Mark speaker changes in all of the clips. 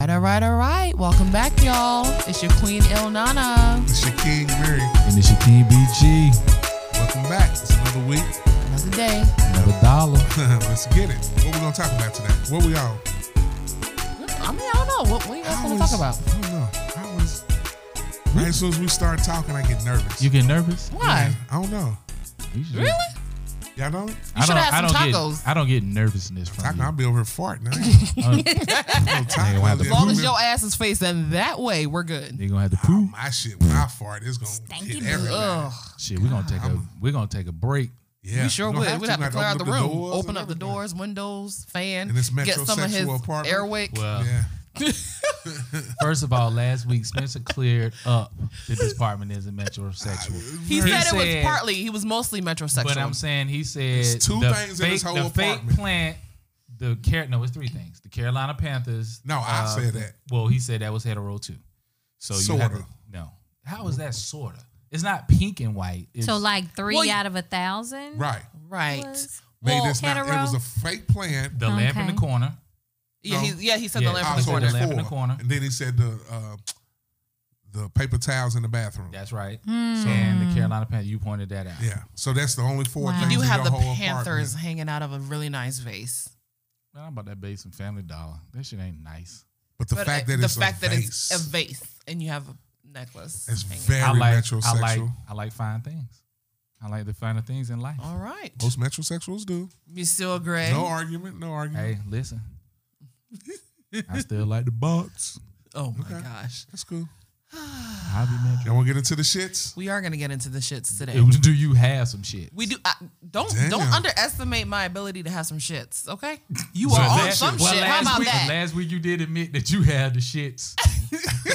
Speaker 1: All right, all right. Welcome back, y'all. It's your queen, Il Nana.
Speaker 2: It's your king, Mary.
Speaker 3: And it's your King BG.
Speaker 2: Welcome back. It's another week.
Speaker 1: Another day.
Speaker 3: Another dollar.
Speaker 2: Let's get it. What we gonna talk about today? What we on?
Speaker 1: I mean, I don't know. What, what are you guys
Speaker 2: I
Speaker 1: going to
Speaker 2: was-
Speaker 1: talk about?
Speaker 2: I don't know. I was. Right as soon as we start talking, I get nervous.
Speaker 3: You get nervous?
Speaker 1: Why?
Speaker 2: I don't know.
Speaker 3: You should-
Speaker 1: Really?
Speaker 2: Y'all don't?
Speaker 3: I
Speaker 1: should
Speaker 3: don't.
Speaker 1: have
Speaker 3: I
Speaker 1: some
Speaker 3: don't
Speaker 1: tacos.
Speaker 3: get. I don't get nervousness
Speaker 2: I,
Speaker 3: from
Speaker 2: I'll
Speaker 3: you.
Speaker 2: be over here farting. I ain't
Speaker 3: They gonna have to
Speaker 1: As long as your ass is facing that way, we're good.
Speaker 3: They gonna have to
Speaker 2: Oh,
Speaker 3: poop.
Speaker 2: my shit, when I fart, it's gonna
Speaker 4: Stanky
Speaker 2: hit
Speaker 4: boo.
Speaker 2: everything.
Speaker 1: Ugh.
Speaker 3: Shit, we're gonna take a. We're gonna take a break.
Speaker 2: Yeah,
Speaker 1: we sure
Speaker 2: gonna
Speaker 1: would. We'd have to
Speaker 2: like,
Speaker 1: clear out the
Speaker 2: open
Speaker 1: room,
Speaker 2: doors
Speaker 1: open
Speaker 2: and
Speaker 1: up the
Speaker 2: everything.
Speaker 1: doors, windows, fan,
Speaker 2: In this
Speaker 1: get some of his
Speaker 2: metrosexual apartment?
Speaker 1: airwick.
Speaker 3: Well,
Speaker 2: Yeah,
Speaker 3: first of all, last week Spencer cleared up that this apartment isn't
Speaker 2: Ah,
Speaker 3: metrosexual.
Speaker 1: he
Speaker 3: he
Speaker 1: said it
Speaker 3: said-
Speaker 1: was partly. He was mostly metrosexual.
Speaker 3: But I'm saying he said
Speaker 2: It's two
Speaker 3: the
Speaker 2: things in
Speaker 3: fake,
Speaker 2: this whole
Speaker 3: the fake
Speaker 2: apartment.
Speaker 3: plant. The Car- no, it's three things. The Carolina Panthers. uh,
Speaker 2: No, I said that.
Speaker 3: Well, he said that was hetero too. So you had to,
Speaker 2: Sorta.
Speaker 3: no. How is that sorta? It's not pink and white. It's,
Speaker 4: So like three
Speaker 1: Well, you-
Speaker 4: out of a thousand.
Speaker 2: right.
Speaker 1: right.
Speaker 4: was-
Speaker 2: Made
Speaker 1: Well,
Speaker 2: this not, it
Speaker 4: hetero.
Speaker 2: was a fake plan.
Speaker 3: the lamp in the
Speaker 4: okay.
Speaker 3: corner.
Speaker 1: yeah,
Speaker 2: no.
Speaker 1: he, yeah, he said
Speaker 3: Yeah,
Speaker 1: the
Speaker 3: I
Speaker 1: lamp
Speaker 2: I
Speaker 1: in
Speaker 2: was
Speaker 1: the
Speaker 3: said
Speaker 1: corner.
Speaker 3: the lamp in the
Speaker 2: four.
Speaker 3: corner.
Speaker 2: and then he said the uh, the paper towels in the bathroom.
Speaker 3: That's right.
Speaker 1: Hmm.
Speaker 3: And the Carolina Panthers. You pointed that out.
Speaker 2: yeah, so that's the only four
Speaker 4: Wow.
Speaker 2: things.
Speaker 1: You
Speaker 2: in
Speaker 1: have the
Speaker 2: your whole
Speaker 1: Panthers
Speaker 2: apartment.
Speaker 1: hanging out of a really nice vase.
Speaker 3: Man, I'm about that base and Family Dollar. That shit ain't nice.
Speaker 2: but the
Speaker 1: But
Speaker 2: fact
Speaker 1: uh,
Speaker 2: that
Speaker 1: the
Speaker 2: it's
Speaker 1: fact
Speaker 2: a
Speaker 1: that
Speaker 2: vase,
Speaker 1: it's a vase and you have a necklace.
Speaker 2: it's
Speaker 1: hanging.
Speaker 2: very
Speaker 3: I like.
Speaker 2: metrosexual. Oh.
Speaker 3: I like. I like fine things. I like the finer things in life.
Speaker 1: All right.
Speaker 2: Most metrosexuals do.
Speaker 1: Monsieur Gray.
Speaker 2: No argument. No argument.
Speaker 3: Hey, listen. I still like the box.
Speaker 1: oh my gosh.
Speaker 2: That's cool.
Speaker 3: I'll be mad.
Speaker 2: Y'all want to get into the shits?
Speaker 1: We are gonna get into the shits today.
Speaker 3: Do you have some shit?
Speaker 1: we do. I, don't don't
Speaker 2: Damn.
Speaker 1: underestimate my ability to have some shits. Okay. You
Speaker 3: So
Speaker 1: are on
Speaker 3: last-
Speaker 1: some
Speaker 3: well,
Speaker 1: shit. How
Speaker 3: last
Speaker 1: about
Speaker 3: week,
Speaker 1: that?
Speaker 3: Last week you did admit that you had the shits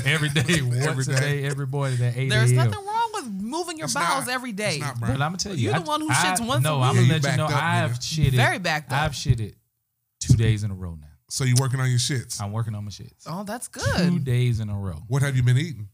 Speaker 3: every day, once
Speaker 2: Every
Speaker 3: a
Speaker 2: day.
Speaker 3: day, every morning at eight
Speaker 1: There's
Speaker 3: a.m.
Speaker 1: nothing wrong with moving your
Speaker 2: It's
Speaker 1: bowels
Speaker 2: not-
Speaker 1: every day.
Speaker 2: It's not
Speaker 3: But I'm
Speaker 2: brown.
Speaker 3: gonna tell you,
Speaker 1: You're the
Speaker 3: I-
Speaker 1: one who
Speaker 3: I-
Speaker 1: shits once
Speaker 3: No,
Speaker 1: a
Speaker 3: I'm
Speaker 2: week. Yeah,
Speaker 3: gonna
Speaker 2: you
Speaker 3: let you know
Speaker 2: backed up,
Speaker 3: I've shitted.
Speaker 1: Very backed up.
Speaker 3: I've shitted two days in a row now.
Speaker 2: So you working on your shits?
Speaker 3: I'm working on my shits.
Speaker 1: Oh, that's
Speaker 3: Two
Speaker 1: good.
Speaker 3: days in a row.
Speaker 2: What have you been eating?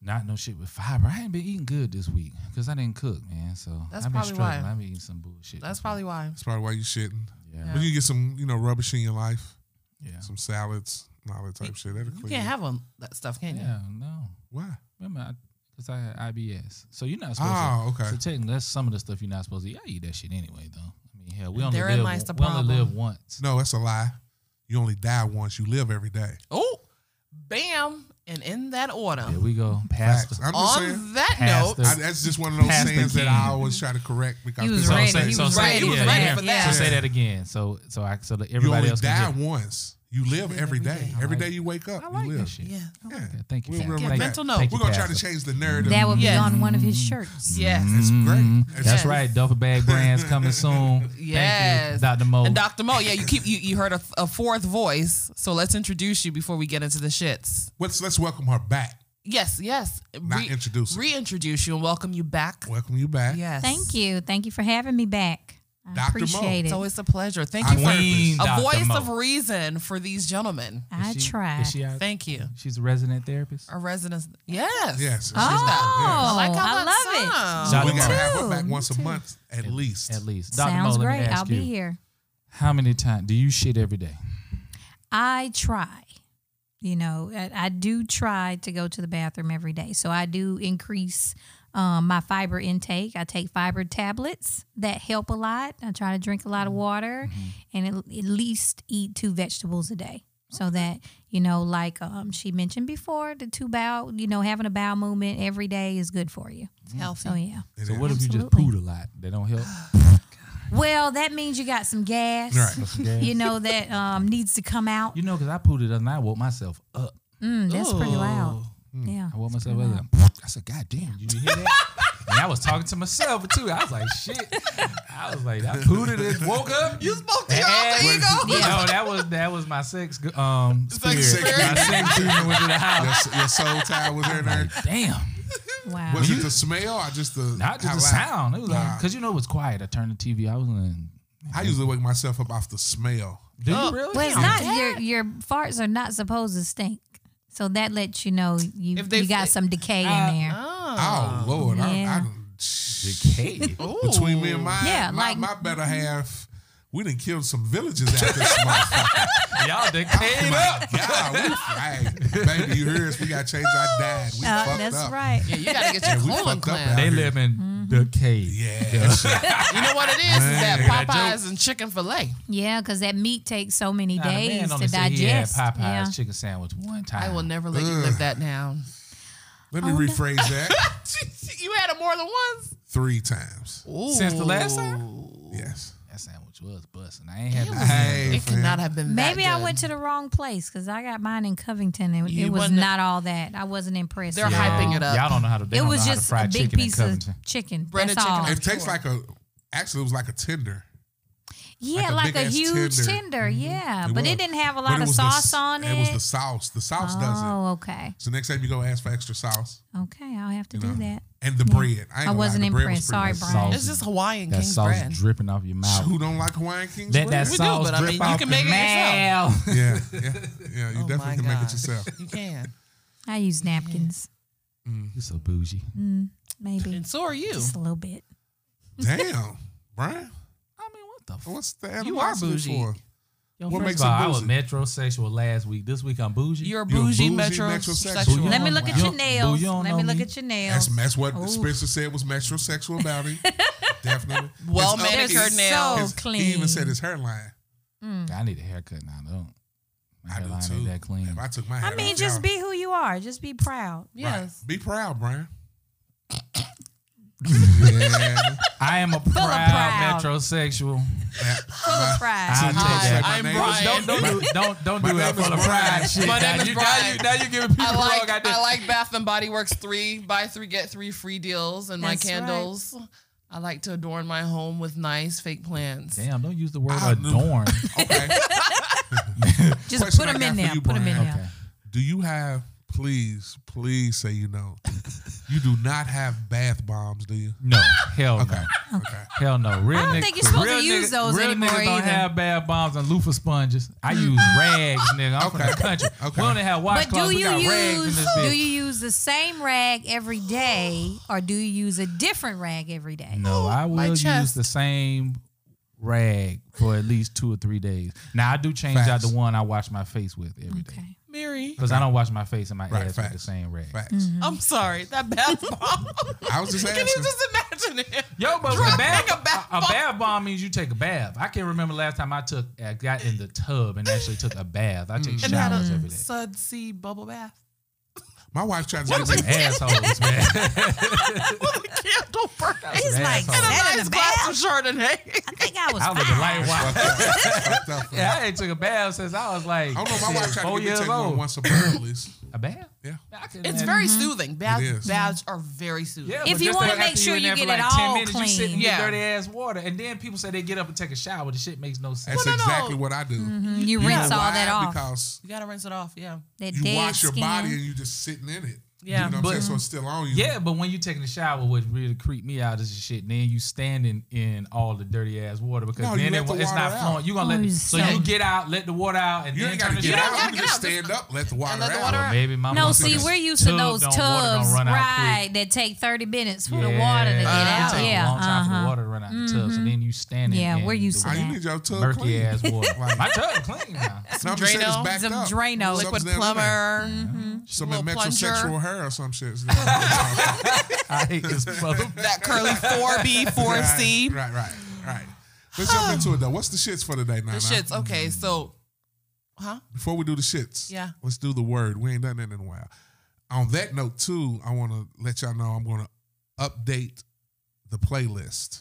Speaker 3: Not no shit with fiber. I ain't been eating good this week because I didn't cook, man. So
Speaker 1: That's
Speaker 3: I've been
Speaker 1: probably
Speaker 3: struggling.
Speaker 1: why.
Speaker 3: I've been eating some bullshit.
Speaker 1: That's
Speaker 3: this
Speaker 1: probably why.
Speaker 2: That's probably why you shitting.
Speaker 3: week. yeah,
Speaker 2: But you get some, you know, rubbish in your life,
Speaker 3: yeah,
Speaker 2: some salads, and all that type of shit. That'll
Speaker 1: You
Speaker 2: clean
Speaker 1: can't
Speaker 2: up.
Speaker 1: have um, that stuff, can you?
Speaker 3: yeah. No,
Speaker 2: Why?
Speaker 3: remember because I, had IBS, so you're not supposed to.
Speaker 2: Oh, okay.
Speaker 3: So technically, that's some of the stuff you're not supposed to eat. I eat that shit anyway, though. I mean, hell, we only
Speaker 1: Therein
Speaker 3: live,
Speaker 1: lies the
Speaker 3: we only
Speaker 1: problem.
Speaker 3: live once.
Speaker 2: No, that's a lie. You only die once. You live every day.
Speaker 1: Oh, bam, and in that order.
Speaker 3: There we go.
Speaker 2: Facts.
Speaker 3: Pasta.
Speaker 2: I'm just saying.
Speaker 1: On that
Speaker 3: Pasta.
Speaker 1: note,
Speaker 2: I, that's just one of those
Speaker 3: Past the
Speaker 2: sayings that I
Speaker 3: king.
Speaker 2: always try to correct because
Speaker 4: He was
Speaker 2: people
Speaker 3: so
Speaker 4: ready.
Speaker 2: say
Speaker 3: say,
Speaker 4: He
Speaker 3: so
Speaker 4: was
Speaker 3: say-
Speaker 1: ready. He was
Speaker 3: yeah,
Speaker 1: ready
Speaker 3: yeah.
Speaker 1: for that.
Speaker 3: So say that again. So so I so that
Speaker 2: you
Speaker 3: everybody
Speaker 2: only
Speaker 3: else
Speaker 2: die
Speaker 3: can get-
Speaker 2: once. You live every day.
Speaker 3: I
Speaker 2: Every
Speaker 3: like
Speaker 2: day you wake up,
Speaker 3: I
Speaker 2: you
Speaker 3: like
Speaker 2: live.
Speaker 3: that shit.
Speaker 1: yeah.
Speaker 3: I like that. Thank you.
Speaker 2: We'll
Speaker 3: Pat.
Speaker 2: remember
Speaker 3: Thank
Speaker 2: that.
Speaker 3: you.
Speaker 1: Mental note.
Speaker 3: Thank you,
Speaker 2: We're gonna try
Speaker 3: Pastor.
Speaker 2: to change the narrative.
Speaker 4: That would be
Speaker 1: Yes.
Speaker 4: on one of his shirts.
Speaker 1: Yes.
Speaker 2: it's great.
Speaker 3: Mm-hmm. That's
Speaker 1: Yes.
Speaker 3: right. Duffel bag brands coming soon.
Speaker 1: Yes.
Speaker 3: Thank you, Dr. Mo.
Speaker 1: And Dr. Mo, yeah, you keep you, you heard a, a fourth voice, so let's introduce you before we get into the shits.
Speaker 2: Let's let's welcome her back.
Speaker 1: Yes, yes.
Speaker 2: Not introduce her.
Speaker 1: Reintroduce you and welcome you back.
Speaker 2: Welcome you back.
Speaker 1: Yes.
Speaker 4: Thank you. Thank you for having me back. I
Speaker 2: Dr. Mo.
Speaker 4: appreciate
Speaker 1: It's
Speaker 4: it.
Speaker 1: always a pleasure. Thank
Speaker 2: I'm
Speaker 1: you
Speaker 2: glad-
Speaker 1: for
Speaker 3: Queen
Speaker 2: A
Speaker 1: a
Speaker 3: Dr.
Speaker 1: voice
Speaker 3: Mo.
Speaker 1: of reason for these gentlemen.
Speaker 4: I
Speaker 3: Is she-
Speaker 4: try.
Speaker 3: Is she out?
Speaker 1: Thank you.
Speaker 3: She's a resident therapist.
Speaker 1: Our residents. Yes.
Speaker 2: Yes.
Speaker 4: Oh,
Speaker 1: I like how
Speaker 4: I
Speaker 1: that
Speaker 4: love it.
Speaker 1: sounds.
Speaker 3: Shout
Speaker 2: we
Speaker 3: out
Speaker 2: gotta
Speaker 3: to
Speaker 2: have
Speaker 4: too.
Speaker 2: her back
Speaker 4: Me
Speaker 2: once a
Speaker 4: too.
Speaker 2: month at least.
Speaker 3: At least. Dr. Mo,
Speaker 4: Sounds
Speaker 3: let me
Speaker 4: great.
Speaker 3: ask
Speaker 4: I'll
Speaker 3: you,
Speaker 4: be here.
Speaker 3: How many times do you shit every day?
Speaker 4: I try. You know, I, I do try to go to the bathroom every day. So I do increase um, my fiber intake. I take fiber tablets that help a lot. I try to drink a lot of water and at, at least eat two vegetables a day. So that, you know, like um, she mentioned before, the two bowel, you know, having a bowel movement every day is good for you.
Speaker 1: Healthy.
Speaker 4: So, yeah.
Speaker 2: It
Speaker 3: So
Speaker 2: is.
Speaker 3: what if you just
Speaker 4: Absolutely.
Speaker 3: pooed a lot? That don't help.
Speaker 4: Well, that means you got some gas,
Speaker 2: Right.
Speaker 4: you know, that um, needs to come out.
Speaker 3: You know, because I pooed it and I woke myself up.
Speaker 4: Mm, that's pretty loud. Yeah.
Speaker 3: I woke myself up. Like, I said, God damn, you didn't hear that? and I was talking to myself too. I was like, shit. I was like, I pooed it and woke up. You
Speaker 1: Spoke to your alter ego.
Speaker 3: No, that was that was my sex um
Speaker 1: like
Speaker 3: spirit.
Speaker 1: spirit.
Speaker 3: my sex demon was in the house.
Speaker 2: Your, s- your soul tie was in there.
Speaker 3: Damn.
Speaker 4: Wow.
Speaker 2: Was it the smell or just the
Speaker 3: Not just
Speaker 2: how loud?
Speaker 3: the sound. It was like,
Speaker 2: Nah.
Speaker 3: because you know it was quiet. I turned the TV. I was in.
Speaker 2: I usually wake myself up off the smell.
Speaker 3: Do you really?
Speaker 4: Well, it's not your your farts are not supposed to stink, so that lets you know you
Speaker 1: If they-
Speaker 4: you got some decay in there.
Speaker 2: Oh Lord, I, I
Speaker 4: Yeah.
Speaker 2: done-
Speaker 3: Decay.
Speaker 1: Ooh.
Speaker 2: Oh. between me and my
Speaker 4: Yeah,
Speaker 2: my,
Speaker 4: like- mm-hmm.
Speaker 2: my better half, We done killed some villages out this motherfucker.
Speaker 3: Y'all done came up.
Speaker 2: My God, we fried. Baby, you hear us? We got to change our diet. We
Speaker 4: Uh,
Speaker 2: fucked
Speaker 4: that's
Speaker 2: up.
Speaker 4: right.
Speaker 1: Yeah, you gotta get
Speaker 2: Yeah, we
Speaker 1: your colon
Speaker 2: fucked up
Speaker 1: cleansed.
Speaker 2: out
Speaker 3: They
Speaker 2: here.
Speaker 3: live in Decatur.
Speaker 2: Mm-hmm. Yeah.
Speaker 1: You know what it is? Is that
Speaker 2: Man,
Speaker 3: I
Speaker 1: Popeyes and chicken fillet.
Speaker 4: Yeah, because that meat takes so many
Speaker 3: Nah, the man
Speaker 4: days to
Speaker 3: only said He had
Speaker 4: digest.
Speaker 3: Popeye's
Speaker 4: Yeah.
Speaker 3: chicken sandwich one time.
Speaker 1: I will never let you live that down.
Speaker 2: Let
Speaker 4: Oh,
Speaker 2: me rephrase that
Speaker 1: you had it more than once.
Speaker 2: three times.
Speaker 1: Ooh.
Speaker 3: Since the last time?
Speaker 2: Yes.
Speaker 3: That sandwich was busting. I ain't had
Speaker 1: It
Speaker 3: that.
Speaker 1: was-
Speaker 2: Hey,
Speaker 1: it could
Speaker 2: fam.
Speaker 1: not have been.
Speaker 4: Maybe
Speaker 1: that
Speaker 4: I went to the wrong place because I got mine in Covington and
Speaker 1: You
Speaker 4: it was
Speaker 1: wasn't-
Speaker 4: not all that. I wasn't impressed.
Speaker 1: They're
Speaker 4: at all.
Speaker 1: hyping it up.
Speaker 3: Y'all don't know how to. They
Speaker 4: It
Speaker 3: don't know
Speaker 4: was
Speaker 3: how to
Speaker 4: just
Speaker 3: fry
Speaker 4: a big
Speaker 3: chicken in
Speaker 4: piece of
Speaker 3: Covington.
Speaker 4: chicken.
Speaker 1: Breaded
Speaker 4: That's
Speaker 1: chicken
Speaker 4: all.
Speaker 1: and
Speaker 2: It tastes
Speaker 1: sure.
Speaker 2: like a, actually, it was like a tender. like
Speaker 4: Yeah,
Speaker 2: a
Speaker 4: like a,
Speaker 2: big-ass
Speaker 4: huge
Speaker 2: tender.
Speaker 4: tender. Yeah, but
Speaker 2: was.
Speaker 4: it didn't have a
Speaker 2: But
Speaker 4: lot
Speaker 2: it
Speaker 4: of
Speaker 2: was the
Speaker 4: sauce
Speaker 2: s-
Speaker 4: on it.
Speaker 2: It was the sauce. The sauce doesn't.
Speaker 4: oh, okay,
Speaker 2: So next time you go ask for extra sauce
Speaker 4: okay. I'll have to
Speaker 2: You
Speaker 4: do
Speaker 2: know.
Speaker 4: that.
Speaker 2: and the bread. I, ain't
Speaker 4: I
Speaker 2: gonna lie,
Speaker 4: wasn't
Speaker 2: the bread was pretty
Speaker 4: impressed. Sorry,
Speaker 2: good.
Speaker 4: Brian.
Speaker 1: It's just Hawaiian
Speaker 3: That
Speaker 1: king
Speaker 3: sauce
Speaker 1: bread.
Speaker 3: dripping off your mouth.
Speaker 2: Who don't like Hawaiian King's
Speaker 3: Let
Speaker 2: bread?
Speaker 3: that
Speaker 1: We do,
Speaker 3: sauce
Speaker 1: but I
Speaker 3: drip
Speaker 1: mean, you
Speaker 3: out
Speaker 1: can
Speaker 3: the
Speaker 1: make it yourself.
Speaker 3: mouth.
Speaker 2: Yeah, yeah, yeah. You
Speaker 1: Oh my
Speaker 2: definitely can make
Speaker 1: gosh.
Speaker 2: it yourself.
Speaker 1: You can.
Speaker 4: I use napkins,
Speaker 3: You're so bougie.
Speaker 4: maybe
Speaker 1: And so are you.
Speaker 4: just a little bit.
Speaker 2: Damn, Brian,
Speaker 3: I mean, what the? F-
Speaker 2: what's the
Speaker 1: You are
Speaker 2: animosity
Speaker 1: bougie.
Speaker 2: for?
Speaker 3: Yo,
Speaker 2: What
Speaker 3: first
Speaker 2: makes
Speaker 3: of
Speaker 2: you
Speaker 3: all, I was
Speaker 2: bougie?
Speaker 3: metrosexual last week. This week I'm bougie.
Speaker 1: You're a
Speaker 2: You a
Speaker 1: bougie,
Speaker 2: bougie
Speaker 1: metrosexual.
Speaker 2: metrosexual.
Speaker 4: Let me look at
Speaker 3: Wow.
Speaker 4: your
Speaker 3: Boo,
Speaker 4: nails.
Speaker 3: you don't
Speaker 4: Let me
Speaker 3: know
Speaker 4: look
Speaker 3: me.
Speaker 4: at your nails.
Speaker 2: That's, that's what
Speaker 4: Ooh.
Speaker 2: Spencer said was metrosexual about it. definitely.
Speaker 1: Well
Speaker 2: It's up-
Speaker 1: manicured
Speaker 2: it's-
Speaker 1: nails. nails.
Speaker 4: So
Speaker 2: it's- He even
Speaker 4: Oh, clean.
Speaker 2: said his hairline.
Speaker 3: I need a haircut now. I don't. My
Speaker 2: I do
Speaker 3: hairline
Speaker 2: too.
Speaker 3: ain't that clean.
Speaker 2: If I took my,
Speaker 4: I
Speaker 2: hat
Speaker 4: mean,
Speaker 2: off,
Speaker 4: just
Speaker 2: y'all-
Speaker 4: be who you are. Just be proud.
Speaker 2: Right.
Speaker 1: Yes.
Speaker 2: Be proud, Brian.
Speaker 3: I am a proud,
Speaker 4: proud.
Speaker 3: metrosexual.
Speaker 2: Yeah.
Speaker 4: Proud.
Speaker 3: I'll take
Speaker 1: Hi,
Speaker 3: that.
Speaker 1: I'm
Speaker 2: My name
Speaker 1: Brian.
Speaker 2: is-
Speaker 3: Don't don't do, don't don't
Speaker 2: My
Speaker 3: do that
Speaker 2: name is
Speaker 3: full of
Speaker 2: Brian.
Speaker 3: pride shit.
Speaker 1: My name
Speaker 3: now,
Speaker 1: is
Speaker 3: you, now, you,
Speaker 1: Brian.
Speaker 3: now you're giving people
Speaker 1: I
Speaker 3: wrong
Speaker 1: like
Speaker 3: idea.
Speaker 1: I like Bath and Body Works three buy three get three free deals and my
Speaker 4: That's right.
Speaker 1: candles. I like to adorn my home with nice fake plants.
Speaker 3: Damn, don't use the word
Speaker 2: I knew-
Speaker 3: adorn.
Speaker 2: Okay.
Speaker 4: Just
Speaker 2: Question
Speaker 4: put
Speaker 2: I
Speaker 4: them
Speaker 2: got
Speaker 4: in
Speaker 2: for
Speaker 4: there.
Speaker 2: you,
Speaker 4: Put them in
Speaker 2: Brian.
Speaker 4: there.
Speaker 3: Okay.
Speaker 2: Do you have? Please, please say you know. You do not have bath bombs, do you?
Speaker 3: No, hell no.
Speaker 2: Okay.
Speaker 3: Hell no. Real
Speaker 4: I don't
Speaker 3: niggas-
Speaker 4: think you're supposed to
Speaker 3: real
Speaker 4: use
Speaker 3: niggas-
Speaker 4: those
Speaker 3: real
Speaker 4: anymore
Speaker 3: niggas don't
Speaker 4: either.
Speaker 3: have bath bombs and loofah sponges. I use rags, nigga. I'm from the
Speaker 2: Okay.
Speaker 3: country.
Speaker 2: Okay.
Speaker 3: We only have
Speaker 4: But do
Speaker 3: washcloths. We
Speaker 4: you
Speaker 3: got rags in
Speaker 4: use
Speaker 3: this
Speaker 4: do
Speaker 3: bitch.
Speaker 4: you use the same rag every day, or do you use a different rag every day?
Speaker 3: No, I
Speaker 1: my
Speaker 3: will use
Speaker 1: chest.
Speaker 3: the same rag for at least two or three days. Now I do change out
Speaker 2: Facts.
Speaker 3: the one I wash my face with every day
Speaker 4: Okay.
Speaker 1: Mary,
Speaker 3: because I don't wash my face and my
Speaker 2: Right,
Speaker 3: ass with the
Speaker 2: facts.
Speaker 3: same rag.
Speaker 2: Facts.
Speaker 1: I'm sorry. That bath bomb.
Speaker 2: I was just
Speaker 1: Can you
Speaker 2: asking.
Speaker 1: just imagine it?
Speaker 3: Yo, but
Speaker 1: Drop
Speaker 3: a bath,
Speaker 1: like a bath
Speaker 3: a, a
Speaker 1: bomb.
Speaker 3: bath bomb means you take a bath. I can't remember last time I took, I got in the tub and actually took a bath. I
Speaker 4: Mm.
Speaker 3: take
Speaker 1: And had
Speaker 3: showers every
Speaker 1: a
Speaker 3: day.
Speaker 1: Sud Sea bubble bath.
Speaker 2: My wife tried to get me.
Speaker 3: Assholes, man.
Speaker 1: Candle burn.
Speaker 4: He's
Speaker 3: an
Speaker 4: like,
Speaker 3: asshole.
Speaker 1: And
Speaker 4: "Is
Speaker 1: a
Speaker 4: that in
Speaker 1: nice
Speaker 4: the
Speaker 1: glass
Speaker 4: bath?
Speaker 1: of Chardonnay.
Speaker 4: I think I was
Speaker 3: I was
Speaker 4: five.
Speaker 3: looking light white.
Speaker 2: Fucked up.
Speaker 3: Yeah, I ain't took a bath since I was like
Speaker 2: I don't know. My wife tried
Speaker 3: four
Speaker 2: to get me
Speaker 3: years
Speaker 2: to take one
Speaker 3: old.
Speaker 2: once a month at least.
Speaker 3: A bath?
Speaker 2: Yeah.
Speaker 3: I couldn't
Speaker 1: It's
Speaker 3: have-
Speaker 1: very soothing. Baths,
Speaker 2: is.
Speaker 1: baths are very soothing.
Speaker 3: Mm-hmm. Yeah,
Speaker 4: If
Speaker 3: but
Speaker 4: you
Speaker 3: just
Speaker 4: wanna
Speaker 3: like
Speaker 4: make
Speaker 3: after
Speaker 4: sure
Speaker 3: in
Speaker 4: you
Speaker 3: there for
Speaker 4: get it
Speaker 3: like 10
Speaker 4: all
Speaker 3: minutes, You sitting in
Speaker 1: clean.
Speaker 3: your dirty ass water, and then people say they get up and take a shower. The shit makes no sense.
Speaker 2: That's
Speaker 1: Well, no, no.
Speaker 2: exactly what I do.
Speaker 3: Mm-hmm.
Speaker 4: You
Speaker 2: You know
Speaker 4: rinse all
Speaker 2: why?
Speaker 4: that off.
Speaker 2: Because
Speaker 1: You gotta rinse it off. Yeah.
Speaker 4: that
Speaker 2: you
Speaker 4: dead
Speaker 2: wash your
Speaker 4: skin.
Speaker 2: body and you just sitting in it.
Speaker 1: Yeah.
Speaker 2: You know what
Speaker 3: But-
Speaker 2: I'm saying? So it's still on you.
Speaker 3: Yeah, but when you taking a shower, what really creep me out is the shit. then you standing in all the dirty ass water because
Speaker 2: No, you
Speaker 3: then
Speaker 2: let
Speaker 3: it-
Speaker 2: the
Speaker 3: it's not
Speaker 2: water out.
Speaker 3: flowing. You gonna
Speaker 4: Oh,
Speaker 3: let
Speaker 4: you
Speaker 3: so
Speaker 4: suck.
Speaker 3: you get out, let the water out, and
Speaker 2: You
Speaker 3: then
Speaker 2: ain't
Speaker 3: turn
Speaker 2: got to
Speaker 3: the
Speaker 2: get
Speaker 3: shower.
Speaker 1: gotta
Speaker 2: out. You
Speaker 1: get
Speaker 2: can just
Speaker 1: out. Just-
Speaker 2: stand up, let the water
Speaker 1: let the
Speaker 2: out.
Speaker 1: water
Speaker 3: Well, baby, my
Speaker 4: No,
Speaker 3: motherfucking
Speaker 4: see, we're used to
Speaker 3: tub
Speaker 4: those
Speaker 3: don't-
Speaker 4: tubs,
Speaker 3: water don't run out quick.
Speaker 4: right? That take thirty minutes for the water to get
Speaker 3: Yeah,
Speaker 4: out.
Speaker 3: It take a
Speaker 4: yeah,
Speaker 3: long time for
Speaker 4: uh-huh.
Speaker 3: the water to run out of the tub. So then you standing.
Speaker 4: Yeah,
Speaker 3: in
Speaker 4: we're used
Speaker 3: the
Speaker 4: to
Speaker 2: Oh, you
Speaker 4: that.
Speaker 2: need your tub
Speaker 3: murky
Speaker 2: clean.
Speaker 3: ass water.
Speaker 2: Like-
Speaker 3: My tub clean now.
Speaker 2: No, I'm just saying
Speaker 1: Drano.
Speaker 2: it's backed
Speaker 4: Some
Speaker 2: up.
Speaker 4: Drano.
Speaker 1: Liquid
Speaker 2: Something's down in there.
Speaker 1: plumber.
Speaker 4: Mm-hmm.
Speaker 2: Some
Speaker 1: Little
Speaker 2: metrosexual
Speaker 1: plunger.
Speaker 2: hair or some shit.
Speaker 3: I hate this motherfucker.
Speaker 1: That curly 4B, 4C.
Speaker 2: Right, right, right. Let's jump into it though. What's the shits for today, Nana?
Speaker 1: The shit's Oh. okay. So, huh?
Speaker 2: Before we do the shits,
Speaker 1: Yeah.
Speaker 2: let's do the word. We ain't done that in a while. On that note, too, I want to let y'all know I'm going to update the playlist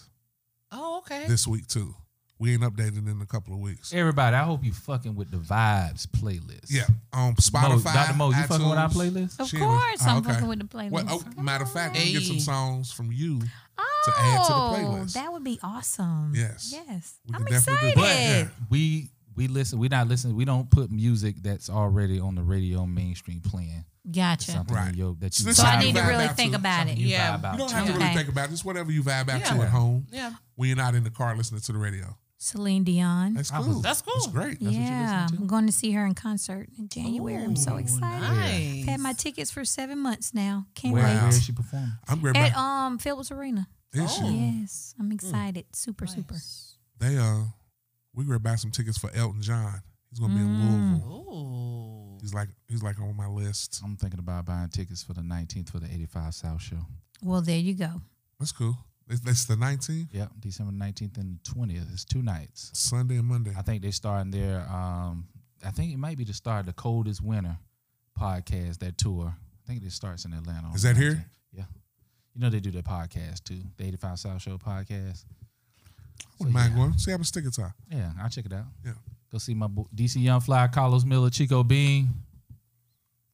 Speaker 1: Oh, okay.
Speaker 2: this week too. We ain't updated in a couple of weeks.
Speaker 3: Everybody, I hope you fucking with the vibes playlist.
Speaker 2: Yeah, on
Speaker 3: Mo,
Speaker 2: Spotify.
Speaker 3: Dr. Mo, you fucking with our
Speaker 2: iTunes.
Speaker 3: playlist?
Speaker 4: Of
Speaker 2: She ain't with-
Speaker 4: course, I'm
Speaker 2: okay.
Speaker 4: fucking with the playlist.
Speaker 2: Well, oh, matter of fact, we can get some
Speaker 1: Hey.
Speaker 2: songs from you.
Speaker 4: oh,
Speaker 2: to add to the playlist.
Speaker 4: that would be awesome.
Speaker 2: Yes.
Speaker 4: yes,
Speaker 2: We
Speaker 4: I'm
Speaker 2: can definitely
Speaker 4: excited.
Speaker 2: do that.
Speaker 3: But we we listen. We not listening. We don't put music that's already on the radio mainstream playing.
Speaker 4: Gotcha.
Speaker 3: Something
Speaker 2: Right.
Speaker 3: in your, that you
Speaker 2: So
Speaker 4: So
Speaker 2: Something
Speaker 4: I
Speaker 2: you
Speaker 4: need to
Speaker 2: vibe
Speaker 4: really
Speaker 2: out
Speaker 4: think
Speaker 2: to,
Speaker 4: about
Speaker 3: something
Speaker 4: it.
Speaker 3: you
Speaker 1: Yeah.
Speaker 3: vibe out
Speaker 2: You don't have to
Speaker 4: Okay.
Speaker 2: really think about it. It's whatever you vibe out to
Speaker 1: Yeah.
Speaker 2: at home
Speaker 1: yeah.
Speaker 2: when you're not in the car listening to the radio.
Speaker 4: Celine Dion.
Speaker 2: That's
Speaker 3: I was-
Speaker 2: cool.
Speaker 1: That's cool.
Speaker 2: That's great.
Speaker 4: yeah, I'm going to see her in concert in January. I'm so
Speaker 3: Ooh,
Speaker 4: excited.
Speaker 1: Nice.
Speaker 4: I've had my tickets for seven months now. Can't
Speaker 3: Where,
Speaker 4: wait.
Speaker 3: where is she performing?
Speaker 2: I'm great.
Speaker 4: At
Speaker 2: About
Speaker 4: um Phillips Arena.
Speaker 2: this
Speaker 1: Oh.
Speaker 2: shit.
Speaker 4: Yes, I'm excited. Super, super.
Speaker 2: They uh we were gonna buy some tickets for Elton John. He's gonna be
Speaker 4: Mm.
Speaker 2: in Louisville.
Speaker 1: Ooh.
Speaker 2: He's like he's like on my list.
Speaker 3: I'm thinking about buying tickets for the 19th for the 85 South show.
Speaker 4: Well, there you go.
Speaker 2: That's cool. It's, that's the 19th,
Speaker 3: Yep, December 19th and 20th. It's two nights.
Speaker 2: Sunday and Monday.
Speaker 3: I think they starting their. Um, I think it might be the start of the coldest winter podcast. That tour. I think it starts in Atlanta. on
Speaker 2: Is that here?
Speaker 3: 19th. Yeah. You know they do their podcast too. The 85 South Show podcast.
Speaker 2: Wouldn't mind going. See how much tickets are.
Speaker 3: Yeah, I'll check it out.
Speaker 2: Yeah.
Speaker 3: Go see my bo- DC Young Fly, Carlos Miller, Chico Bean.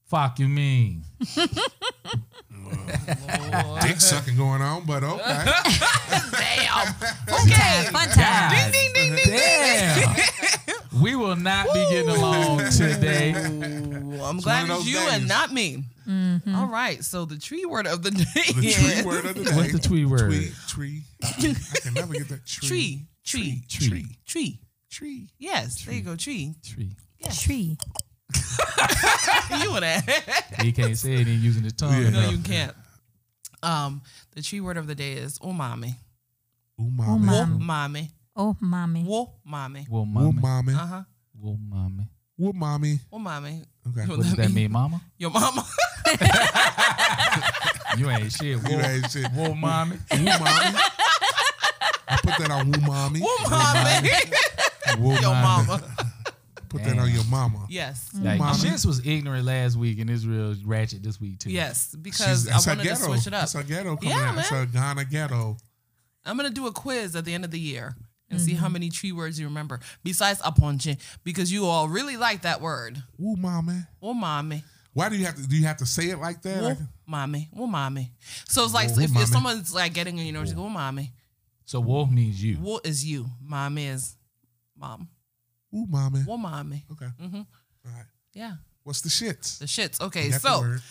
Speaker 3: Fuck you mean.
Speaker 2: Dick sucking going on, but okay.
Speaker 1: Damn.
Speaker 4: Okay, fun time.
Speaker 3: Guys,
Speaker 1: Ding, ding, ding,
Speaker 3: Damn. we will not be getting along today.
Speaker 1: Ooh, I'm
Speaker 2: It's one
Speaker 1: glad
Speaker 2: of
Speaker 1: it's
Speaker 2: those
Speaker 1: you
Speaker 2: days.
Speaker 1: and not me.
Speaker 4: Mm-hmm.
Speaker 1: All right. So the tree word of the day.
Speaker 2: The
Speaker 1: is-
Speaker 2: tree word of the day.
Speaker 3: What's the tweet word?
Speaker 2: Tweet, tree. I can never get that
Speaker 1: Tree. Tree.
Speaker 3: Tree.
Speaker 1: Tree. Tree.
Speaker 2: Tree.
Speaker 1: Yes. There you go. Tree.
Speaker 3: Tree.
Speaker 4: Tree.
Speaker 1: you and that.
Speaker 3: He can't say it. He using his tongue.
Speaker 2: Yeah.
Speaker 1: no,
Speaker 3: enough.
Speaker 1: you can't. Um, the tree word of the day is "Oh, umami.
Speaker 2: Umami.
Speaker 4: Umami.
Speaker 1: Umami.
Speaker 4: Oh, mommy.
Speaker 1: Umami.
Speaker 3: Well, mommy.
Speaker 2: Umami.
Speaker 1: Uh-huh.
Speaker 3: Well, mommy.
Speaker 2: Umami.
Speaker 1: Umami.
Speaker 2: Okay.
Speaker 1: What
Speaker 3: What does
Speaker 1: that
Speaker 3: that
Speaker 1: mean?
Speaker 3: mean, mama?
Speaker 1: Your mama.
Speaker 3: You ain't shit.
Speaker 2: You know,
Speaker 3: Well,
Speaker 2: that shit.
Speaker 3: well mommy.
Speaker 2: Umami. I put that on umami.
Speaker 1: Umami.
Speaker 3: Well,
Speaker 1: Your mama.
Speaker 2: Put that on your mama.
Speaker 1: Yes.
Speaker 3: Like,
Speaker 2: Umami.
Speaker 3: Shins was ignorant last week and it's real ratchet this week too.
Speaker 1: Yes. Because
Speaker 2: She's-
Speaker 1: I
Speaker 2: that's her
Speaker 1: wanted to
Speaker 2: ghetto.
Speaker 1: switch it up.
Speaker 2: That's her ghetto coming
Speaker 1: Yeah,
Speaker 2: out. That's her Ghana ghetto.
Speaker 1: I'm gonna do a quiz at the end of the year and see how many tree words you remember besides aponche because you all really like that word.
Speaker 2: Umami.
Speaker 1: Well, mommy,
Speaker 2: Why do you have to? Do you have to say it like that?
Speaker 1: well,
Speaker 2: Like,
Speaker 1: mommy, well, mommy. So it's like
Speaker 2: Well,
Speaker 1: if,
Speaker 2: mommy.
Speaker 1: if someone's like getting in, you know, just go, well, mommy.
Speaker 3: So Wolf means you.
Speaker 1: Well is you, mommy is mom.
Speaker 2: umami.
Speaker 1: Well, mommy.
Speaker 2: Okay. All right.
Speaker 1: Yeah,
Speaker 2: What's the shits?
Speaker 1: the shits. Mm-hmm. Okay,
Speaker 2: You got the
Speaker 1: so.
Speaker 2: word.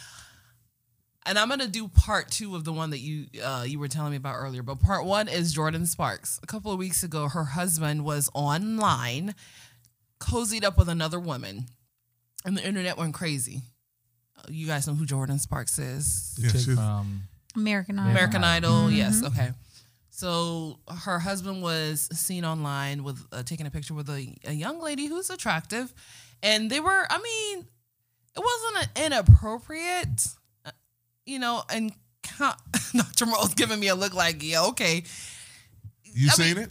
Speaker 1: and I'm gonna do part two of the one that you uh, you were telling me about earlier. But part one is Jordan Sparks. A couple of weeks ago, her husband was online, cozied up with another woman, and the internet went crazy. Uh, You guys know who Jordan Sparks is?
Speaker 2: Yeah,
Speaker 3: Chick
Speaker 2: she's-
Speaker 3: from-
Speaker 4: American Idol.
Speaker 3: Ameri-
Speaker 1: American Idol.
Speaker 4: Mm-hmm.
Speaker 1: Yes. Okay. So her husband was seen online with uh, taking a picture with a, a young lady who's attractive, and they were. I mean, it wasn't an inappropriate, uh, you know. And co- Dr. More's giving me a look like, yeah, okay,
Speaker 2: You
Speaker 1: I
Speaker 2: seen
Speaker 1: mean-
Speaker 2: it?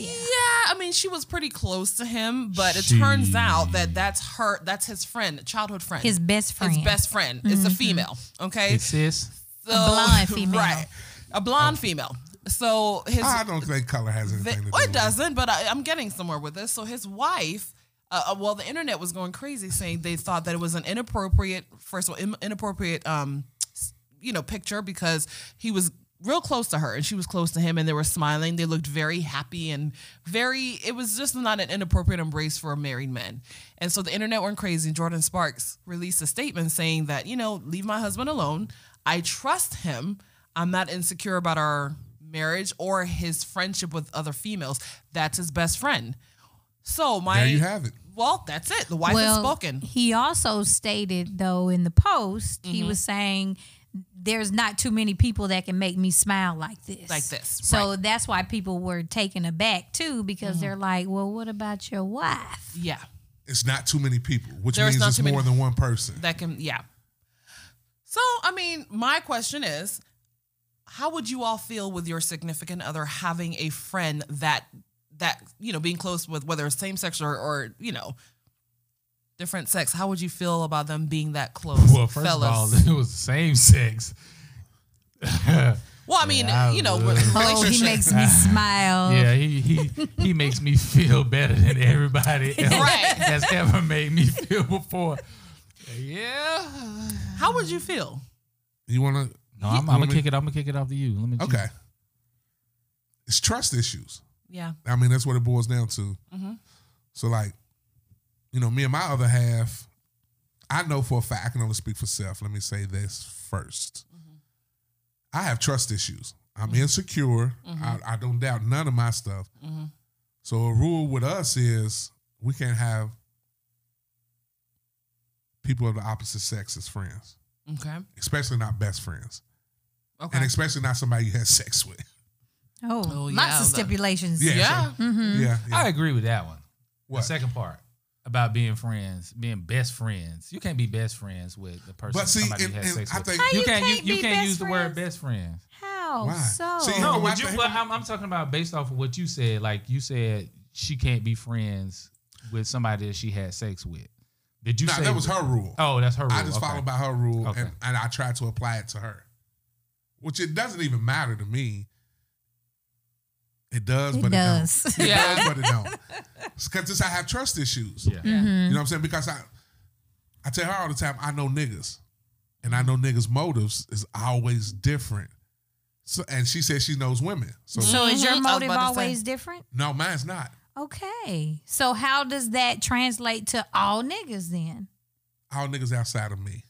Speaker 1: yeah. I mean, she was pretty close to him, but it
Speaker 3: She-
Speaker 1: turns out that that's her. That's his friend, childhood friend,
Speaker 4: His best friend. Mm-hmm.
Speaker 1: his best friend. It's a female. Okay,
Speaker 3: Hey, sis.
Speaker 1: so,
Speaker 4: blonde female.
Speaker 1: right? A blonde female. So his
Speaker 2: I don't think color has
Speaker 1: they-
Speaker 2: anything to do.
Speaker 1: well, it
Speaker 2: with it.
Speaker 1: doesn't, but I, I'm getting somewhere with this. So his wife, uh, uh, well, the internet was going crazy saying they thought that it was an inappropriate, first of all, in, inappropriate, um, s- you know, picture because he was real close to her and she was close to him and they were smiling. They looked very happy and very, it was just not an inappropriate embrace for a married man. And so the internet went crazy. Jordan Sparks released a statement saying that, you know, leave my husband alone. I trust him. I'm not insecure about our marriage or his friendship with other females. That's his best friend. So my
Speaker 2: There you have it.
Speaker 1: well, that's it. The wife
Speaker 4: well,
Speaker 1: has spoken.
Speaker 4: He also stated though in the post, he
Speaker 1: Mm-hmm.
Speaker 4: was saying there's not too many people that can make me smile like this.
Speaker 1: Like this,
Speaker 4: So that's why people were taken aback too, because
Speaker 1: Mm-hmm.
Speaker 4: they're like, Well, what about your wife?
Speaker 1: Yeah,
Speaker 2: It's not too many people, which
Speaker 1: There is
Speaker 2: means
Speaker 1: not
Speaker 2: it's
Speaker 1: too many-
Speaker 2: more than one person.
Speaker 1: that can. Yeah. So I mean, my question is, how would you all feel with your significant other having a friend that that you know being close with, whether it's same sex or or you know different sex? How would you feel about them being that close,
Speaker 3: Well, first
Speaker 1: fellas?
Speaker 3: of all, it was the same sex.
Speaker 1: well, I mean,
Speaker 3: Yeah, I
Speaker 1: you know,
Speaker 3: would.
Speaker 4: Oh,
Speaker 1: relationship.
Speaker 4: he makes me smile.
Speaker 3: Yeah, he he he makes me feel better than everybody else
Speaker 1: Right.
Speaker 3: that's ever made me feel before. Yeah.
Speaker 1: How would you feel?
Speaker 2: You want to?
Speaker 3: No, I'm, I'm gonna kick it. I'm gonna kick it off to you. Let me.
Speaker 2: Okay. It's trust issues.
Speaker 1: Yeah.
Speaker 2: I mean, that's what it boils down to. So, like, you know, me and my other half, I know for a fact, I can only speak for self. Let me say this 1st I have trust issues. I'm insecure. I, I don't doubt none of my stuff. So, a rule with us is we can't have people of the opposite sex as friends,
Speaker 1: Okay.
Speaker 2: especially not best friends,
Speaker 1: Okay.
Speaker 2: and especially not somebody you had sex with.
Speaker 4: Oh,
Speaker 1: Oh,
Speaker 4: lots
Speaker 1: yeah,
Speaker 4: of
Speaker 1: the-
Speaker 4: stipulations. Mm-hmm.
Speaker 2: Yeah.
Speaker 1: Yeah.
Speaker 2: so- Yeah. yeah.
Speaker 3: I agree with that one.
Speaker 2: What?
Speaker 3: The second part about being friends, being best friends. You can't be best friends with the person
Speaker 2: But see,
Speaker 3: somebody
Speaker 2: and-
Speaker 3: had
Speaker 2: and
Speaker 3: sex
Speaker 2: I
Speaker 3: with.
Speaker 2: think- How
Speaker 3: you
Speaker 4: you
Speaker 3: can't
Speaker 4: can't
Speaker 3: you, you
Speaker 4: be
Speaker 3: can't
Speaker 4: best
Speaker 3: use the word
Speaker 4: friends?
Speaker 3: best friends.
Speaker 4: How
Speaker 2: Why?
Speaker 4: so?
Speaker 2: See,
Speaker 3: No,
Speaker 2: Oh, I
Speaker 3: would you?
Speaker 2: think-
Speaker 3: Well, I'm, I'm talking about based off of what you said. Like you said, she can't be friends with somebody that she had sex with. Did you
Speaker 2: Nah,
Speaker 3: say
Speaker 2: that was
Speaker 3: with-
Speaker 2: her rule.
Speaker 3: Oh, that's her. Rule.
Speaker 2: I just
Speaker 3: okay.
Speaker 2: followed by her rule
Speaker 3: Okay.
Speaker 2: and, and I tried to apply it to her. Which it doesn't even matter to me. It does,
Speaker 4: It
Speaker 2: but
Speaker 4: does.
Speaker 2: it don't. It does, but it don't. Because I have trust issues.
Speaker 3: Yeah.
Speaker 4: Mm-hmm.
Speaker 2: You know what I'm saying? Because I I tell her all the time, I know niggas. And I know niggas' motives is always different. So and she says she knows women. So
Speaker 4: So is
Speaker 1: Mhm.
Speaker 4: your
Speaker 1: I was
Speaker 4: motive
Speaker 1: about to say.
Speaker 4: always different?
Speaker 2: no, mine's not.
Speaker 4: Okay. So how does that translate to all niggas then?
Speaker 2: All niggas outside of me.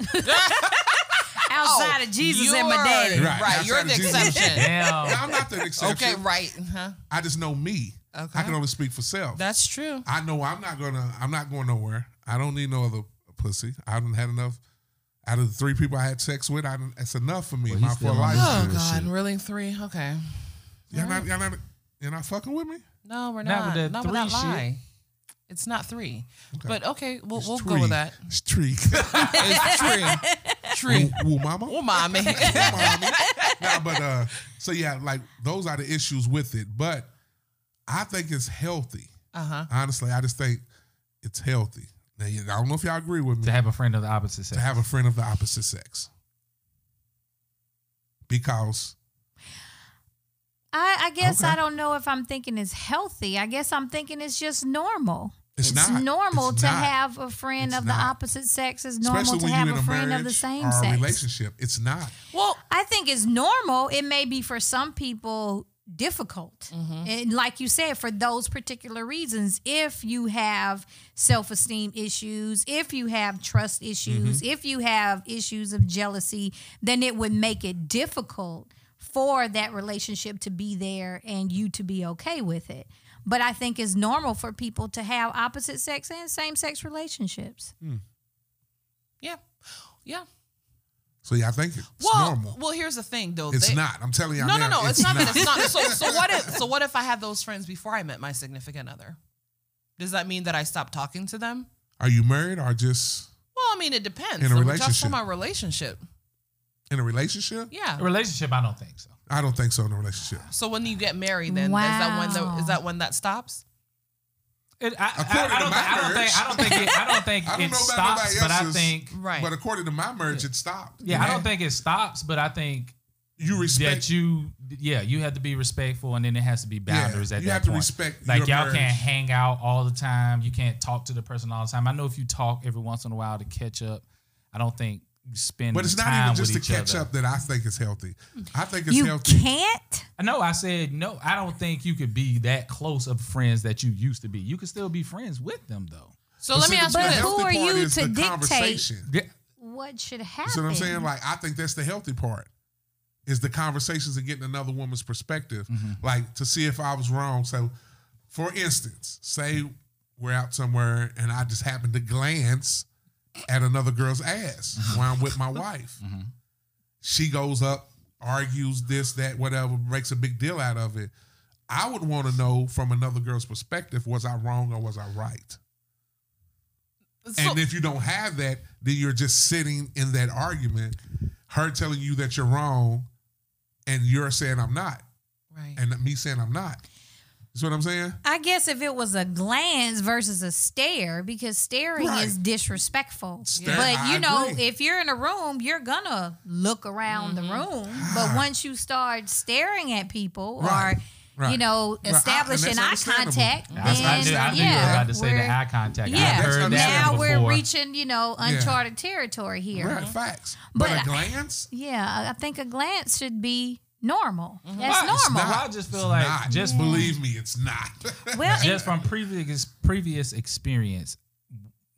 Speaker 4: Outside of Jesus and my
Speaker 1: You're-
Speaker 4: daddy.
Speaker 2: Right,
Speaker 1: Right. You're
Speaker 2: outside
Speaker 1: the
Speaker 2: of Jesus.
Speaker 1: exception.
Speaker 3: Damn.
Speaker 2: I'm not the exception.
Speaker 1: okay, right. Huh?
Speaker 2: I just know me.
Speaker 1: Okay.
Speaker 2: I can only speak for self.
Speaker 1: That's true.
Speaker 2: I know I'm not gonna. I'm not going nowhere. I don't need no other pussy. I haven't had enough. Out of the three people I had sex with, I done, that's enough for me.
Speaker 3: Well, he's
Speaker 2: my full
Speaker 3: still on
Speaker 2: life.
Speaker 1: Oh
Speaker 3: Good
Speaker 1: God,
Speaker 3: shit.
Speaker 1: really three? Okay.
Speaker 2: Y'all not, y'all not, you're not fucking with me.
Speaker 1: No, we're not.
Speaker 3: Not with that
Speaker 1: Not
Speaker 3: three
Speaker 1: with that
Speaker 3: shit.
Speaker 1: lie. It's not three. But okay, we'll,
Speaker 2: It's
Speaker 1: we'll
Speaker 2: three.
Speaker 1: go with that.
Speaker 2: It's tree.
Speaker 1: It's tree.
Speaker 2: woo,
Speaker 1: Tree.
Speaker 2: woo, mama.
Speaker 1: Oh, mommy.
Speaker 2: Woo, mommy. Nah, but uh, so yeah, like those are the issues with it. But I think it's healthy.
Speaker 1: Uh-huh.
Speaker 2: Honestly, I just think it's healthy. Now, I don't know if y'all agree with me.
Speaker 3: to have a friend of the opposite
Speaker 2: to
Speaker 3: sex.
Speaker 2: have a friend of the opposite sex because
Speaker 4: I, I guess
Speaker 2: Okay.
Speaker 4: I don't know if I'm thinking it's healthy. I guess I'm thinking it's just normal.
Speaker 2: it's, not
Speaker 4: normal
Speaker 2: It's
Speaker 4: to
Speaker 2: not.
Speaker 4: have a friend
Speaker 2: It's
Speaker 4: of
Speaker 2: not.
Speaker 4: the opposite sex. It's normal
Speaker 2: Especially
Speaker 4: to
Speaker 2: when
Speaker 4: have
Speaker 2: you're
Speaker 4: a
Speaker 2: in
Speaker 4: friend of the
Speaker 2: marriage
Speaker 4: same
Speaker 2: or a
Speaker 4: sex.
Speaker 2: relationship. It's not.
Speaker 1: Well,
Speaker 4: I think it's normal. It may be for some people difficult. And like you said, for those particular reasons, if you have self esteem issues, if you have trust issues, if you have issues of jealousy, then it would make it difficult for that relationship to be there and you to be okay with it. But I think it's normal for people to have opposite sex and same sex relationships.
Speaker 1: yeah. Yeah.
Speaker 2: So yeah, I think it's
Speaker 1: Well,
Speaker 2: normal.
Speaker 1: well, here's the thing though.
Speaker 2: It's
Speaker 1: They-
Speaker 2: not. I'm telling y'all.
Speaker 1: No,
Speaker 2: now,
Speaker 1: no, no. It's not that it's not. So, so what if? So what if I had those friends before I met my significant other? Does that mean that I stopped talking to them?
Speaker 2: Are you married or just
Speaker 1: Well, I mean, it depends.
Speaker 2: In a
Speaker 1: So we're
Speaker 2: relationship.
Speaker 1: talking about relationship.
Speaker 2: in a relationship?
Speaker 1: Yeah.
Speaker 3: A relationship, I don't think so.
Speaker 2: I don't think so in a relationship.
Speaker 1: So when you get married, then is that when the, is
Speaker 4: Wow.
Speaker 1: that when that stops?
Speaker 3: It, I, I,
Speaker 2: According
Speaker 3: I,
Speaker 2: to
Speaker 3: don't
Speaker 2: my
Speaker 3: think, I don't think I don't think it, I don't think
Speaker 2: I don't
Speaker 3: it
Speaker 2: know about
Speaker 3: stops,
Speaker 2: nobody
Speaker 3: but I
Speaker 2: else's.
Speaker 3: think
Speaker 1: Right.
Speaker 2: But according to my marriage, it stopped.
Speaker 3: yeah, I
Speaker 2: And
Speaker 3: don't think it stops, but I think
Speaker 2: you respect.
Speaker 3: that you yeah you have to be respectful, and then it has to be boundaries
Speaker 2: Yeah,
Speaker 3: at
Speaker 2: you
Speaker 3: that
Speaker 2: have to
Speaker 3: point.
Speaker 2: respect
Speaker 3: like
Speaker 2: your
Speaker 3: y'all
Speaker 2: marriage.
Speaker 3: can't hang out all the time. You can't talk to the person all the time. I know if you talk every once in a while to catch up, I don't think you spend.
Speaker 2: but it's not
Speaker 3: time
Speaker 2: even just to
Speaker 3: with each
Speaker 2: catch
Speaker 3: other.
Speaker 2: up that I think is healthy. I think it's
Speaker 4: you
Speaker 2: healthy.
Speaker 4: can't?
Speaker 3: I know I said no. I don't think you could be that close of friends that you used to be. You could still be friends with them though.
Speaker 1: So let me ask you
Speaker 4: but
Speaker 1: this.
Speaker 4: who are you to dictate?
Speaker 2: dictate?
Speaker 3: Yeah.
Speaker 4: What should happen?
Speaker 2: You see what I'm saying? Like, I think that's the healthy part is the conversations and getting another woman's perspective, like to see if I was wrong. So, for instance, say we're out somewhere and I just happen to glance at another girl's ass while I'm with my wife. She goes up, argues this, that, whatever, makes a big deal out of it. I would want to know from another girl's perspective, was I wrong or was I right?
Speaker 1: So-
Speaker 2: and if you don't have that, then you're just sitting in that argument, her telling you that you're wrong, and you're saying I'm not,
Speaker 1: right.
Speaker 2: and me saying I'm not. You see what I'm saying?
Speaker 4: I guess if it was a glance versus a stare, because staring
Speaker 2: Right.
Speaker 4: is disrespectful.
Speaker 2: Stare,
Speaker 4: but
Speaker 2: I
Speaker 4: you know,
Speaker 2: agree.
Speaker 4: if you're in a room, you're gonna look around
Speaker 3: Mm-hmm.
Speaker 4: the room. But once you start staring at people
Speaker 2: Right.
Speaker 4: or
Speaker 2: Right.
Speaker 4: you know,
Speaker 2: Right. I- and
Speaker 4: establishing eye
Speaker 2: that's understandable.
Speaker 4: contact,
Speaker 3: I, I knew, I
Speaker 4: then
Speaker 3: knew you were
Speaker 4: yeah,
Speaker 3: about to say the
Speaker 4: we're-
Speaker 3: eye contact. I
Speaker 4: yeah.
Speaker 3: heard that
Speaker 4: now
Speaker 3: one
Speaker 4: we're
Speaker 3: before.
Speaker 4: reaching you know uncharted territory here.
Speaker 2: Right, facts. But,
Speaker 4: But
Speaker 2: a
Speaker 4: I-
Speaker 2: glance,
Speaker 4: Yeah, I think a glance should be normal. That's
Speaker 3: Why? It's
Speaker 4: normal.
Speaker 3: Well, I just feel like
Speaker 2: not.
Speaker 3: just-
Speaker 2: believe me, it's not.
Speaker 4: Well, and-
Speaker 3: just from previous previous experience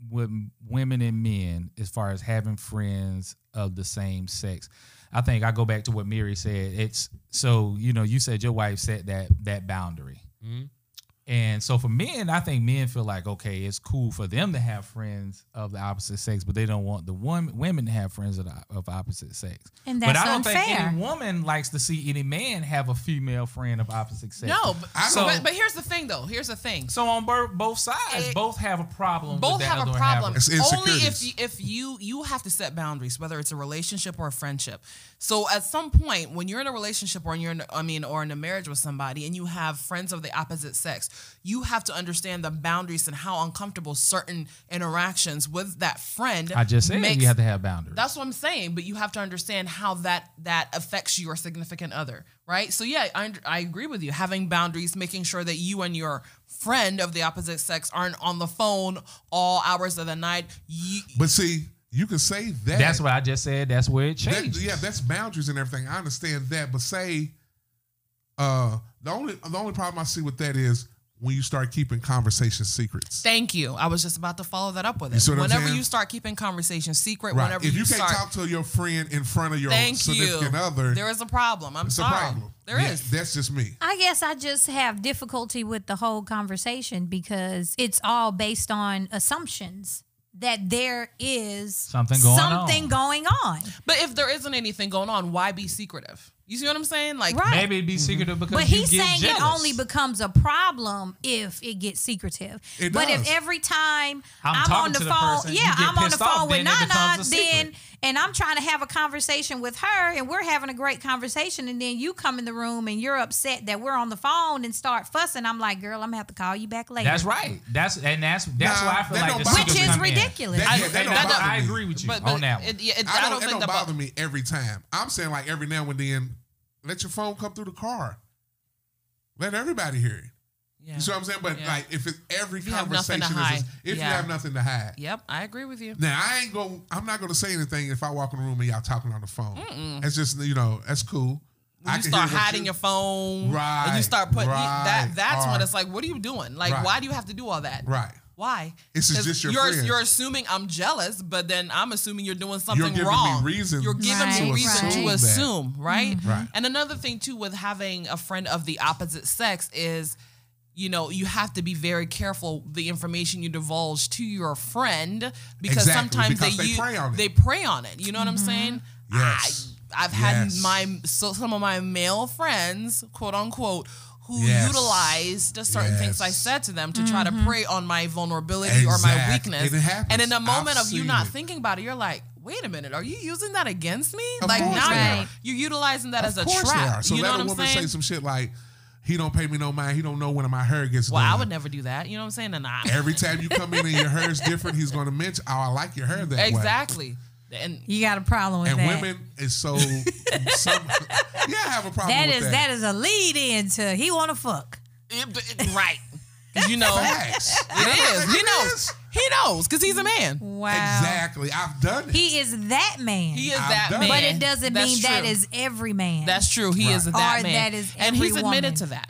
Speaker 3: with women and men as far as having friends of the same sex i think i go back to what mary said it's so you know you said your wife set that that boundary And so for men, I think men feel like okay, it's cool for them to have friends of the opposite sex, but they don't want the woman women to have friends of the of opposite sex.
Speaker 4: And
Speaker 3: but
Speaker 4: that's
Speaker 3: I don't think
Speaker 4: unfair.
Speaker 3: any woman likes to see any man have a female friend of opposite sex.
Speaker 1: No, but,
Speaker 2: I
Speaker 1: so,
Speaker 2: don't-
Speaker 1: but, but here's the thing, though. Here's the thing.
Speaker 3: So on bo- both sides,
Speaker 1: It-
Speaker 3: both have a problem.
Speaker 1: Both
Speaker 3: with
Speaker 1: have
Speaker 3: that
Speaker 1: a
Speaker 3: other
Speaker 1: problem.
Speaker 2: It's
Speaker 1: Only if
Speaker 2: insecurities.
Speaker 1: you, if you you have to set boundaries, whether it's a relationship or a friendship. So at some point, when you're in a relationship or you're in, I mean, or in a marriage with somebody, and you have friends of the opposite sex, you have to understand the boundaries and how uncomfortable certain interactions with that friend.
Speaker 3: I just said
Speaker 1: makes
Speaker 3: you have to have boundaries.
Speaker 1: That's what I'm saying, but you have to understand how that that affects your significant other, right? So yeah, I, I agree with you. Having boundaries, making sure that you and your friend of the opposite sex aren't on the phone all hours of the night. You,
Speaker 2: But see, you can say that.
Speaker 3: That's what I just said. That's where it
Speaker 2: that-
Speaker 3: changes.
Speaker 2: yeah, that's boundaries and everything. I understand that, but say, uh, the only the only problem I see with that is when you start keeping conversation secrets.
Speaker 1: thank you. I was just about to follow that up with
Speaker 2: You
Speaker 1: it.
Speaker 2: see what I'm
Speaker 1: whenever
Speaker 2: saying?
Speaker 1: you start keeping conversation secret,
Speaker 2: right.
Speaker 1: whenever
Speaker 2: if you, can't
Speaker 1: start,
Speaker 2: talk to your friend in front of your
Speaker 1: thank
Speaker 2: significant
Speaker 1: you.
Speaker 2: other,
Speaker 1: there is a problem. I'm
Speaker 2: it's a
Speaker 1: sorry.
Speaker 2: problem.
Speaker 1: There is.
Speaker 2: Yeah, That's just me.
Speaker 4: I guess I just have difficulty with the whole conversation because it's all based on assumptions that there is
Speaker 3: Something going on.
Speaker 4: something going on.
Speaker 1: But if there isn't anything going on, why be secretive? You see what I'm saying? Like
Speaker 4: Right.
Speaker 3: Maybe it'd be secretive because
Speaker 4: But
Speaker 3: you
Speaker 4: he's
Speaker 3: get
Speaker 4: saying
Speaker 3: jealous.
Speaker 4: it only becomes a problem if it gets secretive.
Speaker 2: It
Speaker 4: but
Speaker 2: does.
Speaker 4: if every time
Speaker 3: I'm
Speaker 4: I'm,
Speaker 3: talking
Speaker 4: on the
Speaker 3: to the
Speaker 4: phone,
Speaker 3: person, you
Speaker 4: yeah,
Speaker 3: get
Speaker 4: I'm on the
Speaker 3: pissed off,
Speaker 4: phone with
Speaker 3: then it
Speaker 4: Nana,
Speaker 3: becomes a
Speaker 4: then
Speaker 3: secret.
Speaker 4: and I'm trying to have a conversation with her and we're having a great conversation and then you come in the room and you're upset that we're on the phone and start fussing. I'm like, girl, I'm gonna have to call you back later.
Speaker 3: That's right. That's and that's that's
Speaker 2: Nah,
Speaker 3: why I feel
Speaker 2: that
Speaker 3: like
Speaker 2: don't
Speaker 3: the
Speaker 2: bother
Speaker 3: secrets
Speaker 4: Which is
Speaker 3: come in.
Speaker 4: ridiculous.
Speaker 2: That-
Speaker 1: I-
Speaker 2: yeah, that
Speaker 1: that
Speaker 2: don't
Speaker 1: don't-
Speaker 2: bother
Speaker 3: I
Speaker 2: me.
Speaker 3: agree with you
Speaker 1: but, but
Speaker 3: on that one.
Speaker 1: it- yeah, it-
Speaker 2: I don't, it
Speaker 1: think
Speaker 2: don't
Speaker 1: the bo-
Speaker 2: bother me every time. I'm saying like every now and then, let your phone come through the car. Let everybody hear it.
Speaker 1: Yeah.
Speaker 2: You see what I'm saying? But
Speaker 1: Yeah.
Speaker 2: like if it's every
Speaker 1: If you have nothing
Speaker 2: conversation
Speaker 1: to
Speaker 2: is
Speaker 1: hide.
Speaker 2: if you
Speaker 1: Yeah.
Speaker 2: have nothing to hide.
Speaker 1: Yep, I agree with you.
Speaker 2: Now I ain't going I'm not gonna say anything if I walk in the room and y'all talking on the phone. That's just you know, that's cool.
Speaker 1: when
Speaker 2: I
Speaker 1: you
Speaker 2: can
Speaker 1: start
Speaker 2: hear what
Speaker 1: hiding
Speaker 2: you-
Speaker 1: your phone and
Speaker 2: Right,
Speaker 1: you start putting you-
Speaker 2: right,
Speaker 1: that that's
Speaker 2: right.
Speaker 1: when it's like what are you doing like
Speaker 2: Right.
Speaker 1: why do you have to do all that
Speaker 2: Right.
Speaker 1: why
Speaker 2: This is
Speaker 1: 'Cause
Speaker 2: just your
Speaker 1: you're,
Speaker 2: friend.
Speaker 1: you're assuming i'm jealous but then i'm assuming you're doing something
Speaker 2: You're giving
Speaker 1: wrong
Speaker 2: me reasons
Speaker 1: you're giving
Speaker 4: Right,
Speaker 1: me
Speaker 2: to
Speaker 1: reason
Speaker 2: assume
Speaker 1: to
Speaker 2: that.
Speaker 1: assume right
Speaker 2: Right.
Speaker 1: and another thing too with having a friend of the opposite sex is you know you have to be very careful the information you divulge to your friend because
Speaker 2: Exactly,
Speaker 1: sometimes
Speaker 2: because
Speaker 1: they
Speaker 2: they
Speaker 1: u-
Speaker 2: prey on it.
Speaker 1: they prey on it you know what i'm saying
Speaker 2: Yes.
Speaker 1: I, i've had
Speaker 2: Yes.
Speaker 1: my so some of my male friends, quote unquote, who
Speaker 2: Yes.
Speaker 1: utilized certain things I
Speaker 2: Yes.
Speaker 1: said to them to try to prey on my vulnerability or my
Speaker 2: Exact-
Speaker 1: weakness.
Speaker 2: and it happens.
Speaker 1: And in the
Speaker 2: I've
Speaker 1: moment of you
Speaker 2: seen
Speaker 1: not
Speaker 2: it.
Speaker 1: thinking about it, you're like, wait a minute, are you using that against me?
Speaker 2: Of
Speaker 1: like
Speaker 2: course
Speaker 1: now
Speaker 2: they
Speaker 1: you're,
Speaker 4: are.
Speaker 1: you're utilizing that as a
Speaker 2: Of course they
Speaker 1: trap.
Speaker 2: are. So
Speaker 1: you
Speaker 2: let
Speaker 1: know what
Speaker 2: a
Speaker 1: I'm
Speaker 2: woman
Speaker 1: saying?
Speaker 2: say some shit like, he don't pay me no mind, he don't know when my hair gets
Speaker 1: well,
Speaker 2: done.
Speaker 1: I would never do that. You know what I'm saying? And I
Speaker 2: Every time you come in and your hair's different, he's gonna mention, Oh, I like your hair that way.
Speaker 1: exactly. And
Speaker 4: You got a problem with
Speaker 2: And
Speaker 4: that.
Speaker 2: women is so some, Yeah, I have a problem
Speaker 4: that
Speaker 2: with
Speaker 4: is
Speaker 2: that.
Speaker 4: that is a lead in to he wanna fuck.
Speaker 1: it- right, 'Cause you know
Speaker 2: Facts.
Speaker 1: it is. He knows.
Speaker 2: is.
Speaker 1: He knows because he's a man.
Speaker 4: Wow.
Speaker 2: Exactly. I've done it.
Speaker 4: He is that man.
Speaker 1: He is
Speaker 2: I've
Speaker 1: that
Speaker 2: done
Speaker 1: man.
Speaker 2: it.
Speaker 4: but it doesn't
Speaker 1: That's
Speaker 4: mean that
Speaker 1: true.
Speaker 4: is every man.
Speaker 1: That's true. He is
Speaker 2: Right.
Speaker 1: that
Speaker 4: Or
Speaker 1: man.
Speaker 4: that is
Speaker 1: and he's
Speaker 4: every woman.
Speaker 1: admitted to that.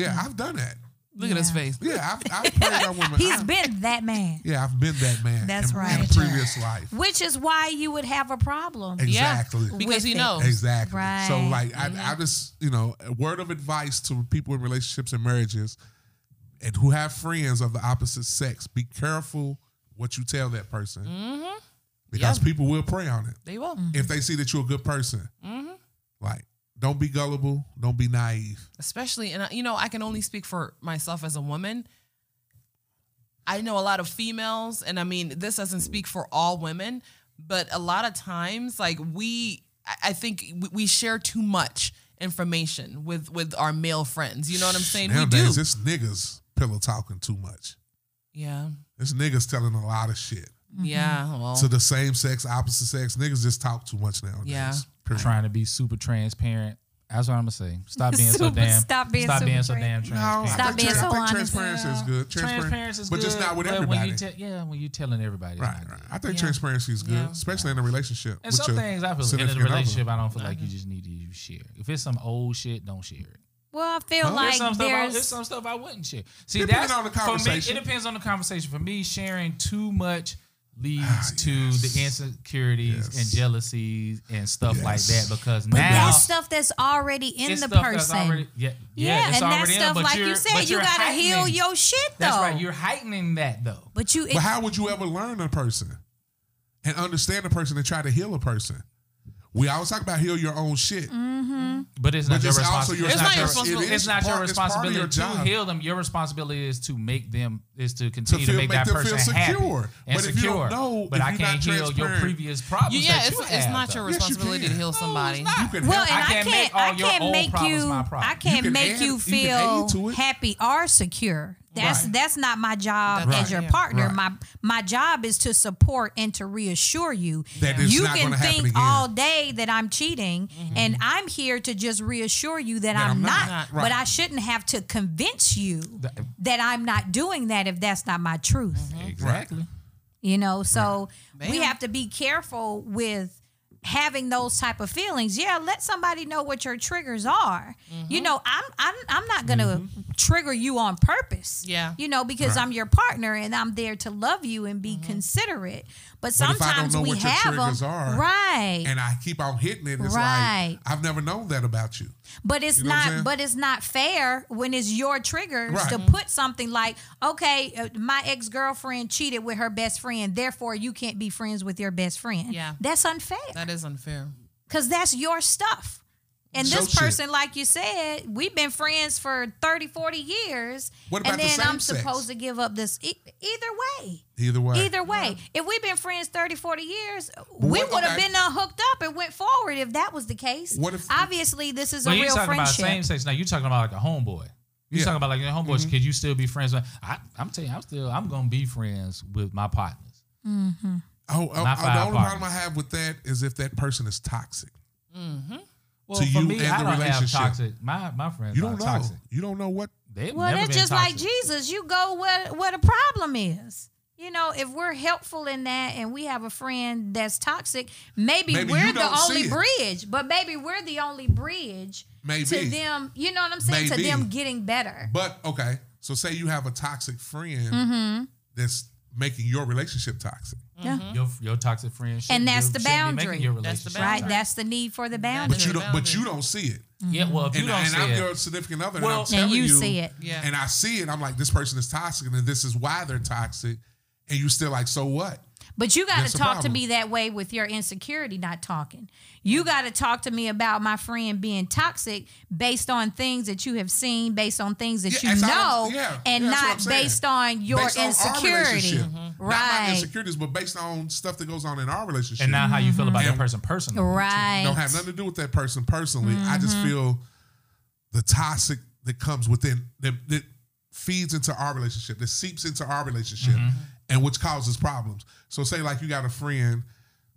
Speaker 2: yeah, I've done that.
Speaker 1: Look at his
Speaker 4: Yeah.
Speaker 1: face.
Speaker 2: Yeah, I've, I've prayed on women.
Speaker 4: He's
Speaker 2: I've-
Speaker 4: been that man.
Speaker 2: Yeah, I've been that man.
Speaker 4: That's
Speaker 2: in, In
Speaker 4: right.
Speaker 2: a previous life.
Speaker 4: Which is why you would have a problem.
Speaker 2: Exactly.
Speaker 1: Yeah, because he
Speaker 4: With it.
Speaker 1: knows.
Speaker 2: Exactly. So
Speaker 4: Right.
Speaker 2: like I, I just you know a word of advice to people in relationships and marriages, and who have friends of the opposite sex, be careful what you tell that person because
Speaker 1: Mm-hmm. Yeah.
Speaker 2: people will prey on it
Speaker 1: They will.
Speaker 2: if they see that you're a good person.
Speaker 1: Mm-hmm.
Speaker 2: Like, don't be gullible. Don't be naive.
Speaker 1: Especially, and I- you know, I can only speak for myself as a woman. I know a lot of females, and I mean, this doesn't speak for all women, but a lot of times, like we, I- I think we- we share too much information with with our male friends. You know what I'm saying?
Speaker 2: Nowadays,
Speaker 1: we do.
Speaker 2: it's niggas pillow talking too much.
Speaker 1: Yeah.
Speaker 2: It's niggas telling a lot of shit.
Speaker 1: Yeah. Well.
Speaker 2: to the same sex, opposite sex. Niggas just talk too much nowadays.
Speaker 1: Yeah.
Speaker 2: Period.
Speaker 3: trying to be super transparent. That's what I'm gonna say. Stop being so
Speaker 4: Super-
Speaker 3: damn.
Speaker 4: stop being
Speaker 3: Stop
Speaker 4: super
Speaker 3: being so damn
Speaker 4: trans-
Speaker 2: No,
Speaker 3: transparent.
Speaker 2: I
Speaker 4: Stop
Speaker 2: think,
Speaker 4: being
Speaker 2: tra-
Speaker 4: so
Speaker 2: I think
Speaker 4: honest.
Speaker 2: transparency is good. Transparency,
Speaker 3: Transparency is
Speaker 2: but
Speaker 3: good,
Speaker 2: just not with
Speaker 3: but When
Speaker 2: everybody.
Speaker 3: you te- yeah, when you telling everybody, it's
Speaker 2: right,
Speaker 3: not
Speaker 2: right.
Speaker 3: good.
Speaker 2: I think transparency is good,
Speaker 1: Yeah.
Speaker 2: especially in a relationship.
Speaker 3: And
Speaker 2: with
Speaker 3: some
Speaker 2: your
Speaker 3: things I feel in a
Speaker 2: significant other.
Speaker 3: relationship, I don't feel like you
Speaker 4: Uh-huh.
Speaker 3: just need to share. If it's some old shit, don't share it.
Speaker 4: Well, I feel
Speaker 2: Huh?
Speaker 3: there's some
Speaker 4: like
Speaker 3: stuff I,
Speaker 4: there's.
Speaker 3: there's some stuff I wouldn't share. See,
Speaker 2: Depending
Speaker 3: that's
Speaker 2: on the
Speaker 3: for me.
Speaker 2: conversation.
Speaker 3: It depends on the conversation. For me, sharing too much leads to
Speaker 2: Ah, yes.
Speaker 3: the insecurities
Speaker 2: Yes.
Speaker 3: and jealousies and stuff like
Speaker 2: Yes.
Speaker 3: that because
Speaker 4: But
Speaker 3: now
Speaker 4: that's stuff that's already in
Speaker 3: it's
Speaker 4: the
Speaker 3: stuff that's
Speaker 4: person.
Speaker 3: already- yeah, yeah,
Speaker 4: yeah,
Speaker 3: it's
Speaker 4: and
Speaker 3: already
Speaker 4: that
Speaker 3: in,
Speaker 4: stuff,
Speaker 3: but
Speaker 4: like
Speaker 3: you're-
Speaker 4: you
Speaker 3: but
Speaker 4: said, you
Speaker 3: you're
Speaker 4: gotta heal
Speaker 3: heightening-
Speaker 4: your shit though.
Speaker 3: That's right. You're heightening that though.
Speaker 4: but you,
Speaker 2: But how would you ever learn a person and understand a person and try to heal a person? We always talk about heal your own shit.
Speaker 4: Mm-hmm.
Speaker 3: But it's
Speaker 2: But
Speaker 3: not your
Speaker 2: it's also your
Speaker 3: responsibility.
Speaker 1: It's not your
Speaker 2: responsibility.
Speaker 3: It's
Speaker 2: It
Speaker 3: not
Speaker 2: is
Speaker 3: your
Speaker 2: part- it's part of
Speaker 3: responsibility
Speaker 2: your
Speaker 3: to
Speaker 2: job.
Speaker 3: heal them. Your responsibility is to make them is to
Speaker 2: To
Speaker 3: continue to,
Speaker 2: feel,
Speaker 3: make,
Speaker 2: make,
Speaker 3: that
Speaker 2: them
Speaker 3: person
Speaker 2: feel
Speaker 3: happy
Speaker 2: secure.
Speaker 3: and
Speaker 2: But if you
Speaker 3: secure.
Speaker 2: don't know,
Speaker 3: but
Speaker 2: if
Speaker 3: I
Speaker 2: you're not
Speaker 3: can't heal your
Speaker 2: transparent-
Speaker 3: previous problems.
Speaker 1: yeah,
Speaker 3: that
Speaker 1: it's,
Speaker 3: you
Speaker 1: it's
Speaker 3: have,
Speaker 1: not your
Speaker 3: though.
Speaker 2: Yes, you
Speaker 1: responsibility to
Speaker 2: can.
Speaker 1: heal somebody.
Speaker 2: You can
Speaker 4: well,
Speaker 2: help.
Speaker 4: and
Speaker 3: I
Speaker 4: I
Speaker 3: can't
Speaker 4: can't,
Speaker 3: make all
Speaker 4: I
Speaker 3: your
Speaker 4: can't
Speaker 3: old
Speaker 4: make
Speaker 3: problems
Speaker 4: you,
Speaker 3: my problem.
Speaker 4: I can't
Speaker 2: You can
Speaker 4: make
Speaker 2: add-
Speaker 4: you
Speaker 2: you can add to
Speaker 4: feel
Speaker 2: it.
Speaker 4: happy or secure. That's
Speaker 2: Right.
Speaker 4: that's not my
Speaker 1: That's
Speaker 4: job as
Speaker 1: right.
Speaker 4: your
Speaker 1: Yeah.
Speaker 4: partner.
Speaker 2: Right.
Speaker 4: My my job is to support and to reassure you.
Speaker 2: That it's
Speaker 4: you
Speaker 2: not
Speaker 4: can
Speaker 2: gonna happen
Speaker 4: think
Speaker 2: again. Mm-hmm.
Speaker 4: all day that I'm cheating, and I'm here to just reassure you that, I'm,
Speaker 2: I'm
Speaker 4: not.
Speaker 2: not.
Speaker 4: But I shouldn't have to convince you
Speaker 3: That-
Speaker 4: that I'm not doing that if that's not my truth
Speaker 2: Mm-hmm.
Speaker 3: Exactly.
Speaker 4: you know so we
Speaker 1: Ma'am.
Speaker 4: have to be careful with having those type of feelings yeah let somebody know what your triggers are you
Speaker 2: Mm-hmm.
Speaker 4: know i'm i'm, I'm not gonna trigger you on purpose
Speaker 1: Yeah.
Speaker 4: you know because i'm your partner and i'm there to love you and be considerate but
Speaker 2: Mm-hmm. But if I don't
Speaker 4: sometimes
Speaker 2: know
Speaker 4: we
Speaker 2: what your
Speaker 4: have
Speaker 2: triggers
Speaker 4: them
Speaker 2: are,
Speaker 4: right
Speaker 2: And I keep on hitting it. It's like
Speaker 4: Right.
Speaker 2: I've never known that about you.
Speaker 4: But it's
Speaker 2: You know what I'm
Speaker 4: not.
Speaker 2: saying?
Speaker 4: But it's not fair when it's your triggers
Speaker 2: Right.
Speaker 4: to put something like, "Okay, uh, my ex girlfriend cheated with her best friend, therefore you can't be friends with your best friend."
Speaker 1: Yeah.
Speaker 4: that's unfair
Speaker 1: That is unfair.
Speaker 4: because that's your stuff. And
Speaker 2: So
Speaker 4: this
Speaker 2: shit.
Speaker 4: person, like you said, we've been friends for 30, 40 years.
Speaker 2: What
Speaker 4: and
Speaker 2: about the
Speaker 4: then
Speaker 2: same
Speaker 4: I'm
Speaker 2: sex?
Speaker 4: supposed to give up this e- either way.
Speaker 2: Either way.
Speaker 4: Either way, if we've been friends 30, 40 years, we
Speaker 2: what-
Speaker 4: would have
Speaker 2: okay.
Speaker 4: been unhooked up and went forward if that was the case.
Speaker 2: What if-
Speaker 4: Obviously, this is
Speaker 3: But
Speaker 4: a
Speaker 3: you're
Speaker 4: real
Speaker 3: talking about
Speaker 4: friendship.
Speaker 3: same sex. Now you're talking about like a homeboy. You're
Speaker 2: Yeah. Mm-hmm.
Speaker 3: talking about like your homeboys. Could you still be friends? With, I, I'm telling you, I'm still. I'm gonna be friends with my partners.
Speaker 2: Oh, oh, oh,
Speaker 3: Not five
Speaker 2: the only
Speaker 3: partners.
Speaker 2: problem I have with that is if that person is toxic.
Speaker 3: Well,
Speaker 2: To
Speaker 3: for
Speaker 2: you
Speaker 3: me,
Speaker 2: and
Speaker 3: I
Speaker 2: the
Speaker 3: don't have
Speaker 2: relationship.
Speaker 3: toxic. My my friends.
Speaker 2: You
Speaker 3: are
Speaker 2: don't know.
Speaker 3: Toxic.
Speaker 2: You don't know what.
Speaker 3: They've
Speaker 4: Well,
Speaker 3: never
Speaker 4: that's
Speaker 3: been
Speaker 4: just
Speaker 3: toxic.
Speaker 4: like Jesus. You go where where the problem is. You know, if we're helpful in that, and we have a friend that's toxic, maybe,
Speaker 2: Maybe
Speaker 4: we're
Speaker 2: you
Speaker 4: the
Speaker 2: don't see
Speaker 4: only
Speaker 2: it.
Speaker 4: bridge. But maybe we're the only bridge to
Speaker 2: Maybe.
Speaker 4: them. You know what I'm saying? To
Speaker 2: Maybe.
Speaker 4: them getting better.
Speaker 2: But okay, so say you have a toxic friend
Speaker 4: Mm-hmm.
Speaker 2: that's making your relationship toxic.
Speaker 3: Your, your toxic friends.
Speaker 4: And that's
Speaker 3: should-
Speaker 4: the
Speaker 3: shouldn't be making
Speaker 4: boundary.
Speaker 3: Your
Speaker 1: That's the
Speaker 3: relationship
Speaker 4: Right,
Speaker 3: toxic.
Speaker 4: that's the need for the boundary.
Speaker 2: But you don't. But you don't see it.
Speaker 3: Yeah, well, if you
Speaker 2: and
Speaker 3: don't
Speaker 2: and
Speaker 3: see
Speaker 2: I'm
Speaker 3: it,
Speaker 2: your significant other,
Speaker 3: Well-
Speaker 2: and I'm
Speaker 3: And
Speaker 2: telling
Speaker 4: you
Speaker 2: you,
Speaker 4: see it.
Speaker 1: Yeah.
Speaker 2: and I see it. I'm like, this person is toxic, and this is why they're toxic. And you still like, so what?
Speaker 4: But you got
Speaker 2: That's
Speaker 4: to
Speaker 2: the
Speaker 4: talk to
Speaker 2: problem.
Speaker 4: me that way with your insecurity not talking. You got to talk to me about my friend being toxic based on things that you have seen, based on things that
Speaker 2: Yeah,
Speaker 4: you
Speaker 2: that's all
Speaker 4: know,
Speaker 2: I'm- yeah,
Speaker 4: and
Speaker 2: yeah, that's what I'm
Speaker 4: not
Speaker 2: saying.
Speaker 4: based on your
Speaker 2: Based on our
Speaker 4: insecurity. Mm-hmm.
Speaker 2: relationship. Not my
Speaker 4: Right.
Speaker 2: insecurities, but based on stuff that goes on in our relationship.
Speaker 3: and now how you feel about that
Speaker 2: And-
Speaker 3: person personally.
Speaker 4: Right. Mm-hmm.
Speaker 2: don't have nothing to do with that person personally. I just feel the toxic that comes within that, that feeds into our relationship, that seeps into our relationship,
Speaker 4: Mm-hmm.
Speaker 2: and which causes problems. So, say like you got a friend,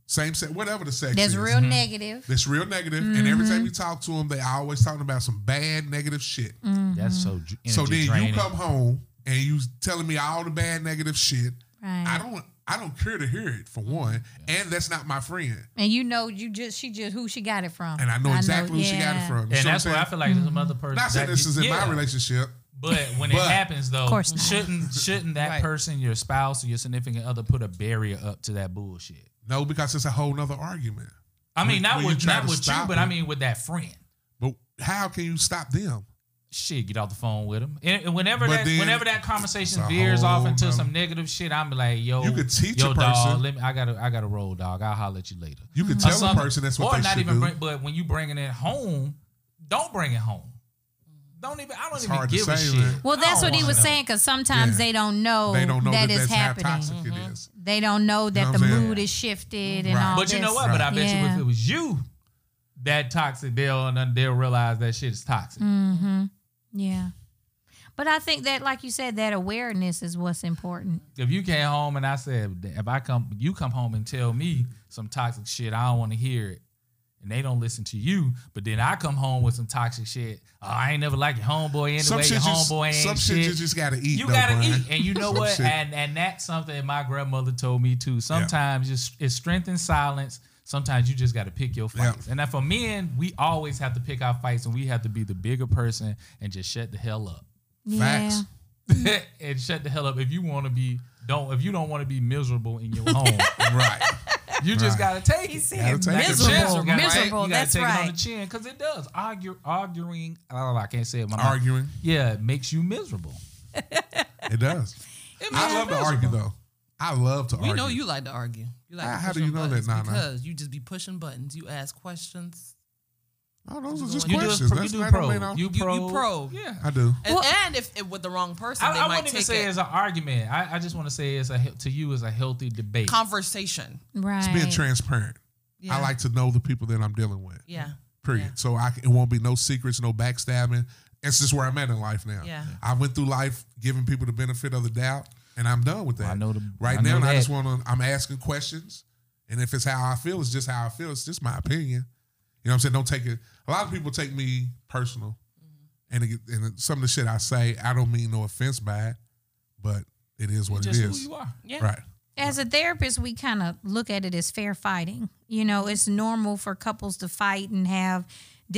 Speaker 2: same sex, whatever the sex
Speaker 4: That's
Speaker 2: is,
Speaker 4: real mm-hmm. negative.
Speaker 2: that's real negative, and every time you talk to them, they always talking about some bad negative shit.
Speaker 4: Mm-hmm.
Speaker 3: That's so ju- energy
Speaker 2: So then
Speaker 3: draining.
Speaker 2: you come home and you telling me all the bad negative shit.
Speaker 4: Right.
Speaker 2: I don't. I don't care to hear it for one, and that's not my friend.
Speaker 4: And you know, you just she just who she got it from.
Speaker 2: And I know exactly who she got
Speaker 4: yeah.
Speaker 2: it from. You
Speaker 3: and
Speaker 2: see what
Speaker 3: that's
Speaker 2: I'm
Speaker 3: where I
Speaker 2: saying?
Speaker 3: feel like there's another person.
Speaker 2: Not saying
Speaker 3: that-
Speaker 2: this is in
Speaker 3: yeah.
Speaker 2: my relationship.
Speaker 3: But when it
Speaker 2: But-
Speaker 3: happens though,
Speaker 4: course not.
Speaker 3: shouldn't shouldn't that
Speaker 1: Right.
Speaker 3: person, your spouse or your significant other, put a barrier up to that bullshit?
Speaker 2: No, because it's a whole nother argument.
Speaker 3: I mean,
Speaker 2: When-
Speaker 3: not
Speaker 2: when you
Speaker 3: with
Speaker 2: try
Speaker 3: not
Speaker 2: to
Speaker 3: with you,
Speaker 2: stop
Speaker 3: but
Speaker 2: it.
Speaker 3: I mean with that friend.
Speaker 2: But how can you stop them?
Speaker 3: Shit, get off the phone with them. And, and whenever
Speaker 2: But
Speaker 3: that
Speaker 2: then
Speaker 3: whenever that conversation
Speaker 2: it's a
Speaker 3: veers off
Speaker 2: whole
Speaker 3: into
Speaker 2: nother-
Speaker 3: some negative shit, I'm like, yo,
Speaker 2: You could teach
Speaker 3: yo,
Speaker 2: a
Speaker 3: dog,
Speaker 2: person.
Speaker 3: let me, I gotta I gotta roll, dog. I'll holler at you later.
Speaker 2: You can
Speaker 3: Or
Speaker 2: tell a
Speaker 3: something.
Speaker 2: person that's what
Speaker 3: Mm-hmm. or
Speaker 2: they
Speaker 3: not
Speaker 2: should
Speaker 3: even
Speaker 2: do.
Speaker 3: bring, but when you bringing it home, don't bring it home. Don't even. I don't even
Speaker 2: hard to
Speaker 3: give a
Speaker 2: say,
Speaker 3: shit.
Speaker 2: man.
Speaker 4: Well,
Speaker 3: I
Speaker 4: that's
Speaker 3: don't
Speaker 4: what he
Speaker 3: wanna
Speaker 4: was
Speaker 3: know.
Speaker 4: saying because sometimes
Speaker 2: Yeah.
Speaker 4: they don't know,
Speaker 2: they don't know that,
Speaker 4: that is
Speaker 2: that's
Speaker 4: happening.
Speaker 2: how toxic
Speaker 3: Mm-hmm.
Speaker 2: it is.
Speaker 4: They don't know that
Speaker 2: know
Speaker 4: the
Speaker 2: what I'm saying?
Speaker 4: mood is shifted and
Speaker 2: Right.
Speaker 4: all
Speaker 3: But you know
Speaker 4: this.
Speaker 3: what? But I bet you
Speaker 4: Yeah.
Speaker 3: if it was you, that toxic, they'll they'll realize that shit is toxic.
Speaker 4: Mm. Yeah. But I think that, like you said, that awareness is what's important.
Speaker 3: If you came home and I said, if I come, you come home and tell me some toxic shit, I don't want to hear it. And they don't listen to you, but then I come home with some toxic shit. Oh, I ain't never like your homeboy anyway.
Speaker 2: Some
Speaker 3: your
Speaker 2: shit, just,
Speaker 3: homeboy ain't
Speaker 2: some shit
Speaker 3: shit.
Speaker 2: you just gotta eat.
Speaker 3: you
Speaker 2: though,
Speaker 3: gotta
Speaker 2: Brian.
Speaker 3: eat, and you know
Speaker 2: Some
Speaker 3: what?
Speaker 2: shit.
Speaker 3: And and that's something my grandmother told me too. Sometimes just it's strength in silence. Sometimes you just got to pick your
Speaker 2: Yeah.
Speaker 3: fights. And then for men, we always have to pick our fights, and we have to be the bigger person and just shut the hell up.
Speaker 4: Yeah.
Speaker 2: Facts.
Speaker 5: Mm-hmm.
Speaker 3: and shut the hell up if you want to be don't if you don't want to be miserable in your home.
Speaker 2: right.
Speaker 3: You just
Speaker 2: Right.
Speaker 3: gotta take
Speaker 5: He
Speaker 3: it.
Speaker 5: said
Speaker 2: Gotta take it.
Speaker 3: Like a chin,
Speaker 5: miserable,
Speaker 3: you gotta-
Speaker 5: miserable.
Speaker 3: You gotta
Speaker 5: That's
Speaker 3: take it
Speaker 5: right.
Speaker 3: on the chin because it does. Argue, arguing. Oh, I can't say it. My mouth.
Speaker 2: Arguing.
Speaker 3: Yeah, it makes you miserable.
Speaker 2: It does.
Speaker 3: It makes
Speaker 2: I
Speaker 3: you
Speaker 2: love to
Speaker 3: miserable.
Speaker 2: argue though. I love to
Speaker 1: We
Speaker 2: argue.
Speaker 1: know you like to argue. You like
Speaker 2: Ah,
Speaker 1: to
Speaker 2: how
Speaker 1: push
Speaker 2: do you
Speaker 1: on
Speaker 2: know that,
Speaker 1: buttons
Speaker 2: Nana?
Speaker 1: Because you just be pushing buttons. You ask questions.
Speaker 2: Oh, those are just
Speaker 1: You
Speaker 3: You do,
Speaker 2: questions.
Speaker 3: pro- you
Speaker 2: That's
Speaker 3: do
Speaker 2: not
Speaker 3: pro.
Speaker 2: I mean, I-
Speaker 3: You
Speaker 1: you
Speaker 3: pro.
Speaker 1: pro.
Speaker 3: Yeah.
Speaker 2: I do.
Speaker 1: And,
Speaker 4: Well-
Speaker 1: and if, if with the wrong person, they
Speaker 3: I, I
Speaker 1: might
Speaker 3: wouldn't even
Speaker 1: take
Speaker 3: say
Speaker 1: it
Speaker 3: it's an argument. I, I just want to say it's a he- to you is a healthy debate.
Speaker 1: conversation.
Speaker 4: Right.
Speaker 2: It's being transparent.
Speaker 1: Yeah.
Speaker 2: I like to know the people that I'm dealing with.
Speaker 1: Yeah.
Speaker 2: Period.
Speaker 1: Yeah.
Speaker 2: So I, c- it won't be no secrets, no backstabbing. That's just where I'm at in life now.
Speaker 1: Yeah.
Speaker 2: I went through life giving people the benefit of the doubt, and I'm done with that.
Speaker 3: I know the-
Speaker 2: right
Speaker 3: I know
Speaker 2: now, and I
Speaker 3: that.
Speaker 2: just want to. I'm asking questions, and if it's how I feel, it's just how I feel. It's just my opinion. You know what I'm saying? Don't take it. A lot of people take me personal,
Speaker 3: Mm-hmm.
Speaker 2: and it, get- and some of the shit I say, I don't mean no offense by it, but it is what
Speaker 3: just
Speaker 2: it
Speaker 3: who
Speaker 2: is.
Speaker 3: you are.
Speaker 1: Yeah.
Speaker 2: Right.
Speaker 4: As a therapist, we kind of look at it as fair fighting. You know, it's normal for couples to fight and have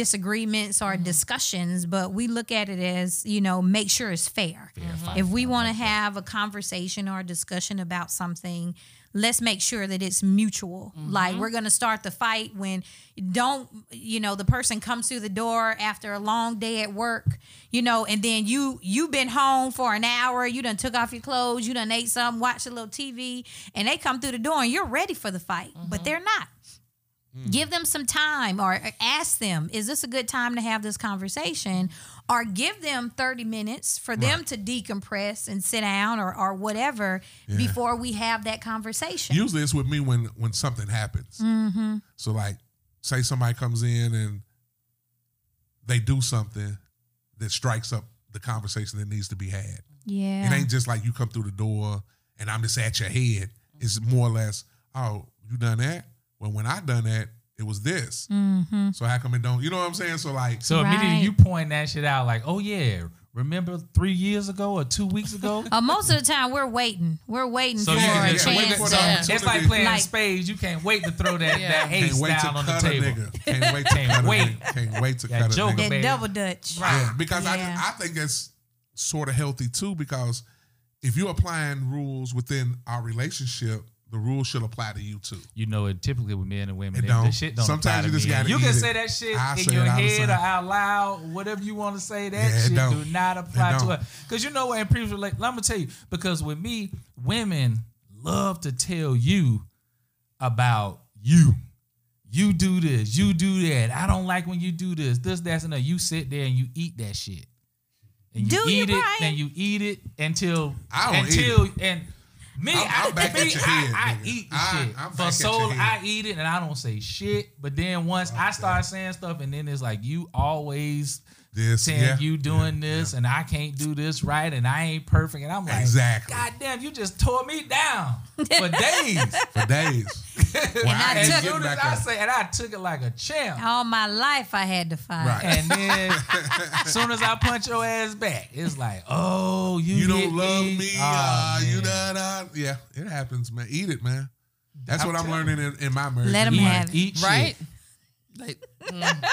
Speaker 4: disagreements or discussions, but we look at it as, you know, make sure it's fair. If we want to have a conversation or a discussion about something, let's make sure that it's mutual. Like we're going to start the fight when don't, you know, the person comes through the door after a long day at work, you know, and then you you've been home for an hour, you done took off your clothes, you done ate something, watched a little TV, and they come through the door and you're ready for the fight, but they're not. Give them some time or ask them, is this a good time to have this conversation? Or give them 30 minutes for them to decompress and sit down or, or whatever before we have that conversation.
Speaker 2: Usually it's with me when when something happens.
Speaker 4: Mm-hmm.
Speaker 2: So like, say somebody comes in and they do something that strikes up the conversation that needs to be had.
Speaker 4: yeah.
Speaker 2: It ain't just like you come through the door and I'm just at your head. It's more or less, oh, you done that? Well, when I done that, it was this.
Speaker 4: mm-hmm.
Speaker 2: So how come it don't? You know what I'm saying? So like,
Speaker 3: So immediately
Speaker 4: Right.
Speaker 3: you point that shit out like, oh yeah, remember three years ago or two weeks ago?
Speaker 4: uh, most of the time, we're waiting. We're waiting
Speaker 3: So
Speaker 4: for
Speaker 3: you can
Speaker 4: a
Speaker 3: just wait
Speaker 4: chance
Speaker 2: for
Speaker 4: to.
Speaker 2: the
Speaker 1: Yeah.
Speaker 2: opportunity.
Speaker 3: It's like playing
Speaker 4: Like-
Speaker 3: spades. You can't wait to throw that,
Speaker 1: Yeah.
Speaker 3: that ace
Speaker 2: Can't wait to
Speaker 3: down on the
Speaker 2: cut a
Speaker 3: table.
Speaker 2: nigga. Can't wait to cut a
Speaker 3: wait.
Speaker 2: nigga. Can't wait to
Speaker 3: That
Speaker 2: cut a
Speaker 3: joker.
Speaker 2: nigga.
Speaker 4: That
Speaker 3: Baby.
Speaker 4: double dutch.
Speaker 2: Yeah, because
Speaker 4: Yeah.
Speaker 2: I, I think that's sort of healthy too. Because if you're applying rules within our relationship, the rules should apply to you too.
Speaker 3: You know it typically with men and women.
Speaker 2: It
Speaker 3: It
Speaker 2: don't.
Speaker 3: The shit don't
Speaker 2: Sometimes
Speaker 3: apply to
Speaker 2: you just
Speaker 3: men.
Speaker 2: gotta
Speaker 3: You
Speaker 2: eat
Speaker 3: can
Speaker 2: it.
Speaker 3: say that shit
Speaker 2: I
Speaker 3: in
Speaker 2: say
Speaker 3: your
Speaker 2: it all the
Speaker 3: head or
Speaker 2: time.
Speaker 3: out loud, whatever you want to say. That
Speaker 2: Yeah, it
Speaker 3: shit do
Speaker 2: don't.
Speaker 3: not apply
Speaker 2: It
Speaker 3: to
Speaker 2: don't.
Speaker 3: us. Because you know what? In previous relate, let me tell you. Because with me, women love to tell you about you. You do this. You do that. I don't like when you do this. This, that, and that. You sit there and you eat that shit. And you
Speaker 4: Do you,
Speaker 3: eat it,
Speaker 4: Brian?
Speaker 3: and you eat it until
Speaker 2: I don't eat
Speaker 3: until and me,
Speaker 2: I'm-
Speaker 3: I,
Speaker 2: I'm back
Speaker 3: me,
Speaker 2: at your
Speaker 3: I-
Speaker 2: head,
Speaker 3: I
Speaker 2: nigga.
Speaker 3: eat the
Speaker 2: I-
Speaker 3: shit.
Speaker 2: I'm back
Speaker 3: For
Speaker 2: at
Speaker 3: so
Speaker 2: your
Speaker 3: long, I
Speaker 2: head.
Speaker 3: eat it and I don't say shit. But then once I start saying stuff, and then it's like you always
Speaker 2: This,
Speaker 3: saying
Speaker 2: yeah,
Speaker 3: you doing this, and I can't do this right, and I ain't perfect, and I'm like,
Speaker 2: Exactly.
Speaker 3: God damn, you just tore me down for days.
Speaker 2: for days. When
Speaker 4: I
Speaker 2: ain't
Speaker 3: as
Speaker 4: took-
Speaker 2: getting
Speaker 3: soon as
Speaker 2: back
Speaker 3: I
Speaker 2: up.
Speaker 3: say, and I took it like a champ.
Speaker 4: All my life, I had to fight.
Speaker 2: Right.
Speaker 3: And then, as soon as I punch your ass back, it's like, oh, you,
Speaker 2: you
Speaker 3: hit Oh,
Speaker 2: don't love me.
Speaker 3: Aw,
Speaker 2: uh, you
Speaker 3: man.
Speaker 2: da da. Yeah, it happens, man. Eat it, man. That's
Speaker 3: I'm
Speaker 2: what I'm
Speaker 3: telling
Speaker 2: learning in, in my marriage.
Speaker 4: Let 'em
Speaker 2: Like,
Speaker 4: have it.
Speaker 3: Eat shit.
Speaker 1: Right? Like,
Speaker 2: What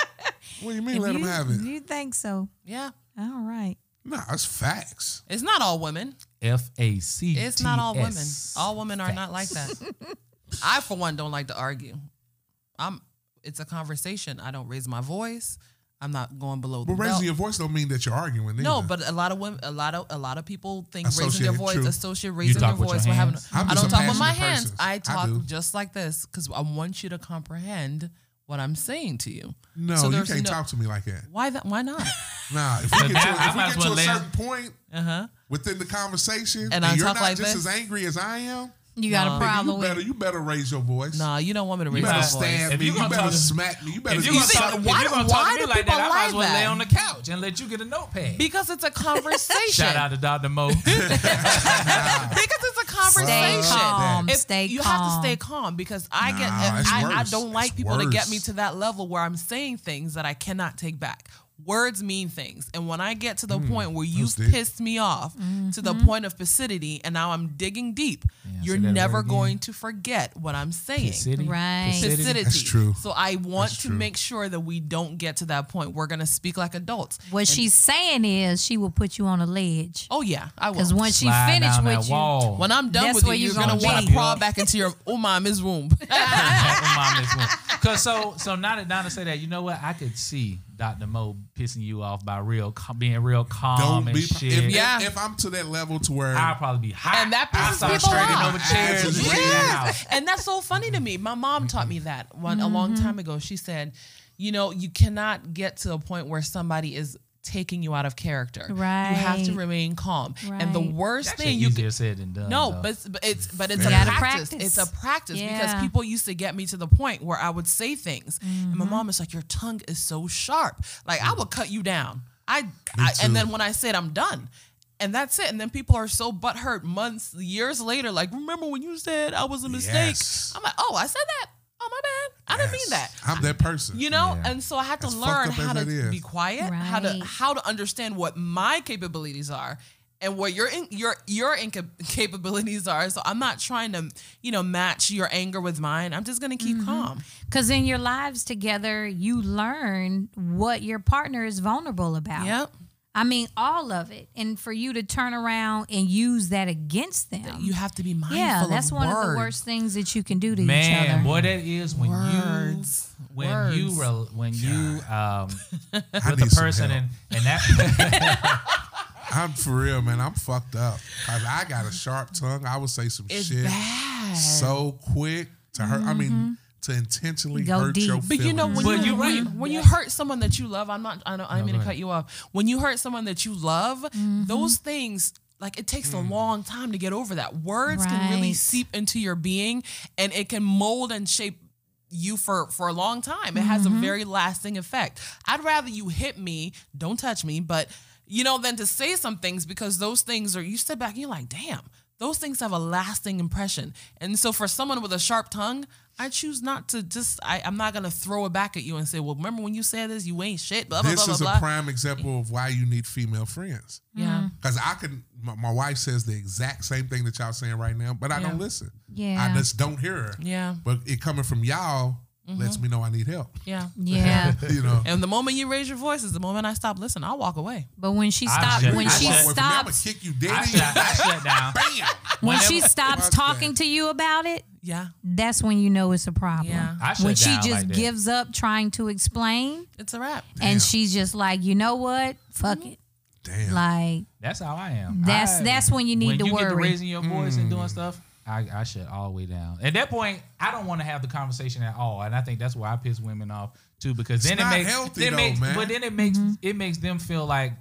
Speaker 2: do you mean?
Speaker 4: If
Speaker 2: let them
Speaker 4: you-
Speaker 2: have it.
Speaker 4: You think so?
Speaker 1: yeah.
Speaker 4: All right.
Speaker 2: No, it's facts.
Speaker 1: It's not all women.
Speaker 3: F A C.
Speaker 1: It's not all women. All women are not like that. I, for one, don't like to argue. I'm. It's a conversation. I don't raise my voice. I'm not going below.
Speaker 2: But
Speaker 1: the
Speaker 2: raising
Speaker 1: belt.
Speaker 2: your voice don't mean that you're arguing.
Speaker 1: No,
Speaker 2: either.
Speaker 1: but a lot of women, a lot of a lot of people think raising
Speaker 2: Associate,
Speaker 1: their voice,
Speaker 2: true.
Speaker 1: associate raising their
Speaker 3: talk with your
Speaker 1: voice with having.
Speaker 3: hands?
Speaker 2: I'm
Speaker 1: I
Speaker 2: just
Speaker 1: don't
Speaker 2: a
Speaker 1: talk with my
Speaker 2: passionate
Speaker 1: hands.
Speaker 2: person. I
Speaker 1: I talk
Speaker 2: do.
Speaker 1: just like this because I want you to comprehend what I'm saying to you.
Speaker 2: no,
Speaker 1: So
Speaker 2: you
Speaker 1: there's
Speaker 2: can't
Speaker 1: no-
Speaker 2: talk to me like that.
Speaker 1: Why that? Why not?
Speaker 2: Nah, if we get
Speaker 3: now
Speaker 2: to,
Speaker 3: I
Speaker 2: if we
Speaker 3: might
Speaker 2: get
Speaker 3: as well Uh-huh.
Speaker 2: to a
Speaker 3: lay-
Speaker 2: certain point
Speaker 1: Uh huh.
Speaker 2: within the conversation, and,
Speaker 1: I
Speaker 2: you're
Speaker 1: talk
Speaker 2: not
Speaker 1: like
Speaker 2: just
Speaker 1: this?
Speaker 2: as angry as I am,
Speaker 4: You got
Speaker 1: Nah.
Speaker 4: a
Speaker 2: then you
Speaker 4: problem
Speaker 2: better
Speaker 4: with
Speaker 2: you better raise your voice.
Speaker 1: Nah, you don't want me to
Speaker 2: You
Speaker 1: raise
Speaker 2: better
Speaker 1: my voice.
Speaker 2: stab
Speaker 3: If
Speaker 2: me.
Speaker 3: you
Speaker 2: You,
Speaker 3: gonna
Speaker 2: better
Speaker 3: talk to-
Speaker 2: smack me. You better
Speaker 3: If you're
Speaker 2: eat
Speaker 3: gonna talk,
Speaker 2: something.
Speaker 3: if
Speaker 1: why-
Speaker 3: you're gonna
Speaker 1: why
Speaker 3: talk to me
Speaker 1: do
Speaker 3: like
Speaker 1: people
Speaker 3: that, I might as
Speaker 1: lie
Speaker 3: well lay
Speaker 1: that?
Speaker 3: on the couch and let you get a notepad.
Speaker 1: Because it's a conversation.
Speaker 3: Shout out to Dr. Mo.
Speaker 1: because it's a
Speaker 4: Stay
Speaker 1: conversation.
Speaker 4: calm.
Speaker 1: If-
Speaker 4: stay
Speaker 1: you
Speaker 4: calm.
Speaker 1: have to stay calm because I get
Speaker 2: Nah, it's
Speaker 1: I, I
Speaker 2: worse.
Speaker 1: don't like
Speaker 2: It's
Speaker 1: people to get
Speaker 2: worse.
Speaker 1: me to that level where I'm saying things that I cannot take back. words mean things. And when I get to the point where you
Speaker 2: Mm, that's deep.
Speaker 1: pissed me off to the
Speaker 4: Mm-hmm.
Speaker 1: point of passivity and now I'm digging deep,
Speaker 3: Yeah,
Speaker 1: you're
Speaker 3: say that word
Speaker 1: never
Speaker 3: again.
Speaker 1: going to forget what I'm saying.
Speaker 3: City,
Speaker 4: Right.
Speaker 1: Passivity.
Speaker 2: That's true.
Speaker 1: So I want
Speaker 2: That's
Speaker 1: to
Speaker 2: true.
Speaker 1: make sure that we don't get to that point. We're gonna speak like adults.
Speaker 4: What she's saying is she will put you on a ledge.
Speaker 1: Oh yeah, I will.
Speaker 4: Because once she
Speaker 3: Slide
Speaker 4: finished
Speaker 3: down that
Speaker 4: with you,
Speaker 3: wall.
Speaker 1: when I'm done
Speaker 4: That's
Speaker 1: with you,
Speaker 4: where
Speaker 1: you're
Speaker 4: you're
Speaker 1: gonna,
Speaker 4: gonna
Speaker 1: want
Speaker 3: be.
Speaker 1: to crawl back into your oh mama's womb.
Speaker 3: Because so so now that now to say that, you know what? I could see Dr. Mo pissing you off by real cal- being real calm
Speaker 2: Don't
Speaker 3: and
Speaker 2: be.
Speaker 3: shit.
Speaker 2: If,
Speaker 1: Yeah.
Speaker 2: if I'm to that level to where
Speaker 3: I'd probably be hot.
Speaker 1: And that pisses
Speaker 3: I'd start
Speaker 1: people
Speaker 3: straightening
Speaker 1: off.
Speaker 3: over chairs and shit.
Speaker 1: Yes. And that's so funny to me. My mom taught me that one a long
Speaker 4: Mm-hmm.
Speaker 1: time ago. She said, you know, you cannot get to a point where somebody is taking you out of character. You have to
Speaker 4: Right.
Speaker 1: remain calm. And the
Speaker 4: Right.
Speaker 1: worst
Speaker 3: That shit
Speaker 1: thing you
Speaker 3: easier
Speaker 1: can
Speaker 3: said than done.
Speaker 1: no,
Speaker 3: though.
Speaker 1: but it's, but it's but it's
Speaker 2: You
Speaker 1: a
Speaker 2: gotta
Speaker 1: practice.
Speaker 4: practice.
Speaker 1: It's a practice because
Speaker 4: Yeah.
Speaker 1: people used to get me to the point where I would say things, and my mom is like, "Your tongue is so sharp. Like I would cut you down. I, I and then when I said I'm done." And that's it. And then people are so butthurt months, years later. Like, remember when you said I was a mistake?
Speaker 2: Yes.
Speaker 1: I'm like, oh, I said that. Oh, my bad. I didn't mean that.
Speaker 2: I'm that person.
Speaker 1: You know,
Speaker 3: Yeah.
Speaker 1: and so I had to
Speaker 2: As fucked
Speaker 1: learn
Speaker 2: up
Speaker 1: how
Speaker 2: as
Speaker 1: to
Speaker 2: that is.
Speaker 1: be quiet, how
Speaker 4: Right.
Speaker 1: to how to understand what my capabilities are and what your in, your your inca- capabilities are. So I'm not trying to you know match your anger with mine. I'm just gonna
Speaker 4: Mm-hmm.
Speaker 1: keep calm.
Speaker 4: Because in your lives together, you learn what your partner is vulnerable about.
Speaker 1: Yep.
Speaker 4: I mean, all of it. And for you to turn around and use that against them.
Speaker 1: You have to be mindful.
Speaker 4: yeah, that's
Speaker 1: of
Speaker 4: one
Speaker 1: words.
Speaker 4: of the worst things that you can do to each
Speaker 3: Man,
Speaker 4: other.
Speaker 3: boy, that is when
Speaker 1: Words.
Speaker 3: you when
Speaker 1: Words.
Speaker 3: you rel- when you um
Speaker 2: I
Speaker 3: with
Speaker 2: need
Speaker 3: the
Speaker 2: some
Speaker 3: person
Speaker 2: help.
Speaker 3: and and that
Speaker 2: I'm for real, man. I'm fucked up. Cause I got a sharp tongue. I would say some
Speaker 1: It's
Speaker 2: shit
Speaker 1: bad. Mm-hmm.
Speaker 2: so quick to hurt. I mean, to intentionally
Speaker 4: Go
Speaker 2: hurt your
Speaker 4: deep.
Speaker 2: feelings.
Speaker 1: But you know when
Speaker 3: But
Speaker 1: you,
Speaker 3: you-
Speaker 1: when,
Speaker 3: you-
Speaker 1: when you hurt someone that you love, I'm not. I don't. I don't mean to
Speaker 3: go
Speaker 1: cut
Speaker 3: ahead.
Speaker 1: you off. When you hurt someone that you love,
Speaker 4: Mm-hmm.
Speaker 1: those things like it takes a long time to get over that. Words can really
Speaker 4: Right.
Speaker 1: seep into your being, and it can mold and shape you for for a long time. It has a very lasting effect. I'd rather you hit me, don't touch me, but you know, than to say some things because those things are. You step back and you're like, damn. Those things have a lasting impression. And so for someone with a sharp tongue, I choose not to just I, I'm not gonna throw it back at you and say, Well, remember when you said this, you ain't shit, blah blah
Speaker 2: this
Speaker 1: blah
Speaker 2: is
Speaker 1: blah Mm.
Speaker 2: a
Speaker 1: blah.
Speaker 2: prime example of why you need female friends.
Speaker 1: yeah.
Speaker 2: Cause I can. My, my wife says the exact same thing that y'all saying right now, but I
Speaker 1: Yeah.
Speaker 2: don't listen.
Speaker 4: Yeah.
Speaker 2: I just don't hear her.
Speaker 1: Yeah.
Speaker 2: But it coming from y'all lets me know I need help.
Speaker 1: Yeah.
Speaker 4: yeah.
Speaker 2: you know.
Speaker 1: And the moment you raise your voice is the moment I stop listening, I'll walk away.
Speaker 4: But when she
Speaker 3: I
Speaker 4: stops,
Speaker 3: shut-
Speaker 4: when
Speaker 3: I
Speaker 4: she
Speaker 3: shut-
Speaker 2: I'm gonna
Speaker 4: stops,
Speaker 2: kick you dead.
Speaker 3: I
Speaker 2: in your
Speaker 3: shut, I shut down.
Speaker 2: Bam.
Speaker 4: when she
Speaker 3: Whenever-
Speaker 4: stops
Speaker 2: Watch
Speaker 4: talking
Speaker 2: that.
Speaker 4: to you about it,
Speaker 1: Yeah.
Speaker 4: that's when you know it's a problem.
Speaker 1: Yeah.
Speaker 3: I shut
Speaker 4: When she
Speaker 3: down
Speaker 4: just
Speaker 3: like that.
Speaker 4: gives up trying to explain,
Speaker 1: It's a wrap.
Speaker 4: and she's just like, you know what? Fuck it.
Speaker 2: Damn.
Speaker 4: Like
Speaker 3: That's how I am.
Speaker 4: That's-
Speaker 3: I-
Speaker 4: that's when you need to
Speaker 3: you get
Speaker 4: worry.
Speaker 3: raising your voice and doing stuff. Mm. I, I shut all the way down. At that point, I don't want to have the conversation at all, and I think that's why I piss women off too. Because then
Speaker 2: not
Speaker 3: it makes,
Speaker 2: healthy
Speaker 3: then it
Speaker 2: though,
Speaker 3: makes
Speaker 2: man.
Speaker 3: but then it makes
Speaker 4: Mm-hmm.
Speaker 3: it makes them feel like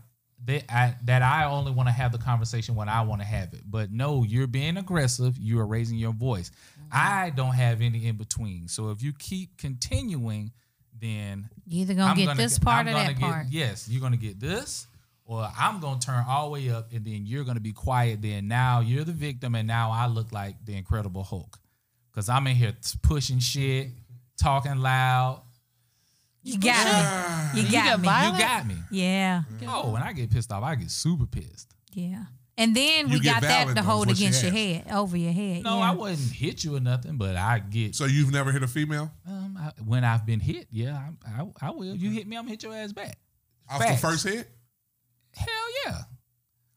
Speaker 3: that I, that I only want to have the conversation when I want to have it. But no, you're being aggressive. You are raising your voice.
Speaker 4: Mm-hmm.
Speaker 3: I don't have any in between. So if you keep continuing, then
Speaker 4: you either gonna get this
Speaker 3: I'm
Speaker 4: part or
Speaker 3: gonna
Speaker 4: that
Speaker 3: get-
Speaker 4: part.
Speaker 3: Yes, you're gonna get this, or I'm gonna turn all the way up, and then you're gonna be quiet. Then now you're the victim, and now I look like the Incredible Hulk because I'm in here t- pushing shit, talking loud.
Speaker 4: You
Speaker 2: Ah.
Speaker 4: got me. You got
Speaker 1: get
Speaker 4: me.
Speaker 1: violent?
Speaker 3: You got me.
Speaker 4: Yeah.
Speaker 3: Oh, when I get pissed off, I get super pissed.
Speaker 4: Yeah. And then
Speaker 2: You
Speaker 4: we
Speaker 2: get
Speaker 4: got that
Speaker 2: valid,
Speaker 4: to
Speaker 2: though,
Speaker 4: hold
Speaker 2: is what she
Speaker 4: against your
Speaker 2: asked.
Speaker 4: head, over your head.
Speaker 3: No,
Speaker 4: yeah.
Speaker 3: I wouldn't hit you or nothing, but I get
Speaker 2: So you've never hit a female
Speaker 3: um, I, when I've been hit. Yeah, I, I, I will. You hit me, I'm gonna hit your ass back.
Speaker 2: off
Speaker 3: Facts.
Speaker 2: the first hit?
Speaker 3: Hell yeah.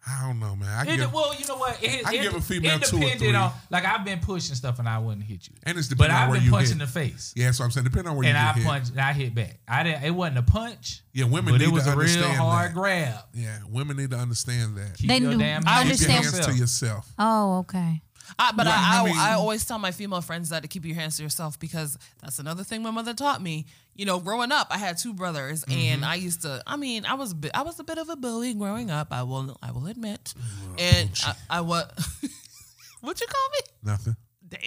Speaker 2: I don't know, man. I
Speaker 3: It,
Speaker 2: give,
Speaker 3: well, you know what? It,
Speaker 2: I
Speaker 3: it,
Speaker 2: give a female
Speaker 3: it
Speaker 2: two or
Speaker 3: depended
Speaker 2: three.
Speaker 3: On, like I've been pushing stuff and I wouldn't hit you.
Speaker 2: and it's
Speaker 3: But
Speaker 2: depending on
Speaker 3: I've
Speaker 2: where
Speaker 3: been
Speaker 2: you
Speaker 3: punching
Speaker 2: hit.
Speaker 3: the face,
Speaker 2: yeah, so I'm saying depending on where
Speaker 3: and
Speaker 2: you
Speaker 3: I
Speaker 2: get hit.
Speaker 3: punched, and I hit back. I didn't. It wasn't a punch.
Speaker 2: Yeah, women
Speaker 3: but
Speaker 2: need
Speaker 3: it was
Speaker 2: to
Speaker 3: a real
Speaker 2: understand
Speaker 3: hard
Speaker 2: that.
Speaker 3: grab.
Speaker 2: Yeah, women need to understand that.
Speaker 3: Keep
Speaker 4: They
Speaker 3: your
Speaker 4: knew-
Speaker 3: damn
Speaker 4: I
Speaker 2: Keep
Speaker 3: hands
Speaker 2: your
Speaker 4: understand.
Speaker 2: hands to yourself.
Speaker 4: Oh, okay.
Speaker 1: I, but
Speaker 2: Right,
Speaker 1: I, I,
Speaker 2: I mean-
Speaker 1: I always tell my female friends that to keep your hands to yourself because that's another thing my mother taught me. You know, growing up, I had two brothers,
Speaker 2: Mm-hmm.
Speaker 1: and I used to. I mean, I was a bit, I was a bit of a bully growing up. I will I will admit, and I, I was. what you call me?
Speaker 2: Nothing.
Speaker 1: damn.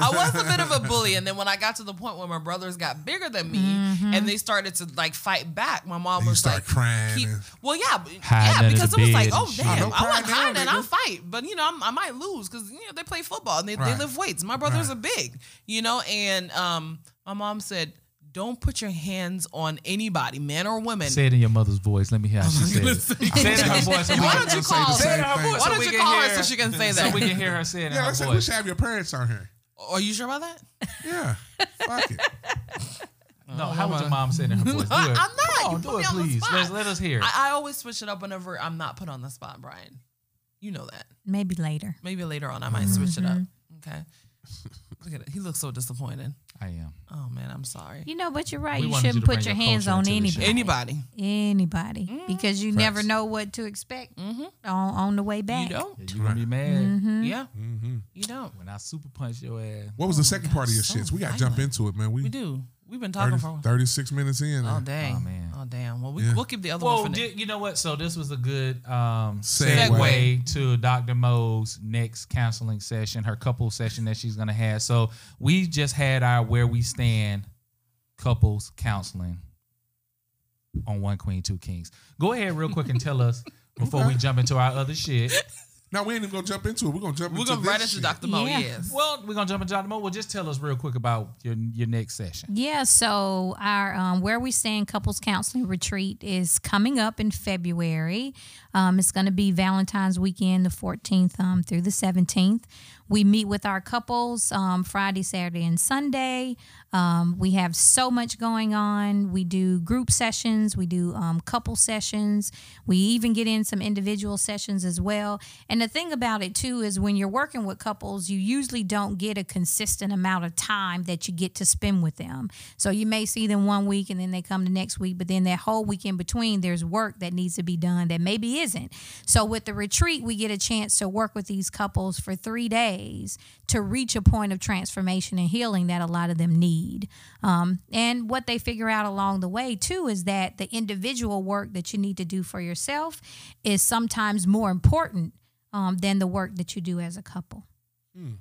Speaker 1: I was a bit of a bully. And then when I got to the point where my brothers got bigger than me
Speaker 3: Mm-hmm.
Speaker 1: and they started to like fight back, my mom
Speaker 2: And you
Speaker 1: was
Speaker 2: start
Speaker 1: like,
Speaker 2: crying
Speaker 1: keep-
Speaker 2: and-
Speaker 1: Well, yeah. b-
Speaker 3: Hiding
Speaker 1: yeah,
Speaker 3: under
Speaker 1: because it
Speaker 3: the
Speaker 1: was like,
Speaker 3: bed and
Speaker 1: oh,
Speaker 3: shit.
Speaker 1: damn,
Speaker 2: No,
Speaker 1: I
Speaker 2: cry
Speaker 1: want to
Speaker 2: now,
Speaker 1: hide and
Speaker 2: nigga.
Speaker 1: I'll fight. But, you know, I'm, I might lose because, you know, they play football and they,
Speaker 2: Right.
Speaker 1: they live weights. My brothers
Speaker 2: Right.
Speaker 1: are big, you know? And um, my mom said, don't put your hands on anybody, man or woman.
Speaker 3: Say it in your mother's voice. Let me hear how she said it. Say it in her voice. so we
Speaker 1: Why
Speaker 3: can-
Speaker 1: don't you
Speaker 2: say the
Speaker 1: call
Speaker 2: same
Speaker 1: her?
Speaker 2: thing.
Speaker 1: Why don't
Speaker 3: we
Speaker 1: you
Speaker 3: can
Speaker 1: call her
Speaker 3: hear-
Speaker 1: so she can say
Speaker 3: So
Speaker 1: that?
Speaker 3: we can hear her say it in
Speaker 2: Yeah,
Speaker 3: her
Speaker 2: let's say we
Speaker 3: voice.
Speaker 2: should have your parents on here.
Speaker 1: Are you sure about that?
Speaker 2: Yeah. Fuck it.
Speaker 3: No, how
Speaker 2: Uh-huh.
Speaker 3: would your mom say it in her voice? Do it.
Speaker 1: I'm not.
Speaker 3: Come on,
Speaker 1: You put
Speaker 3: do it,
Speaker 1: me on the
Speaker 3: please.
Speaker 1: spot.
Speaker 3: Let, let us hear it.
Speaker 1: I, I always switch it up whenever I'm not put on the spot, Brian. You know that.
Speaker 4: Maybe later.
Speaker 1: Maybe later on I might switch it up. Okay. Look at it. He looks so disappointed.
Speaker 3: I am.
Speaker 1: Oh man, I'm sorry.
Speaker 4: You know, but you're right.
Speaker 3: We
Speaker 4: you
Speaker 3: wanted you
Speaker 4: shouldn't
Speaker 3: to
Speaker 4: put
Speaker 3: bring
Speaker 4: your
Speaker 3: your
Speaker 4: hands
Speaker 3: culture
Speaker 4: on
Speaker 3: into the show.
Speaker 4: anybody.
Speaker 1: Anybody,
Speaker 4: anybody because you never know what to expect on, on the way
Speaker 1: you
Speaker 4: back.
Speaker 1: don't.
Speaker 3: Yeah, you gonna be mad
Speaker 1: Yeah,
Speaker 2: Mm-hmm.
Speaker 1: you don't.
Speaker 3: when I super punch your ass.
Speaker 2: What was the second part of your
Speaker 1: Oh, so
Speaker 2: shits? We got to jump
Speaker 1: violent.
Speaker 2: into it, man. We,
Speaker 1: We do. We've been talking
Speaker 2: 30,
Speaker 1: for
Speaker 2: 36 minutes in.
Speaker 1: all
Speaker 2: and
Speaker 1: day.
Speaker 3: Oh, man.
Speaker 1: all damn. Well, we,
Speaker 2: Yeah.
Speaker 1: we'll keep the other
Speaker 3: Well,
Speaker 1: one for
Speaker 3: di-
Speaker 1: next.
Speaker 3: you know what? So this was a good um,
Speaker 2: Segue.
Speaker 3: segue. to Dr. Mo's next counseling session, her couple session that she's gonna have. So we just had our where we stand couples counseling on one queen, two kings. Go ahead real quick and tell us before we jump into our other shit.
Speaker 2: Now, we ain't even going to jump into it. We're going to jump
Speaker 1: We're
Speaker 2: into
Speaker 1: gonna
Speaker 2: this
Speaker 1: write it to
Speaker 2: shit.
Speaker 1: Dr. Mo. E
Speaker 4: Yeah.
Speaker 1: Yes.
Speaker 3: Well, we're gonna jump into Dr. Mo. Well, just tell us real quick about your your next session.
Speaker 4: Yeah, so our um, where we stand couples counseling retreat is coming up in February. Um, it's going to be Valentine's weekend, the 14th um, through the 17th. We meet with our couples um, Friday, Saturday, and Sunday. Um, we have so much going on. We do group sessions, we do um, couple sessions, we even get in some individual sessions as well. And the thing about it too is when you're working with couples, you usually don't get a consistent amount of time that you get to spend with them. So you may see them one week and then they come the next week, but then that whole week in between, there's work that needs to be done that maybe isn't. So with the retreat, we get a chance to work with these couples for three days to reach a point of transformation and healing that a lot of them need. Um, and what they figure out along the way, too, is that the individual work that you need to do for yourself is sometimes more important um, than the work that you do as a couple.
Speaker 3: And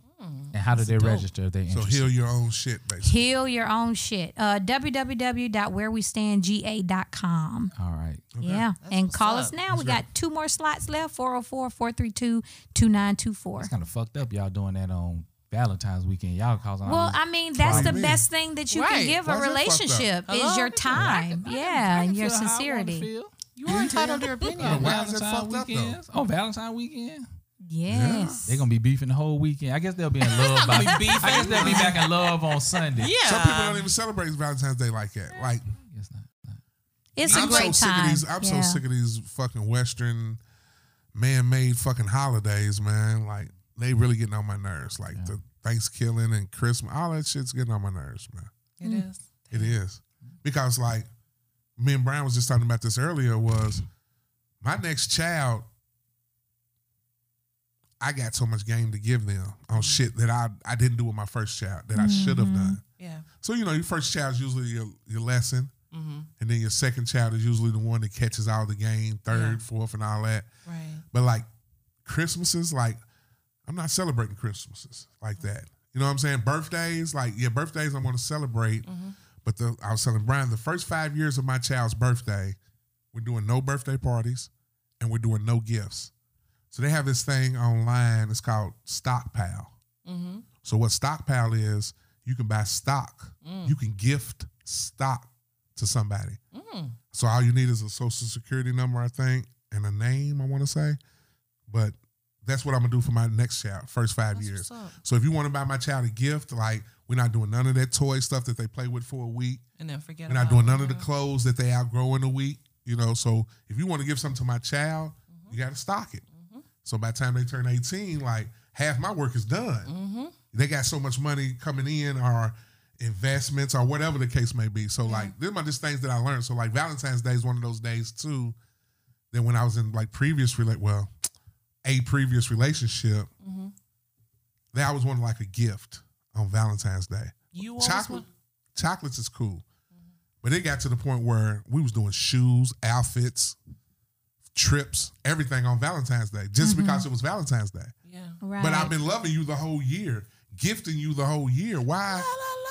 Speaker 3: how do they register their
Speaker 2: So
Speaker 3: interest?
Speaker 2: heal your own shit, basically.
Speaker 4: Heal your own shit. Uh, www.wherewestandga.com.
Speaker 3: All right.
Speaker 4: Yeah. and
Speaker 1: what's
Speaker 4: call
Speaker 1: up.
Speaker 4: us now. we got two more slots left 404 432 2924.
Speaker 3: It's kind of fucked up y'all doing that on Valentine's weekend. Y'all causing all
Speaker 4: Well,
Speaker 3: these
Speaker 4: I mean, that's
Speaker 2: Why
Speaker 4: the
Speaker 2: me?
Speaker 4: best thing that you
Speaker 1: Right.
Speaker 4: can give
Speaker 2: Why
Speaker 4: a
Speaker 2: is that fucked up?
Speaker 4: relationship
Speaker 1: Hello?
Speaker 4: is your time. yeah, and your sincerity.
Speaker 1: You are entitled to your opinion.
Speaker 2: Why is that fucked up, though?
Speaker 3: weekends? On Valentine's weekend?
Speaker 4: Yes.
Speaker 3: They're gonna be beefing the whole weekend. I guess they'll be in love by I guess they'll be back in love on Sunday.
Speaker 1: Yeah.
Speaker 2: Some people don't even celebrate Valentine's Day like that. Like,
Speaker 3: It's not-
Speaker 4: It's a
Speaker 2: I'm so
Speaker 4: great
Speaker 2: sick
Speaker 4: time.
Speaker 2: of these. I'm
Speaker 4: Yeah.
Speaker 2: so sick of these fucking Western man-made fucking holidays, man. Like they really getting on my nerves. Like the Thanksgiving and Christmas, all that shit's getting on my nerves, man.
Speaker 1: it is.
Speaker 2: It is because like me and Brian was just talking about this earlier. Was my next child? I got so much game to give them on shit that I I didn't do with my first child that I
Speaker 4: Mm-hmm.
Speaker 2: should have done.
Speaker 1: Yeah.
Speaker 2: So you know, your first child is usually your your lesson,
Speaker 1: Mm-hmm.
Speaker 2: and then your second child is usually the one that catches all the game, third, fourth, and all that.
Speaker 1: Right.
Speaker 2: But like Christmases, like I'm not celebrating Christmases like that. You know what I'm saying? Birthdays, like yeah, birthdays I'm going to celebrate. But the, I was telling Brian the first five years of my child's birthday, we're doing no birthday parties, and we're doing no gifts. So they have this thing online. It's called Stockpile.
Speaker 1: Mm-hmm.
Speaker 2: So what stockpile is, you can buy stock. You can gift stock to somebody.
Speaker 1: Mm.
Speaker 2: So all you need is a social security number, I think, and a name, I want to say. But that's what I'm gonna do for my next child, first five
Speaker 1: That's
Speaker 2: years.
Speaker 1: what's up.
Speaker 2: So if you want to buy my child a gift, like we're not doing none of that toy stuff that they play with for a week.
Speaker 1: And then forget.
Speaker 2: We're not
Speaker 1: about
Speaker 2: doing
Speaker 1: it.
Speaker 2: none of the clothes that they outgrow in a week, you know. So if you want to give something to my child,
Speaker 1: Mm-hmm.
Speaker 2: you got to stock it. So by the time they turn 18, like half my work is done.
Speaker 1: Mm-hmm.
Speaker 2: They got so much money coming in or investments or whatever the case may be. So like these are just things that I learned. So like Valentine's Day is one of those days too. Then when I was in like previous relate well, a previous relationship, they always wanted like a gift on Valentine's Day
Speaker 1: You always
Speaker 2: chocolate
Speaker 1: want-
Speaker 2: chocolates is cool but it got to the point where we was doing shoes outfits trips everything on valentine's day just because it was valentine's day
Speaker 1: Yeah.
Speaker 4: Right.
Speaker 2: but i've been loving you the whole year gifting you the whole year why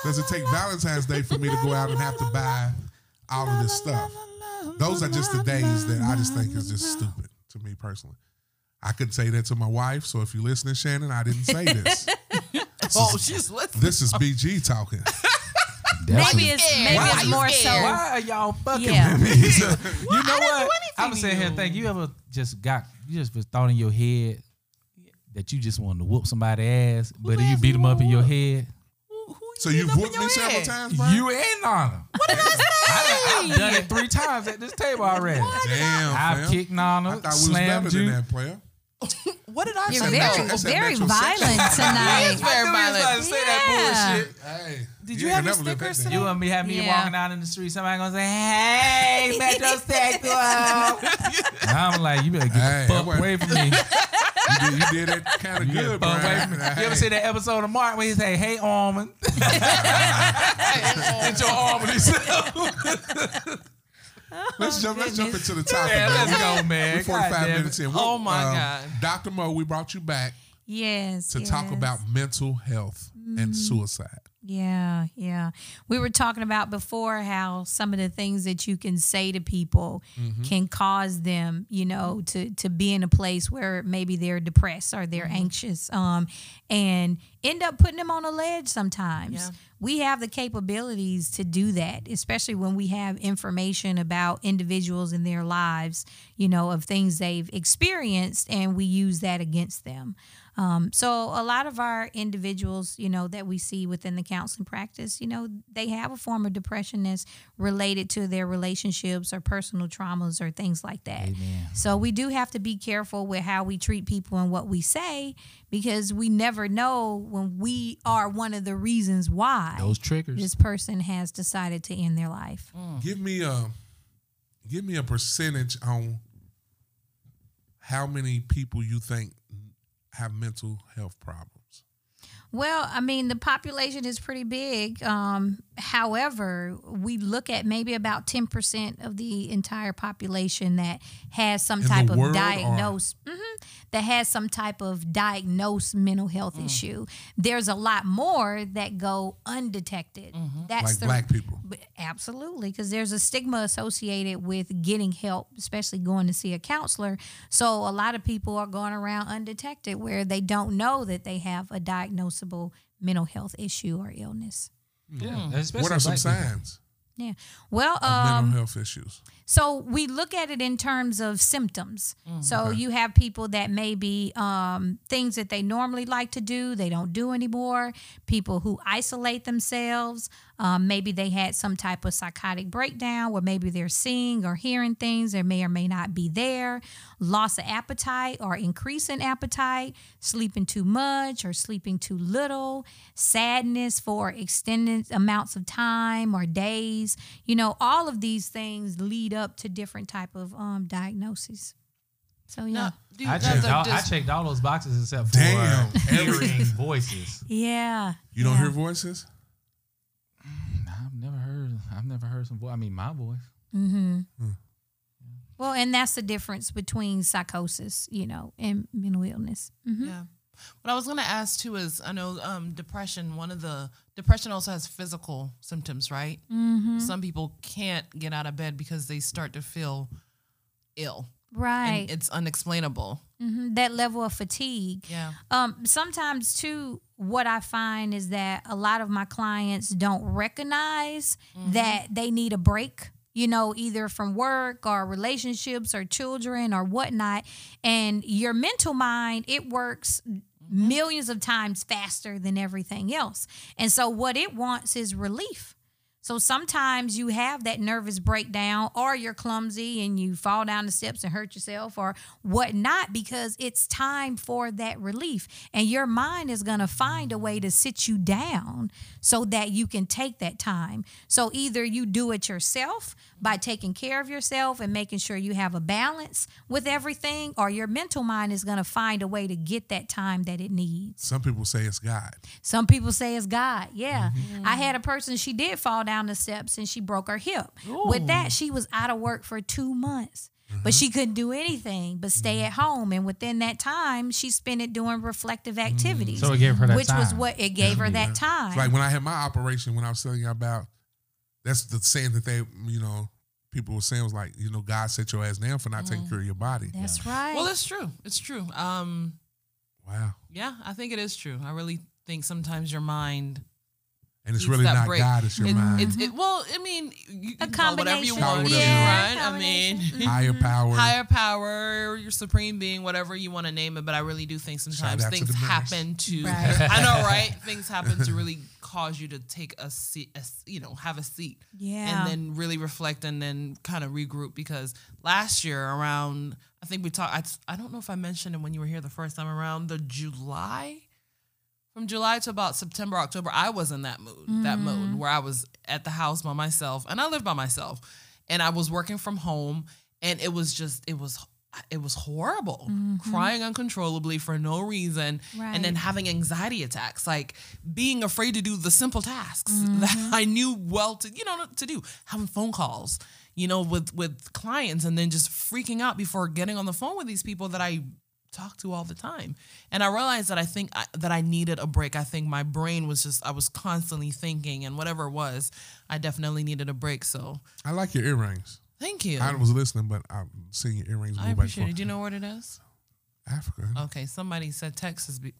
Speaker 2: does it take valentine's day for me to go out and have to buy all of this stuff those are just the days that i just think is just stupid to me personally i could say that to my wife so if you're listening shannon i didn't say this
Speaker 1: Oh, she's listening.
Speaker 2: this is bg talking
Speaker 3: That's
Speaker 4: Maybe
Speaker 3: a-
Speaker 4: it's
Speaker 1: scared?
Speaker 4: maybe
Speaker 1: Why
Speaker 4: it's
Speaker 1: you
Speaker 4: more
Speaker 1: scared?
Speaker 4: so.
Speaker 3: Why are y'all fucking
Speaker 4: Yeah.
Speaker 3: with me? you know
Speaker 1: I didn't do
Speaker 3: what?
Speaker 1: anything
Speaker 3: I'm
Speaker 1: to
Speaker 3: sitting here
Speaker 1: you.
Speaker 3: thinking you ever just got you just was thought in your head that you just wanted to whoop somebody's ass, but then you
Speaker 1: ass
Speaker 3: beat
Speaker 1: you
Speaker 3: them up in
Speaker 1: wanna
Speaker 3: your
Speaker 1: whoop?
Speaker 3: head.
Speaker 1: Who, who
Speaker 2: So
Speaker 1: you
Speaker 2: you've
Speaker 1: up in
Speaker 2: whooped
Speaker 1: your
Speaker 2: me several
Speaker 1: head?
Speaker 2: times, bro?
Speaker 3: You and Nana. What did I say? I've done it three times at this table already.
Speaker 2: Damn,
Speaker 3: I've
Speaker 2: fam.
Speaker 3: kicked Nana,
Speaker 2: I thought we was better
Speaker 3: slammed
Speaker 2: than
Speaker 3: you.
Speaker 2: that player.
Speaker 1: What did I
Speaker 4: You're
Speaker 1: say?
Speaker 2: That's
Speaker 4: very,
Speaker 2: natural- that's
Speaker 4: very
Speaker 2: natural
Speaker 4: violent
Speaker 2: section.
Speaker 4: tonight.
Speaker 1: Yes, very
Speaker 3: I knew you was about to
Speaker 1: violent.
Speaker 3: say that
Speaker 4: Yeah.
Speaker 3: bullshit.
Speaker 2: Hey,
Speaker 1: Did you
Speaker 2: ain't
Speaker 1: have your
Speaker 2: never lived that
Speaker 1: Snickers
Speaker 2: down.
Speaker 1: today?
Speaker 3: You and me have me
Speaker 4: Yeah.
Speaker 3: walking out in the street. Somebody gonna say, "Hey, metrosexual." And I'm like, you better get
Speaker 2: Hey,
Speaker 3: the
Speaker 2: that
Speaker 3: fuck
Speaker 2: wasn't-
Speaker 3: away from me.
Speaker 2: You did, you did that kind of
Speaker 3: You
Speaker 2: good,
Speaker 3: get the
Speaker 2: bro.
Speaker 3: fuck away from me. You ever see that episode of Mark where he say, "Hey, almond"? Get your almond yourself.
Speaker 2: Let's jump. Let's jump
Speaker 4: goodness.
Speaker 2: into the topic.
Speaker 3: Yeah,
Speaker 2: man.
Speaker 3: let's go, man.
Speaker 2: We're 45
Speaker 3: God damn it.
Speaker 2: minutes in.
Speaker 1: Oh, my God.
Speaker 2: Dr. Mo, we brought you back
Speaker 4: Yes.
Speaker 2: to talk
Speaker 4: yes.
Speaker 2: about mental health and suicide.
Speaker 4: Yeah, yeah. We were talking about before how some of the things that you can say to people can cause them, you know, to to be in a place where maybe they're depressed or they're anxious, um, and end up putting them on a ledge sometimes.
Speaker 1: Yeah.
Speaker 4: We have the capabilities to do that, especially when we have information about individuals in their lives, you know, of things they've experienced, and we use that against them. Um, so a lot of our individuals, you know, that we see within the counseling practice, you know, they have a form of depression that's related to their relationships or personal traumas or things like that. So we do have to be careful with how we treat people and what we say because we never know when we are one of the reasons why
Speaker 3: Those triggers.
Speaker 4: this person has decided to end their life.
Speaker 2: Give me a, give me a percentage on how many people you think have mental health problems.
Speaker 4: Well, I mean, the population is pretty big. Um, however, we look at maybe about 10% of the entire population that has some
Speaker 2: In
Speaker 4: type
Speaker 2: the
Speaker 4: of
Speaker 2: world or-
Speaker 4: diagnosed, Mhm. that has some type of diagnosed mental health
Speaker 2: Mm.
Speaker 4: issue. There's a lot more that go undetected. That's
Speaker 2: Mm-hmm. Like
Speaker 4: the
Speaker 2: black people.
Speaker 4: but absolutely, because there's a stigma associated with getting help, especially going to see a counselor. So a lot of people are going around undetected where they don't know that they have a diagnosable mental health issue or illness.
Speaker 3: Yeah, especially
Speaker 2: what are some
Speaker 3: black
Speaker 2: signs
Speaker 4: Yeah. Well,
Speaker 2: of
Speaker 4: um,
Speaker 2: mental health issues?
Speaker 4: so we look at it in terms of symptoms. So you have people that maybe um, things that they normally like to do, they don't do anymore. People who isolate themselves. Um, maybe they had some type of psychotic breakdown where maybe they're seeing or hearing things that may or may not be there. Loss of appetite or increase in appetite, sleeping too much or sleeping too little, sadness for extended amounts of time or days. You know, all of these things lead up to different type of um, diagnoses. So yeah,
Speaker 1: Now, do you
Speaker 3: I
Speaker 1: guys
Speaker 3: checked,
Speaker 1: are
Speaker 3: all, I
Speaker 1: just-
Speaker 3: checked all those boxes except for
Speaker 2: Damn.
Speaker 3: hearing voices.
Speaker 4: yeah.
Speaker 2: You don't
Speaker 4: yeah.
Speaker 2: hear voices?
Speaker 3: I've never heard. I've never heard some voice. I mean, my voice.
Speaker 4: Well, and that's the difference between psychosis, you know, and mental illness. hmm
Speaker 1: Yeah. What I was going to ask too is I know um, depression, one of the depression also has physical symptoms, right? Mm-hmm. Some people can't get out of bed because they start to feel ill.
Speaker 4: Right.
Speaker 1: And it's unexplainable.
Speaker 4: Mhm. That level of fatigue.
Speaker 1: Yeah.
Speaker 4: Um, sometimes too, what I find is that a lot of my clients don't recognize that they need a break. You know, either from work or relationships or children or whatnot. And your mental mind, it works millions of times faster than everything else. And so, what it wants is relief. So sometimes you have that nervous breakdown, or you're clumsy and you fall down the steps and hurt yourself, or whatnot, because it's time for that relief. And your mind is going to find a way to sit you down so that you can take that time. So either you do it yourself by taking care of yourself and making sure you have a balance with everything, or your mental mind is going to find a way to get that time that it needs.
Speaker 2: Some people say it's God.
Speaker 4: Some people say it's God. Yeah.
Speaker 3: Mm-hmm.
Speaker 4: I had a person, she did fall down the steps and she broke her hip. With that, she was out of work for two months. But she couldn't do anything but stay
Speaker 3: Mm-hmm.
Speaker 4: at home. And within that time, she spent it doing reflective activities.
Speaker 3: Mm. So it gave her that
Speaker 4: Which was
Speaker 3: time.
Speaker 4: what it gave her that time.
Speaker 2: It's like when I had my operation, when I was telling you about, that's the saying that they, you know, people were saying was like, you know, God set your ass down for not taking care of your body.
Speaker 4: That's right.
Speaker 1: Well, it's true. It's true. Um,
Speaker 2: Wow.
Speaker 1: yeah, I think it is true. I really think sometimes your mind
Speaker 2: And it's
Speaker 1: keeps
Speaker 2: really
Speaker 1: that
Speaker 2: not
Speaker 1: break.
Speaker 2: God, it's your
Speaker 1: it,
Speaker 2: mind.
Speaker 1: It's, it, well, I mean, you
Speaker 4: A
Speaker 1: can call it whatever you
Speaker 4: combination.
Speaker 1: want,
Speaker 2: Call it
Speaker 1: yeah,
Speaker 2: whatever
Speaker 4: you
Speaker 1: right?
Speaker 4: want.
Speaker 1: I mean,
Speaker 4: Combination.
Speaker 2: Higher power.
Speaker 1: higher power, your supreme being, whatever you want to name it. But I really do think sometimes
Speaker 2: out to
Speaker 1: things
Speaker 2: the mirrors.
Speaker 1: happen to.
Speaker 4: Right.
Speaker 1: I know, right? Things happen to really cause you to take a seat, a s you know, have a seat,
Speaker 4: Yeah.
Speaker 1: and then really reflect and then kind of regroup. Because last year around, I think we talked. I, t- I don't know if I mentioned it when you were here the first time around. The July. From July to about September, October, I was in that mood, that mode where I was at the house by myself, and I lived by myself, and I was working from home, and it was just, it was, it was horrible, crying uncontrollably for no reason, and then
Speaker 4: Right.
Speaker 1: having anxiety attacks, like being afraid to do the simple tasks that I knew well to, you know, to do, having phone calls, you know, with with clients, and then just freaking out before getting on the phone with these people that I talk to all the time. And I realized that I think I, that I needed a break. I think my brain was just I was constantly thinking and whatever it was, I definitely needed a break. So
Speaker 2: I like your earrings.
Speaker 1: thank you.
Speaker 2: I
Speaker 1: I,
Speaker 2: was listening, but I'm seeing your earrings move back
Speaker 1: appreciate it.
Speaker 2: from
Speaker 1: Do you know Oh, what it is?
Speaker 2: Africa.
Speaker 1: Okay, somebody said Texas, be-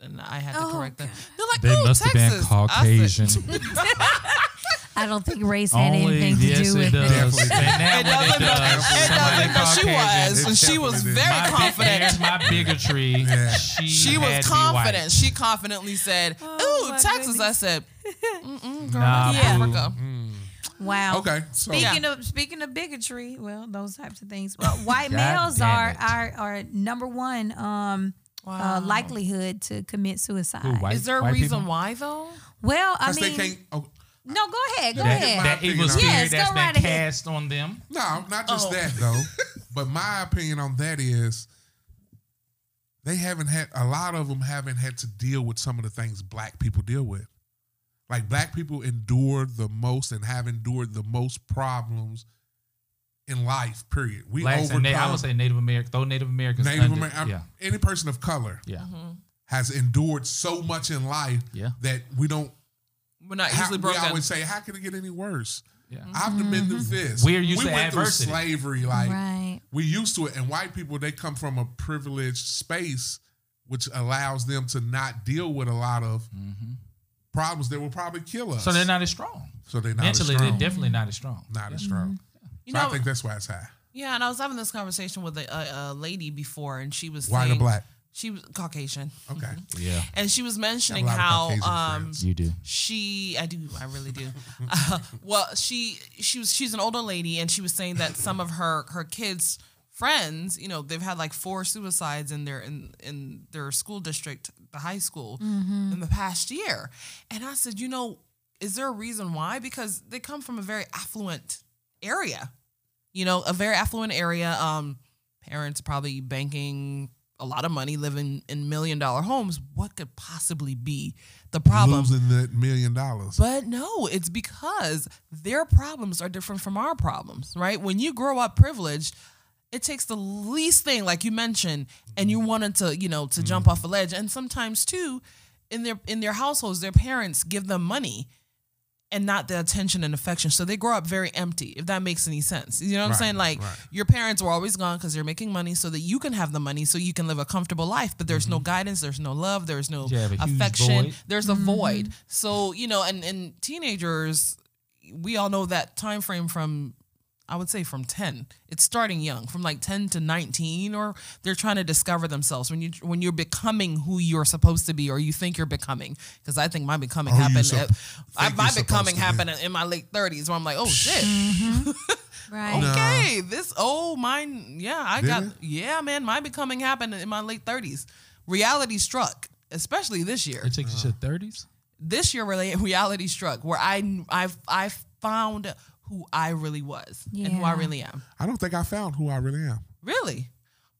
Speaker 1: and I had to
Speaker 4: Oh,
Speaker 1: correct them.
Speaker 4: God.
Speaker 1: They're like,
Speaker 3: They
Speaker 1: oh,
Speaker 3: must have
Speaker 1: Texas.
Speaker 3: been
Speaker 1: I
Speaker 3: Caucasian.
Speaker 1: said-
Speaker 4: I don't think race had
Speaker 3: Only
Speaker 4: anything to
Speaker 3: yes, it
Speaker 4: do with
Speaker 3: does.
Speaker 4: it.
Speaker 2: Definitely.
Speaker 3: And now
Speaker 1: It
Speaker 3: when
Speaker 1: doesn't,
Speaker 3: it does,
Speaker 1: but, it
Speaker 3: somebody
Speaker 1: doesn't, but she
Speaker 3: Caucasian.
Speaker 1: was,
Speaker 2: It
Speaker 1: and she was
Speaker 2: definitely did.
Speaker 1: very
Speaker 3: my,
Speaker 1: confident.
Speaker 3: There's my bigotry. She,
Speaker 1: She was
Speaker 3: had to be white.
Speaker 1: confident. She confidently said,
Speaker 4: Oh,
Speaker 1: "Ooh,
Speaker 4: my
Speaker 1: Texas." I
Speaker 4: goodness.
Speaker 1: said, Mm-mm, "Girl,
Speaker 3: Nah,
Speaker 1: that's
Speaker 4: boo.
Speaker 1: Africa."
Speaker 4: Wow.
Speaker 2: Okay, so
Speaker 4: Speaking of speaking of bigotry, well, those types of things. Well, white
Speaker 3: God
Speaker 4: males
Speaker 3: damn
Speaker 4: are,
Speaker 3: it.
Speaker 4: are are number one um uh, likelihood to commit suicide.
Speaker 3: Who, white-
Speaker 1: Is there a
Speaker 3: white
Speaker 1: reason
Speaker 3: people?
Speaker 1: why though?
Speaker 4: Well, I
Speaker 2: because they
Speaker 4: mean,
Speaker 2: can't. Oh,
Speaker 4: no, go ahead, go
Speaker 3: That,
Speaker 4: ahead.
Speaker 3: that evil
Speaker 2: Yes,
Speaker 3: spirit
Speaker 4: go
Speaker 3: that's
Speaker 4: right
Speaker 3: been
Speaker 4: ahead.
Speaker 3: cast on them.
Speaker 2: no, not just
Speaker 1: Oh.
Speaker 2: that though. but my opinion on that is, they haven't had a lot of them haven't had to deal with some of the things black people deal with. Like black people endure the most and have endured the most problems in life. Period. We
Speaker 3: Blacks and
Speaker 2: overcome
Speaker 3: Na- I would say Native American. Throw Native Americans.
Speaker 2: Native
Speaker 3: under,
Speaker 2: American.
Speaker 3: Yeah,
Speaker 2: Any person of color
Speaker 3: yeah.
Speaker 1: Mm-hmm.
Speaker 2: has endured so much in life
Speaker 3: Yeah.
Speaker 2: that we don't
Speaker 1: We're not
Speaker 2: How-
Speaker 1: easily
Speaker 2: we
Speaker 1: broken.
Speaker 2: always say, how can it get any worse?
Speaker 3: Yeah.
Speaker 2: I've been through this.
Speaker 3: We're used
Speaker 2: we
Speaker 3: to
Speaker 2: went
Speaker 3: adversity.
Speaker 2: through slavery, like
Speaker 4: right.
Speaker 2: we used to it. And white people, they come from a privileged space, which allows them to not deal with a lot of problems that will probably kill us.
Speaker 3: Mm-hmm. So they're not as strong.
Speaker 2: So they're not
Speaker 3: Mentally,
Speaker 2: as
Speaker 3: they're
Speaker 2: strong.
Speaker 3: definitely not as strong.
Speaker 2: not as strong.
Speaker 1: you
Speaker 2: so
Speaker 1: know,
Speaker 2: I think that's why it's high.
Speaker 1: yeah. And I was having this conversation with a, a, a lady before, and she was
Speaker 2: White or
Speaker 1: saying-
Speaker 2: black?
Speaker 1: She was Caucasian,
Speaker 3: Mm-hmm.
Speaker 2: Okay.
Speaker 3: Yeah,
Speaker 1: and she was mentioning
Speaker 2: lot of
Speaker 1: how
Speaker 2: Caucasian
Speaker 1: um,
Speaker 2: friends.
Speaker 3: you do.
Speaker 1: she i do i really do uh, well she she was she's an older lady and she was saying that some of her her kids friends you know they've had like four suicides in their in in their school district the high school in the past year and i said you know is there a reason why because they come from a very affluent area you know, a very affluent area. Um, parents probably banking a lot of money, living in million dollar homes. What could possibly be the problem?
Speaker 2: Losing that million dollars.
Speaker 1: But no, it's because their problems are different from our problems, right? When you grow up privileged, it takes the least thing, like you mentioned, and you wanted to, you know, to jump off a ledge. And sometimes too, in their in their households, their parents give them money and not the attention and affection. So they grow up very empty, if that makes any sense. You know what I'm
Speaker 2: Right,
Speaker 1: saying? Like
Speaker 2: right.
Speaker 1: your parents were always gone because they're making money so that you can have the money so you can live a comfortable life. But there's no guidance, there's no love, there's no
Speaker 3: Mm-hmm. Yeah, have a huge
Speaker 1: affection.
Speaker 3: void.
Speaker 1: There's a void. So, you know, and, and teenagers, we all know that time frame from I would say from 10. It's starting young, from like 10 to 19 or they're trying to discover themselves when you when you're becoming who you're supposed to be or you think you're becoming because I think my becoming
Speaker 2: Or
Speaker 3: Oh,
Speaker 2: who you
Speaker 1: happened
Speaker 2: sup-
Speaker 1: at, I,
Speaker 2: think
Speaker 1: my
Speaker 2: you're supposed
Speaker 1: becoming
Speaker 2: to be.
Speaker 1: happened in my late 30s where I'm like, "Oh shit.
Speaker 4: Right.
Speaker 1: Okay, this oh mine, yeah, I
Speaker 2: Did
Speaker 1: got
Speaker 2: it?
Speaker 1: yeah, man, my becoming happened in my late 30s. Reality struck, especially this year
Speaker 3: It took you to thirties.
Speaker 1: this year really reality struck where I I I found who I really was and who I
Speaker 4: Yeah.
Speaker 1: really am.
Speaker 2: I don't think I found who I really am.
Speaker 1: Really.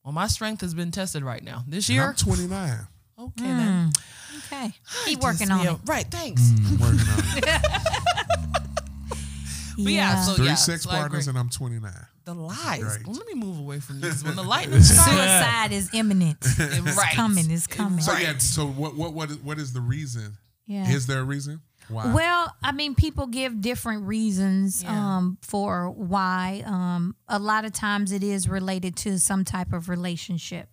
Speaker 1: Well, my strength has been tested right now. This
Speaker 2: And
Speaker 1: year,
Speaker 2: I'm 29.
Speaker 1: okay then.
Speaker 3: Oh.
Speaker 4: Okay. Hmm. Keep working on
Speaker 1: Yeah,
Speaker 4: it.
Speaker 1: Right, thanks.
Speaker 2: I'm working on it.
Speaker 1: But yeah, so
Speaker 2: Three
Speaker 1: yeah,
Speaker 2: sex
Speaker 1: so I agree.
Speaker 2: partners and I'm 29.
Speaker 1: the lies.
Speaker 2: Great.
Speaker 1: Well, let me move away from this. When the lightning starts,
Speaker 4: Suicide is imminent.
Speaker 1: it's right.
Speaker 4: coming, it's coming.
Speaker 2: So
Speaker 1: Right.
Speaker 2: yeah. So what what what is, what is the reason?
Speaker 4: Yeah.
Speaker 2: Is there a reason? Why?
Speaker 4: Well, I mean, people give different reasons
Speaker 1: Yeah.
Speaker 4: um, for why. Um, a lot of times it is related to some type of relationship.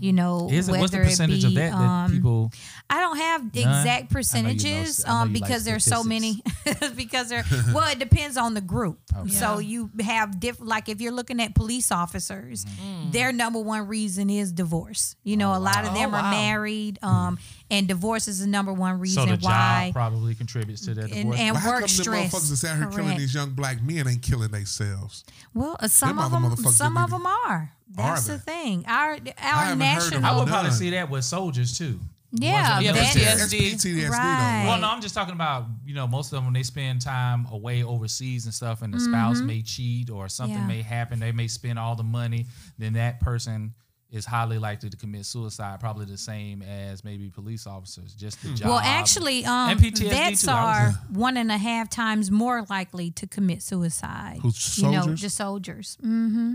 Speaker 4: You know,
Speaker 3: Mm. Is it, what's the
Speaker 4: whether it
Speaker 3: percentage of
Speaker 4: be,
Speaker 3: that that
Speaker 4: um,
Speaker 3: people?
Speaker 4: I don't have the
Speaker 3: None? I know you
Speaker 4: exact
Speaker 3: know-
Speaker 4: percentages
Speaker 3: I know
Speaker 4: um,
Speaker 3: you like
Speaker 4: because there's so many. because there, well, it depends on the group. So you have different. Like if you're looking at police officers,
Speaker 3: Mm.
Speaker 4: their number one reason is divorce. You know, a lot of them
Speaker 1: Oh, wow.
Speaker 4: are married, um, and divorce is the number one
Speaker 3: So
Speaker 4: reason
Speaker 3: the
Speaker 4: why.
Speaker 3: job probably contributes to that.
Speaker 4: And-
Speaker 3: divorce.
Speaker 4: and-
Speaker 2: Well, how come
Speaker 4: work
Speaker 2: the
Speaker 4: stress.
Speaker 2: motherfuckers that's out here killing
Speaker 4: Correct.
Speaker 2: these young black men ain't killing themselves?
Speaker 4: well, uh, some
Speaker 2: Them
Speaker 4: of
Speaker 2: other
Speaker 4: them,
Speaker 2: motherfuckers
Speaker 4: some
Speaker 2: that we
Speaker 4: of
Speaker 2: do-
Speaker 4: them are. That's
Speaker 2: they?
Speaker 4: the thing. Our our
Speaker 2: haven't heard of
Speaker 4: national.
Speaker 3: I would probably
Speaker 2: None.
Speaker 3: see that with soldiers too. The ones
Speaker 4: yeah,
Speaker 3: that-
Speaker 1: Yeah,
Speaker 4: that
Speaker 1: PTSD.
Speaker 4: is-
Speaker 2: That's PTSD though,
Speaker 4: Right.
Speaker 3: Well, no, I'm just talking about you know most of them when they spend time away overseas and stuff, and the spouse may cheat or something
Speaker 4: Mm-hmm. Yeah.
Speaker 3: may happen. They may spend all the money. Then that person is highly likely to commit suicide, probably the same as maybe police officers. Just the job.
Speaker 4: Well, actually, um,
Speaker 3: And PTSD
Speaker 4: vets
Speaker 3: too, I was-
Speaker 4: are one and a half times more likely to commit suicide.
Speaker 2: Who's
Speaker 4: You know,
Speaker 2: soldiers?
Speaker 4: the soldiers. hmm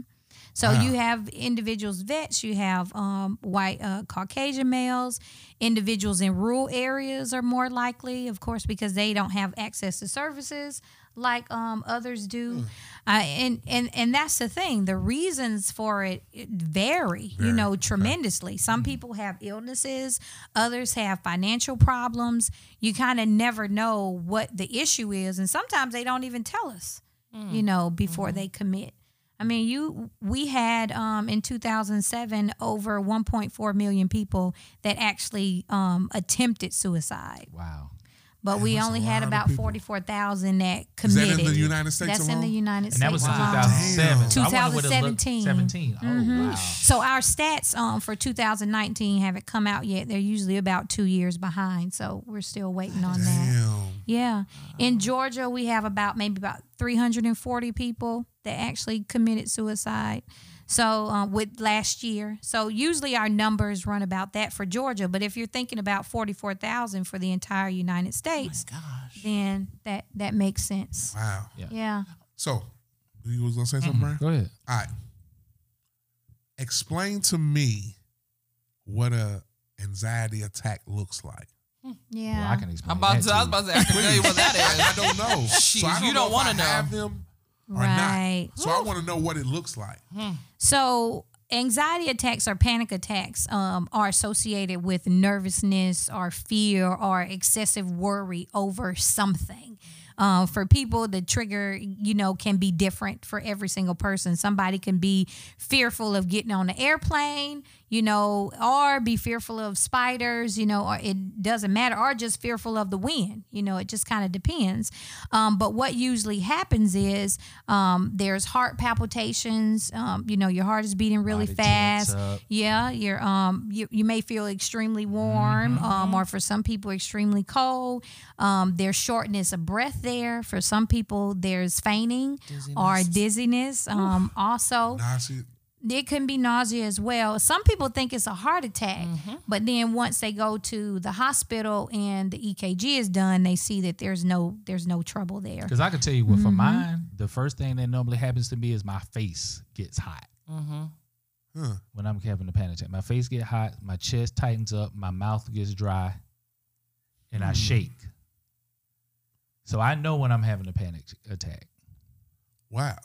Speaker 4: So you have individuals, vets. You have um, white uh, Caucasian males. Individuals in rural areas are more likely, of course, because they don't have access to services like um, others do. Uh, and and and that's the thing. The reasons for it, it vary. You know, tremendously. Some people have illnesses. Others have financial problems. You kind of never know what the issue is, and sometimes they don't even tell us you know, before they commit. I mean, you we had um, in 2007 over 1.4 million people that actually um, attempted suicide,
Speaker 3: wow.
Speaker 4: but we
Speaker 2: that's a
Speaker 4: only
Speaker 2: lot
Speaker 4: had
Speaker 2: of
Speaker 4: about
Speaker 2: people.
Speaker 4: 44,000 that
Speaker 2: Is that
Speaker 4: committed.
Speaker 2: in the United States
Speaker 4: That's in
Speaker 2: alone?
Speaker 4: the United
Speaker 3: And that was
Speaker 4: States.
Speaker 3: in 2007.
Speaker 4: alone.
Speaker 3: So I wonder what it looked-
Speaker 4: 2017.
Speaker 3: 17. Oh,
Speaker 4: Mm-hmm.
Speaker 3: wow.
Speaker 4: So our stats um, for 2019 haven't come out yet. They're usually about two years behind, so we're still waiting on that.
Speaker 2: Damn.
Speaker 4: Yeah.
Speaker 3: Uh-huh.
Speaker 4: In Georgia, we have about maybe about 340 people that actually committed suicide. So uh, with last year, so usually our numbers run about that for Georgia. But if you're thinking about 44,000 for the entire United States,
Speaker 1: Gosh.
Speaker 4: then that that makes sense.
Speaker 2: Wow.
Speaker 4: Yeah.
Speaker 2: So, you was gonna say
Speaker 4: Mm-hmm.
Speaker 2: something, Brian?
Speaker 3: Go ahead.
Speaker 2: All right. Explain to me what a anxiety attack looks like.
Speaker 4: Yeah.
Speaker 3: Well, I can
Speaker 1: I'm
Speaker 3: explain.
Speaker 1: about
Speaker 3: that
Speaker 1: to, I was about to ask, tell you what
Speaker 2: I
Speaker 1: that
Speaker 2: don't know.
Speaker 1: Shit,
Speaker 2: so I don't
Speaker 1: you
Speaker 2: know
Speaker 1: don't
Speaker 2: if
Speaker 1: wanna
Speaker 2: I
Speaker 1: know.
Speaker 2: have them or
Speaker 4: right.
Speaker 2: not. So I want to know what it looks like.
Speaker 1: Mm-hmm.
Speaker 4: So anxiety attacks or panic attacks um, are associated with nervousness or fear or excessive worry over something. Uh, for people, the trigger, you know, can be different for every single person. Somebody can be fearful of getting on an airplane, you know, or be fearful of spiders, you know, or it doesn't matter, or just fearful of the wind, you know, it just kind of depends. Um, but what usually happens is um, there's heart palpitations, um, you know, your heart is beating really
Speaker 3: Body tense
Speaker 4: fast.
Speaker 3: up.
Speaker 4: Yeah, you're um you, you may feel extremely warm, um, or for some people extremely cold. Um, there's shortness of breath there. For some people, there's fainting or dizziness. Um, also,
Speaker 2: Nah, see,
Speaker 4: it can be nausea as well. Some people think it's a heart attack,
Speaker 2: Mm-hmm.
Speaker 4: but then once they go to the hospital and the EKG is done, they see that there's no there's no trouble there.
Speaker 3: Because I can tell you what, for
Speaker 4: Mm-hmm.
Speaker 3: mine, the first thing that normally happens to me is my face gets hot
Speaker 2: huh.
Speaker 3: when I'm having a panic attack. My face get hot, my chest tightens up, my mouth gets dry, and I
Speaker 4: Mm-hmm.
Speaker 3: shake. So I know when I'm having a panic attack,
Speaker 2: Wow.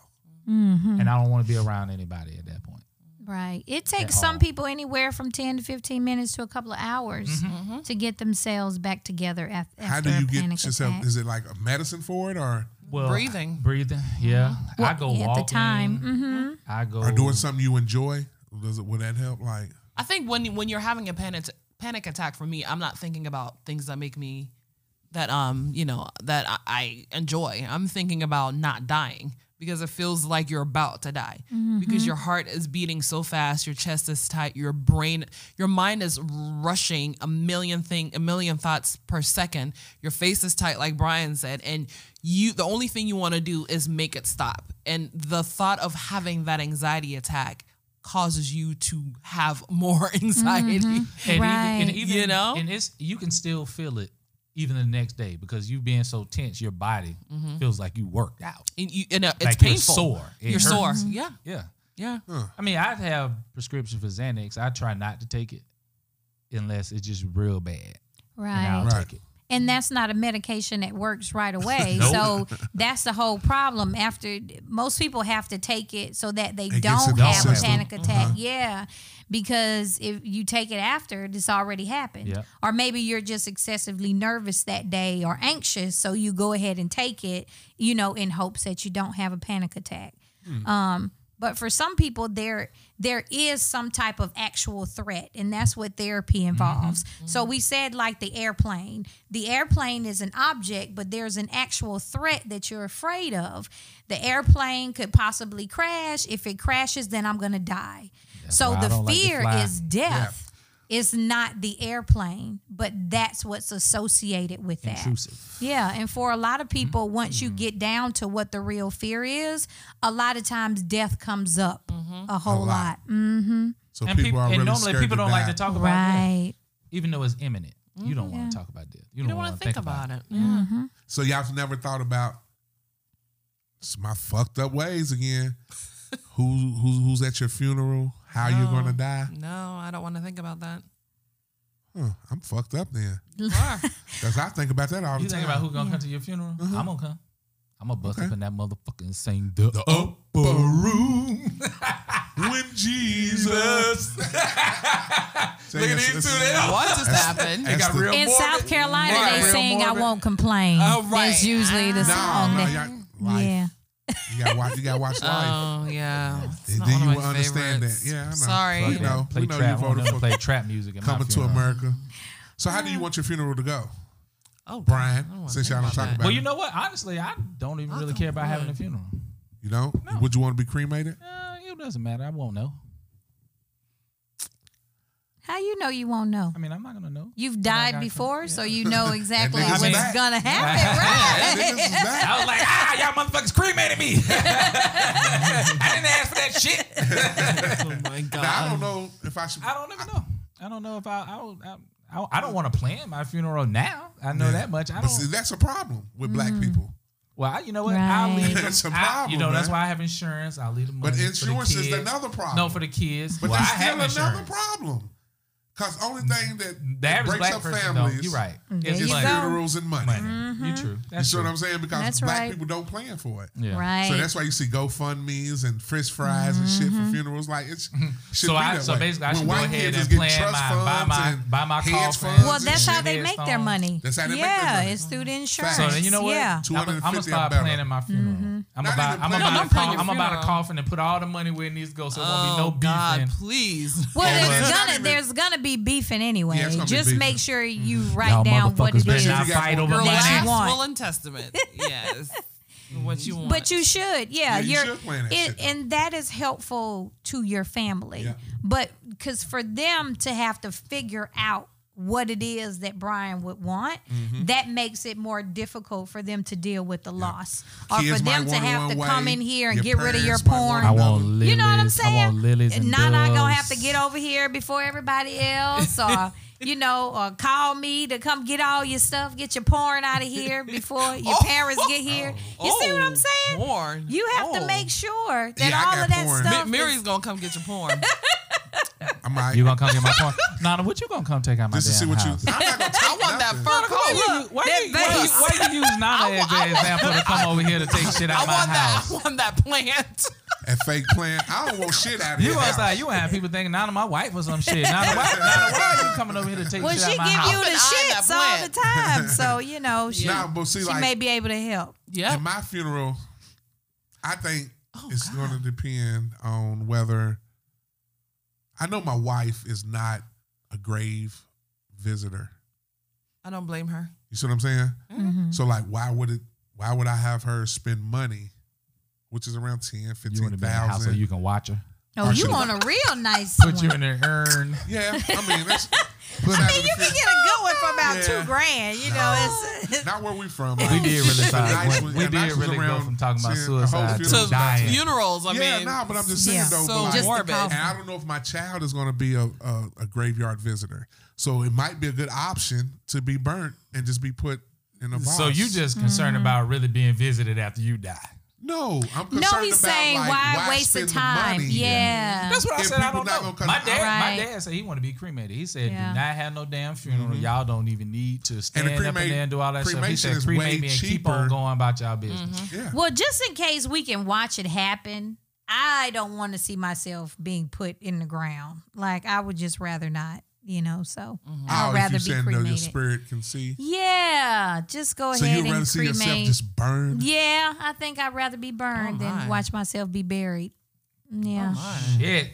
Speaker 4: Mm-hmm.
Speaker 3: and I don't want to be around anybody at that point.
Speaker 4: Right. It takes
Speaker 3: all.
Speaker 4: some people anywhere from ten to fifteen minutes to a couple of hours to get themselves back together af- after
Speaker 2: Mm-hmm. How do
Speaker 4: a
Speaker 2: you get
Speaker 4: panic
Speaker 2: yourself?
Speaker 4: attack.
Speaker 2: Is it like a medicine for it, or
Speaker 3: Well,
Speaker 1: Breathing.
Speaker 3: breathing. Yeah, I go
Speaker 4: Mm-hmm. at
Speaker 3: walking.
Speaker 4: the time. hmm
Speaker 3: I go
Speaker 2: or doing something you enjoy? Does it would that help? Like
Speaker 1: I think when when you're having a panic panic attack, for me, I'm not thinking about things that make me that um you know that I, I enjoy. I'm thinking about not dying because it feels like you're about to die because your heart is beating so fast, your chest is tight, your brain, your mind is rushing a million thing, a million thoughts per second. Your face is tight, like Brian said, and you the only thing you want to do is make it stop. And the thought of having that anxiety attack causes you to have more anxiety.
Speaker 3: and even,
Speaker 4: Right.
Speaker 3: and even
Speaker 1: You know?
Speaker 3: and it's you can still feel it even the next day because you being so tense, your body
Speaker 1: Mm-hmm.
Speaker 3: feels like you worked out.
Speaker 1: And, you, and uh, it's
Speaker 3: Like you're
Speaker 1: painful.
Speaker 3: sore. It
Speaker 1: you're
Speaker 3: hurts.
Speaker 1: sore. Yeah.
Speaker 3: Yeah,
Speaker 1: Yeah.
Speaker 3: I mean, I have prescription for Xanax. I try not to take it unless it's just real bad, and I'll
Speaker 4: Right.
Speaker 3: take it.
Speaker 4: And that's not a medication that works right away. So that's the whole problem. After most people have to take it so that they
Speaker 2: It gets
Speaker 4: don't
Speaker 2: it out
Speaker 4: have a
Speaker 2: system.
Speaker 4: panic attack. Yeah. because if you take it after, this already happened.
Speaker 3: Yeah.
Speaker 4: Or maybe you're just excessively nervous that day or anxious, so you go ahead and take it, you know, in hopes that you don't have a panic attack. Um, but for some people, there there is some type of actual threat, and that's what therapy
Speaker 3: Mm-hmm.
Speaker 4: involves. So we said like the airplane. The airplane is an object, but there's an actual threat that you're afraid of. The airplane could possibly crash. If it crashes, then I'm gonna die. so
Speaker 3: why I
Speaker 4: the
Speaker 3: don't like to
Speaker 4: fear
Speaker 3: fly.
Speaker 4: is death. It's not the airplane, but that's what's associated with that.
Speaker 3: Intrusive.
Speaker 4: Yeah, and for a lot of people, once you get down to what the real fear is, a lot of times death comes up a whole lot. Mm,
Speaker 2: lot. So
Speaker 3: And,
Speaker 2: people,
Speaker 3: people,
Speaker 2: are really
Speaker 3: and normally
Speaker 2: scared
Speaker 3: people
Speaker 2: to
Speaker 3: don't
Speaker 2: die.
Speaker 3: like to talk about death,
Speaker 4: Right.
Speaker 3: even though it's imminent. You don't want to talk about death. You
Speaker 1: Mm-hmm. You
Speaker 3: don't,
Speaker 1: don't want to think about
Speaker 3: it.
Speaker 1: it. Yeah.
Speaker 2: So y'all have never thought about it's my fucked up ways again. who who's who's at your funeral? How you
Speaker 3: Oh.
Speaker 2: gonna die?
Speaker 1: No, I don't want to think about that.
Speaker 2: Huh, I'm fucked up then.
Speaker 1: You are.
Speaker 2: Cause I think about that all
Speaker 3: You
Speaker 2: the
Speaker 3: think
Speaker 2: time.
Speaker 3: about who gonna come to your funeral?
Speaker 2: Uh-huh.
Speaker 3: I'm gonna come. I'm gonna bust up in that motherfucker and sing the,
Speaker 2: the upper room when Jesus. Look
Speaker 3: Look at these two, they don't-
Speaker 1: what just happened?
Speaker 2: That's
Speaker 3: got
Speaker 2: the-
Speaker 3: real
Speaker 4: In
Speaker 3: morbid.
Speaker 4: South Carolina,
Speaker 3: Right.
Speaker 4: they
Speaker 3: Real
Speaker 4: sing "I
Speaker 3: morbid.
Speaker 4: won't complain."
Speaker 1: Oh,
Speaker 4: That's
Speaker 1: right.
Speaker 4: usually the
Speaker 1: Ah.
Speaker 4: song.
Speaker 2: No, no,
Speaker 4: that,
Speaker 2: y'all, life.
Speaker 4: yeah,
Speaker 2: You gotta watch. You gotta watch life.
Speaker 1: Oh yeah. It's
Speaker 2: Then-
Speaker 1: not
Speaker 2: then
Speaker 1: one of
Speaker 2: you
Speaker 1: my
Speaker 2: understand
Speaker 1: favorites.
Speaker 2: that. Yeah, I know.
Speaker 1: Sorry.
Speaker 2: Fuck
Speaker 3: play,
Speaker 2: You know,
Speaker 3: play
Speaker 2: we know you
Speaker 3: trap.
Speaker 2: voted
Speaker 3: You
Speaker 2: for
Speaker 3: play trap music at my
Speaker 2: Coming to
Speaker 3: funeral.
Speaker 2: America. So how do you want your funeral to go,
Speaker 1: Oh,
Speaker 2: Brian?
Speaker 1: I don't wanna think
Speaker 2: Since y'all don't
Speaker 1: about
Speaker 2: talk
Speaker 1: that.
Speaker 2: about
Speaker 3: Well,
Speaker 2: it,
Speaker 3: you know what? Honestly, I don't even really care about having a funeral.
Speaker 2: you know, would you want to be cremated?
Speaker 3: Uh, it doesn't matter. I won't know.
Speaker 4: how you know you won't know?
Speaker 3: I mean, I'm not gonna know.
Speaker 4: You've
Speaker 3: I
Speaker 4: died
Speaker 3: got-
Speaker 4: before, so you know exactly
Speaker 2: nigga's
Speaker 4: what's
Speaker 2: back.
Speaker 4: gonna happen,
Speaker 2: Niggas is back.
Speaker 3: I was like, ah, y'all motherfuckers cremated me. I didn't ask for that shit.
Speaker 1: Oh my god.
Speaker 2: Now, I don't know if I should.
Speaker 3: I don't even know. I don't know if I. I, would- I, I, I don't want to plan my funeral now. I know
Speaker 2: Yeah.
Speaker 3: that much. I
Speaker 2: But see,
Speaker 3: don't.
Speaker 2: that's a problem with black
Speaker 4: Mm.
Speaker 2: people.
Speaker 3: Well, I, you know what? I'll
Speaker 4: Right.
Speaker 3: leave. Them,
Speaker 2: That's a
Speaker 3: I, you
Speaker 2: problem,
Speaker 3: know, that's
Speaker 2: man.
Speaker 3: why I have insurance. I'll leave the money.
Speaker 2: But
Speaker 3: for the
Speaker 2: insurance is
Speaker 3: kids.
Speaker 2: another problem.
Speaker 3: No, for the kids.
Speaker 2: But
Speaker 3: well, I
Speaker 2: that's
Speaker 3: have
Speaker 2: still another
Speaker 3: insurance. Mm.
Speaker 2: problem. Cause only thing that,
Speaker 3: The
Speaker 2: that
Speaker 3: average
Speaker 2: breaks
Speaker 3: black
Speaker 2: up
Speaker 3: person, though,
Speaker 2: families
Speaker 3: you're right.
Speaker 4: There
Speaker 3: It's
Speaker 4: you
Speaker 2: is
Speaker 3: money.
Speaker 4: go.
Speaker 2: funerals and money.
Speaker 3: Money.
Speaker 4: Mm-hmm.
Speaker 3: You true.
Speaker 2: You
Speaker 3: That's
Speaker 2: see what
Speaker 3: true.
Speaker 2: I'm saying? Because
Speaker 4: That's
Speaker 2: black
Speaker 4: right.
Speaker 2: people don't plan for it.
Speaker 3: Yeah.
Speaker 4: right?
Speaker 2: So that's why you see GoFundMe's and French fries and shit for funerals. Like it's should
Speaker 3: Mm-hmm. So
Speaker 2: be
Speaker 3: I-
Speaker 2: that
Speaker 3: so
Speaker 2: way.
Speaker 3: basically I
Speaker 2: When
Speaker 3: should go
Speaker 2: white
Speaker 3: ahead
Speaker 2: kids
Speaker 3: and
Speaker 2: is getting
Speaker 3: plan
Speaker 2: trust
Speaker 3: my- buy
Speaker 2: funds
Speaker 3: my-
Speaker 2: and
Speaker 3: buy my
Speaker 2: hedge
Speaker 3: coffin.
Speaker 2: funds
Speaker 4: well,
Speaker 2: and
Speaker 4: that's
Speaker 2: shit.
Speaker 4: how they make their money.
Speaker 2: That's how they make their
Speaker 4: yeah,
Speaker 2: money.
Speaker 4: it's through the insurance.
Speaker 2: Facts.
Speaker 3: So then you know what?
Speaker 4: Yeah. Mm-hmm.
Speaker 2: Two-
Speaker 3: I'm gonna- I'm gonna
Speaker 2: 250
Speaker 3: start
Speaker 2: or better.
Speaker 3: planning my funeral. I'm
Speaker 2: Not
Speaker 3: about
Speaker 2: even
Speaker 3: I'm
Speaker 2: planning
Speaker 3: about
Speaker 2: your
Speaker 3: a coffin.
Speaker 1: funeral.
Speaker 3: I'm about a coffin and put all the money where it needs to go, so it won't be no
Speaker 1: Oh
Speaker 3: beef.
Speaker 1: God,
Speaker 3: and-
Speaker 1: please.
Speaker 4: Well,
Speaker 2: Yeah,
Speaker 4: there's
Speaker 2: but-
Speaker 4: gonna
Speaker 2: Not even-
Speaker 4: there's gonna be beefing anyway.
Speaker 2: Yeah, it's gonna be
Speaker 4: Just
Speaker 2: beefing.
Speaker 4: make sure you write
Speaker 3: Mm-hmm. Y'all
Speaker 4: down what
Speaker 3: motherfuckers
Speaker 4: it
Speaker 3: better
Speaker 4: is.
Speaker 3: not
Speaker 2: You got
Speaker 3: fight
Speaker 2: one
Speaker 3: over
Speaker 1: Your
Speaker 4: That you
Speaker 1: last
Speaker 3: money.
Speaker 4: want.
Speaker 1: will and testament. Yes. what you want.
Speaker 4: But you should,
Speaker 2: Yeah,
Speaker 4: yeah.
Speaker 2: you
Speaker 4: you're,
Speaker 2: should plan that shit, though.
Speaker 4: and that is helpful to your family.
Speaker 2: Yeah.
Speaker 4: But because for them to have to figure out what it is that Brian would want,
Speaker 2: Mm-hmm.
Speaker 4: that makes it more difficult for them to deal with the loss, or
Speaker 2: Kids
Speaker 4: for
Speaker 2: might
Speaker 4: them to
Speaker 2: want it
Speaker 4: have
Speaker 2: one
Speaker 4: to
Speaker 2: way.
Speaker 4: come in here and
Speaker 2: Your
Speaker 4: get rid of your
Speaker 2: parents might want
Speaker 4: porn.
Speaker 2: it another.
Speaker 3: lilies.
Speaker 4: you know what I'm saying?
Speaker 3: I want lilies and
Speaker 4: Nana gonna
Speaker 3: doves.
Speaker 4: have to get over here before everybody else, or you know, or call me to come get all your stuff, get your porn out of here before your parents get here. You see what I'm saying?
Speaker 1: Oh, Porn.
Speaker 4: You have to
Speaker 1: Oh.
Speaker 4: make sure that
Speaker 2: Yeah, I
Speaker 4: all
Speaker 2: got
Speaker 4: of that
Speaker 2: porn.
Speaker 1: Ma-
Speaker 4: stuff.
Speaker 1: Mary's gonna come get your porn.
Speaker 2: I might
Speaker 3: You gonna come get my porn? Nana, what you gonna come take out my
Speaker 2: just to see
Speaker 3: damn
Speaker 2: what you.
Speaker 3: house?
Speaker 2: I'm not gonna take
Speaker 1: I want that
Speaker 2: nothing.
Speaker 1: fur
Speaker 3: Why
Speaker 1: coat.
Speaker 3: you, why, you,
Speaker 4: that
Speaker 3: why, you,
Speaker 4: face.
Speaker 3: why you use Nana as your example to come over here to take shit out
Speaker 1: I
Speaker 3: of my
Speaker 1: want that.
Speaker 3: house?
Speaker 1: I want that plant.
Speaker 2: And fake plan. I don't want shit out of
Speaker 3: You
Speaker 2: your house.
Speaker 3: outside, you gonna have people thinking Nana, my wife or some shit. Nana, why, Nana, why are you coming over here to take
Speaker 4: Well,
Speaker 3: shit
Speaker 4: she
Speaker 3: out of
Speaker 4: give
Speaker 3: my house?
Speaker 4: you the
Speaker 1: Keep an eye on
Speaker 4: shits all the
Speaker 1: that
Speaker 4: time, so you know she,
Speaker 2: Nah, but see,
Speaker 4: she
Speaker 2: like-
Speaker 4: may be able to help.
Speaker 1: Yeah.
Speaker 2: At my funeral, I think
Speaker 3: Oh,
Speaker 2: it's going to depend on whether I know my wife is not a grave visitor.
Speaker 1: I don't blame her.
Speaker 2: You see what I'm saying?
Speaker 4: Mm-hmm.
Speaker 2: So like, why would it? Why would I have her spend money, which is around ten,
Speaker 3: You
Speaker 2: fifteen
Speaker 3: want to be in the house so
Speaker 2: thousand?
Speaker 3: you can watch her.
Speaker 4: Oh,
Speaker 2: Or
Speaker 4: you
Speaker 2: should-
Speaker 4: want a real nice
Speaker 3: Put
Speaker 4: one.
Speaker 3: you in the urn.
Speaker 2: yeah, I mean, that's
Speaker 4: I mean, you can get a good one for about
Speaker 2: Yeah.
Speaker 4: two grand. You know, it's
Speaker 2: not where we from.
Speaker 3: We did really
Speaker 2: a
Speaker 3: side-
Speaker 2: nice
Speaker 3: we-
Speaker 2: one-
Speaker 3: we
Speaker 2: a
Speaker 3: did
Speaker 2: nice one's
Speaker 3: really go
Speaker 2: around
Speaker 3: from talking
Speaker 2: 10,
Speaker 3: about
Speaker 2: a
Speaker 3: suicide
Speaker 2: whole
Speaker 3: to
Speaker 2: funeral.
Speaker 1: To
Speaker 3: dying.
Speaker 1: funerals. I
Speaker 2: yeah,
Speaker 1: mean,
Speaker 2: nah, but I'm just saying
Speaker 4: Yeah.
Speaker 2: though. but
Speaker 1: so
Speaker 2: like,
Speaker 4: Just the
Speaker 1: morbid.
Speaker 4: coffin.
Speaker 2: And I don't know if my child is going to be a, a, a graveyard visitor. So it might be a good option to be burnt and just be put in a box.
Speaker 3: So you just concerned
Speaker 4: Mm-hmm.
Speaker 3: about really being visited after you die.
Speaker 2: no. I'm concerned
Speaker 4: no. He's
Speaker 2: about,
Speaker 4: saying
Speaker 2: like,
Speaker 4: why, waste
Speaker 2: spend
Speaker 4: of
Speaker 2: the
Speaker 4: time?
Speaker 2: money?
Speaker 4: Yeah.
Speaker 3: That's what I
Speaker 2: If
Speaker 3: said. I
Speaker 2: people
Speaker 3: don't
Speaker 2: not
Speaker 3: know.
Speaker 2: gonna come
Speaker 3: My
Speaker 2: out.
Speaker 3: dad, my
Speaker 4: Right.
Speaker 3: dad said he want to be cremated. He said,
Speaker 4: Yeah.
Speaker 3: "Do not have no damn funeral. Y'all don't even need to stand up
Speaker 2: Mm-hmm. cremate-
Speaker 3: in there and do all that stuff." He
Speaker 2: cremation
Speaker 3: said,
Speaker 2: is
Speaker 3: "Cremate
Speaker 2: way
Speaker 3: me and keep on
Speaker 2: cheaper.
Speaker 3: going about y'all business."
Speaker 2: Yeah.
Speaker 4: Well, just in case we can watch it happen, I don't want to see myself being put in the ground. Like I would just rather not, you know. So
Speaker 1: Mm-hmm.
Speaker 2: Oh,
Speaker 4: I'd
Speaker 2: if
Speaker 4: rather
Speaker 2: you
Speaker 4: be
Speaker 2: saying no, your
Speaker 4: cremated.
Speaker 2: spirit can see.
Speaker 4: yeah, just go
Speaker 2: So
Speaker 4: ahead
Speaker 2: you'd rather
Speaker 4: and
Speaker 2: see yourself
Speaker 4: cremate.
Speaker 2: just burned?
Speaker 4: yeah, I think I'd rather be burned
Speaker 1: Oh, my. Oh,
Speaker 4: than watch myself be buried. Yeah.
Speaker 1: Mine.
Speaker 3: Shit.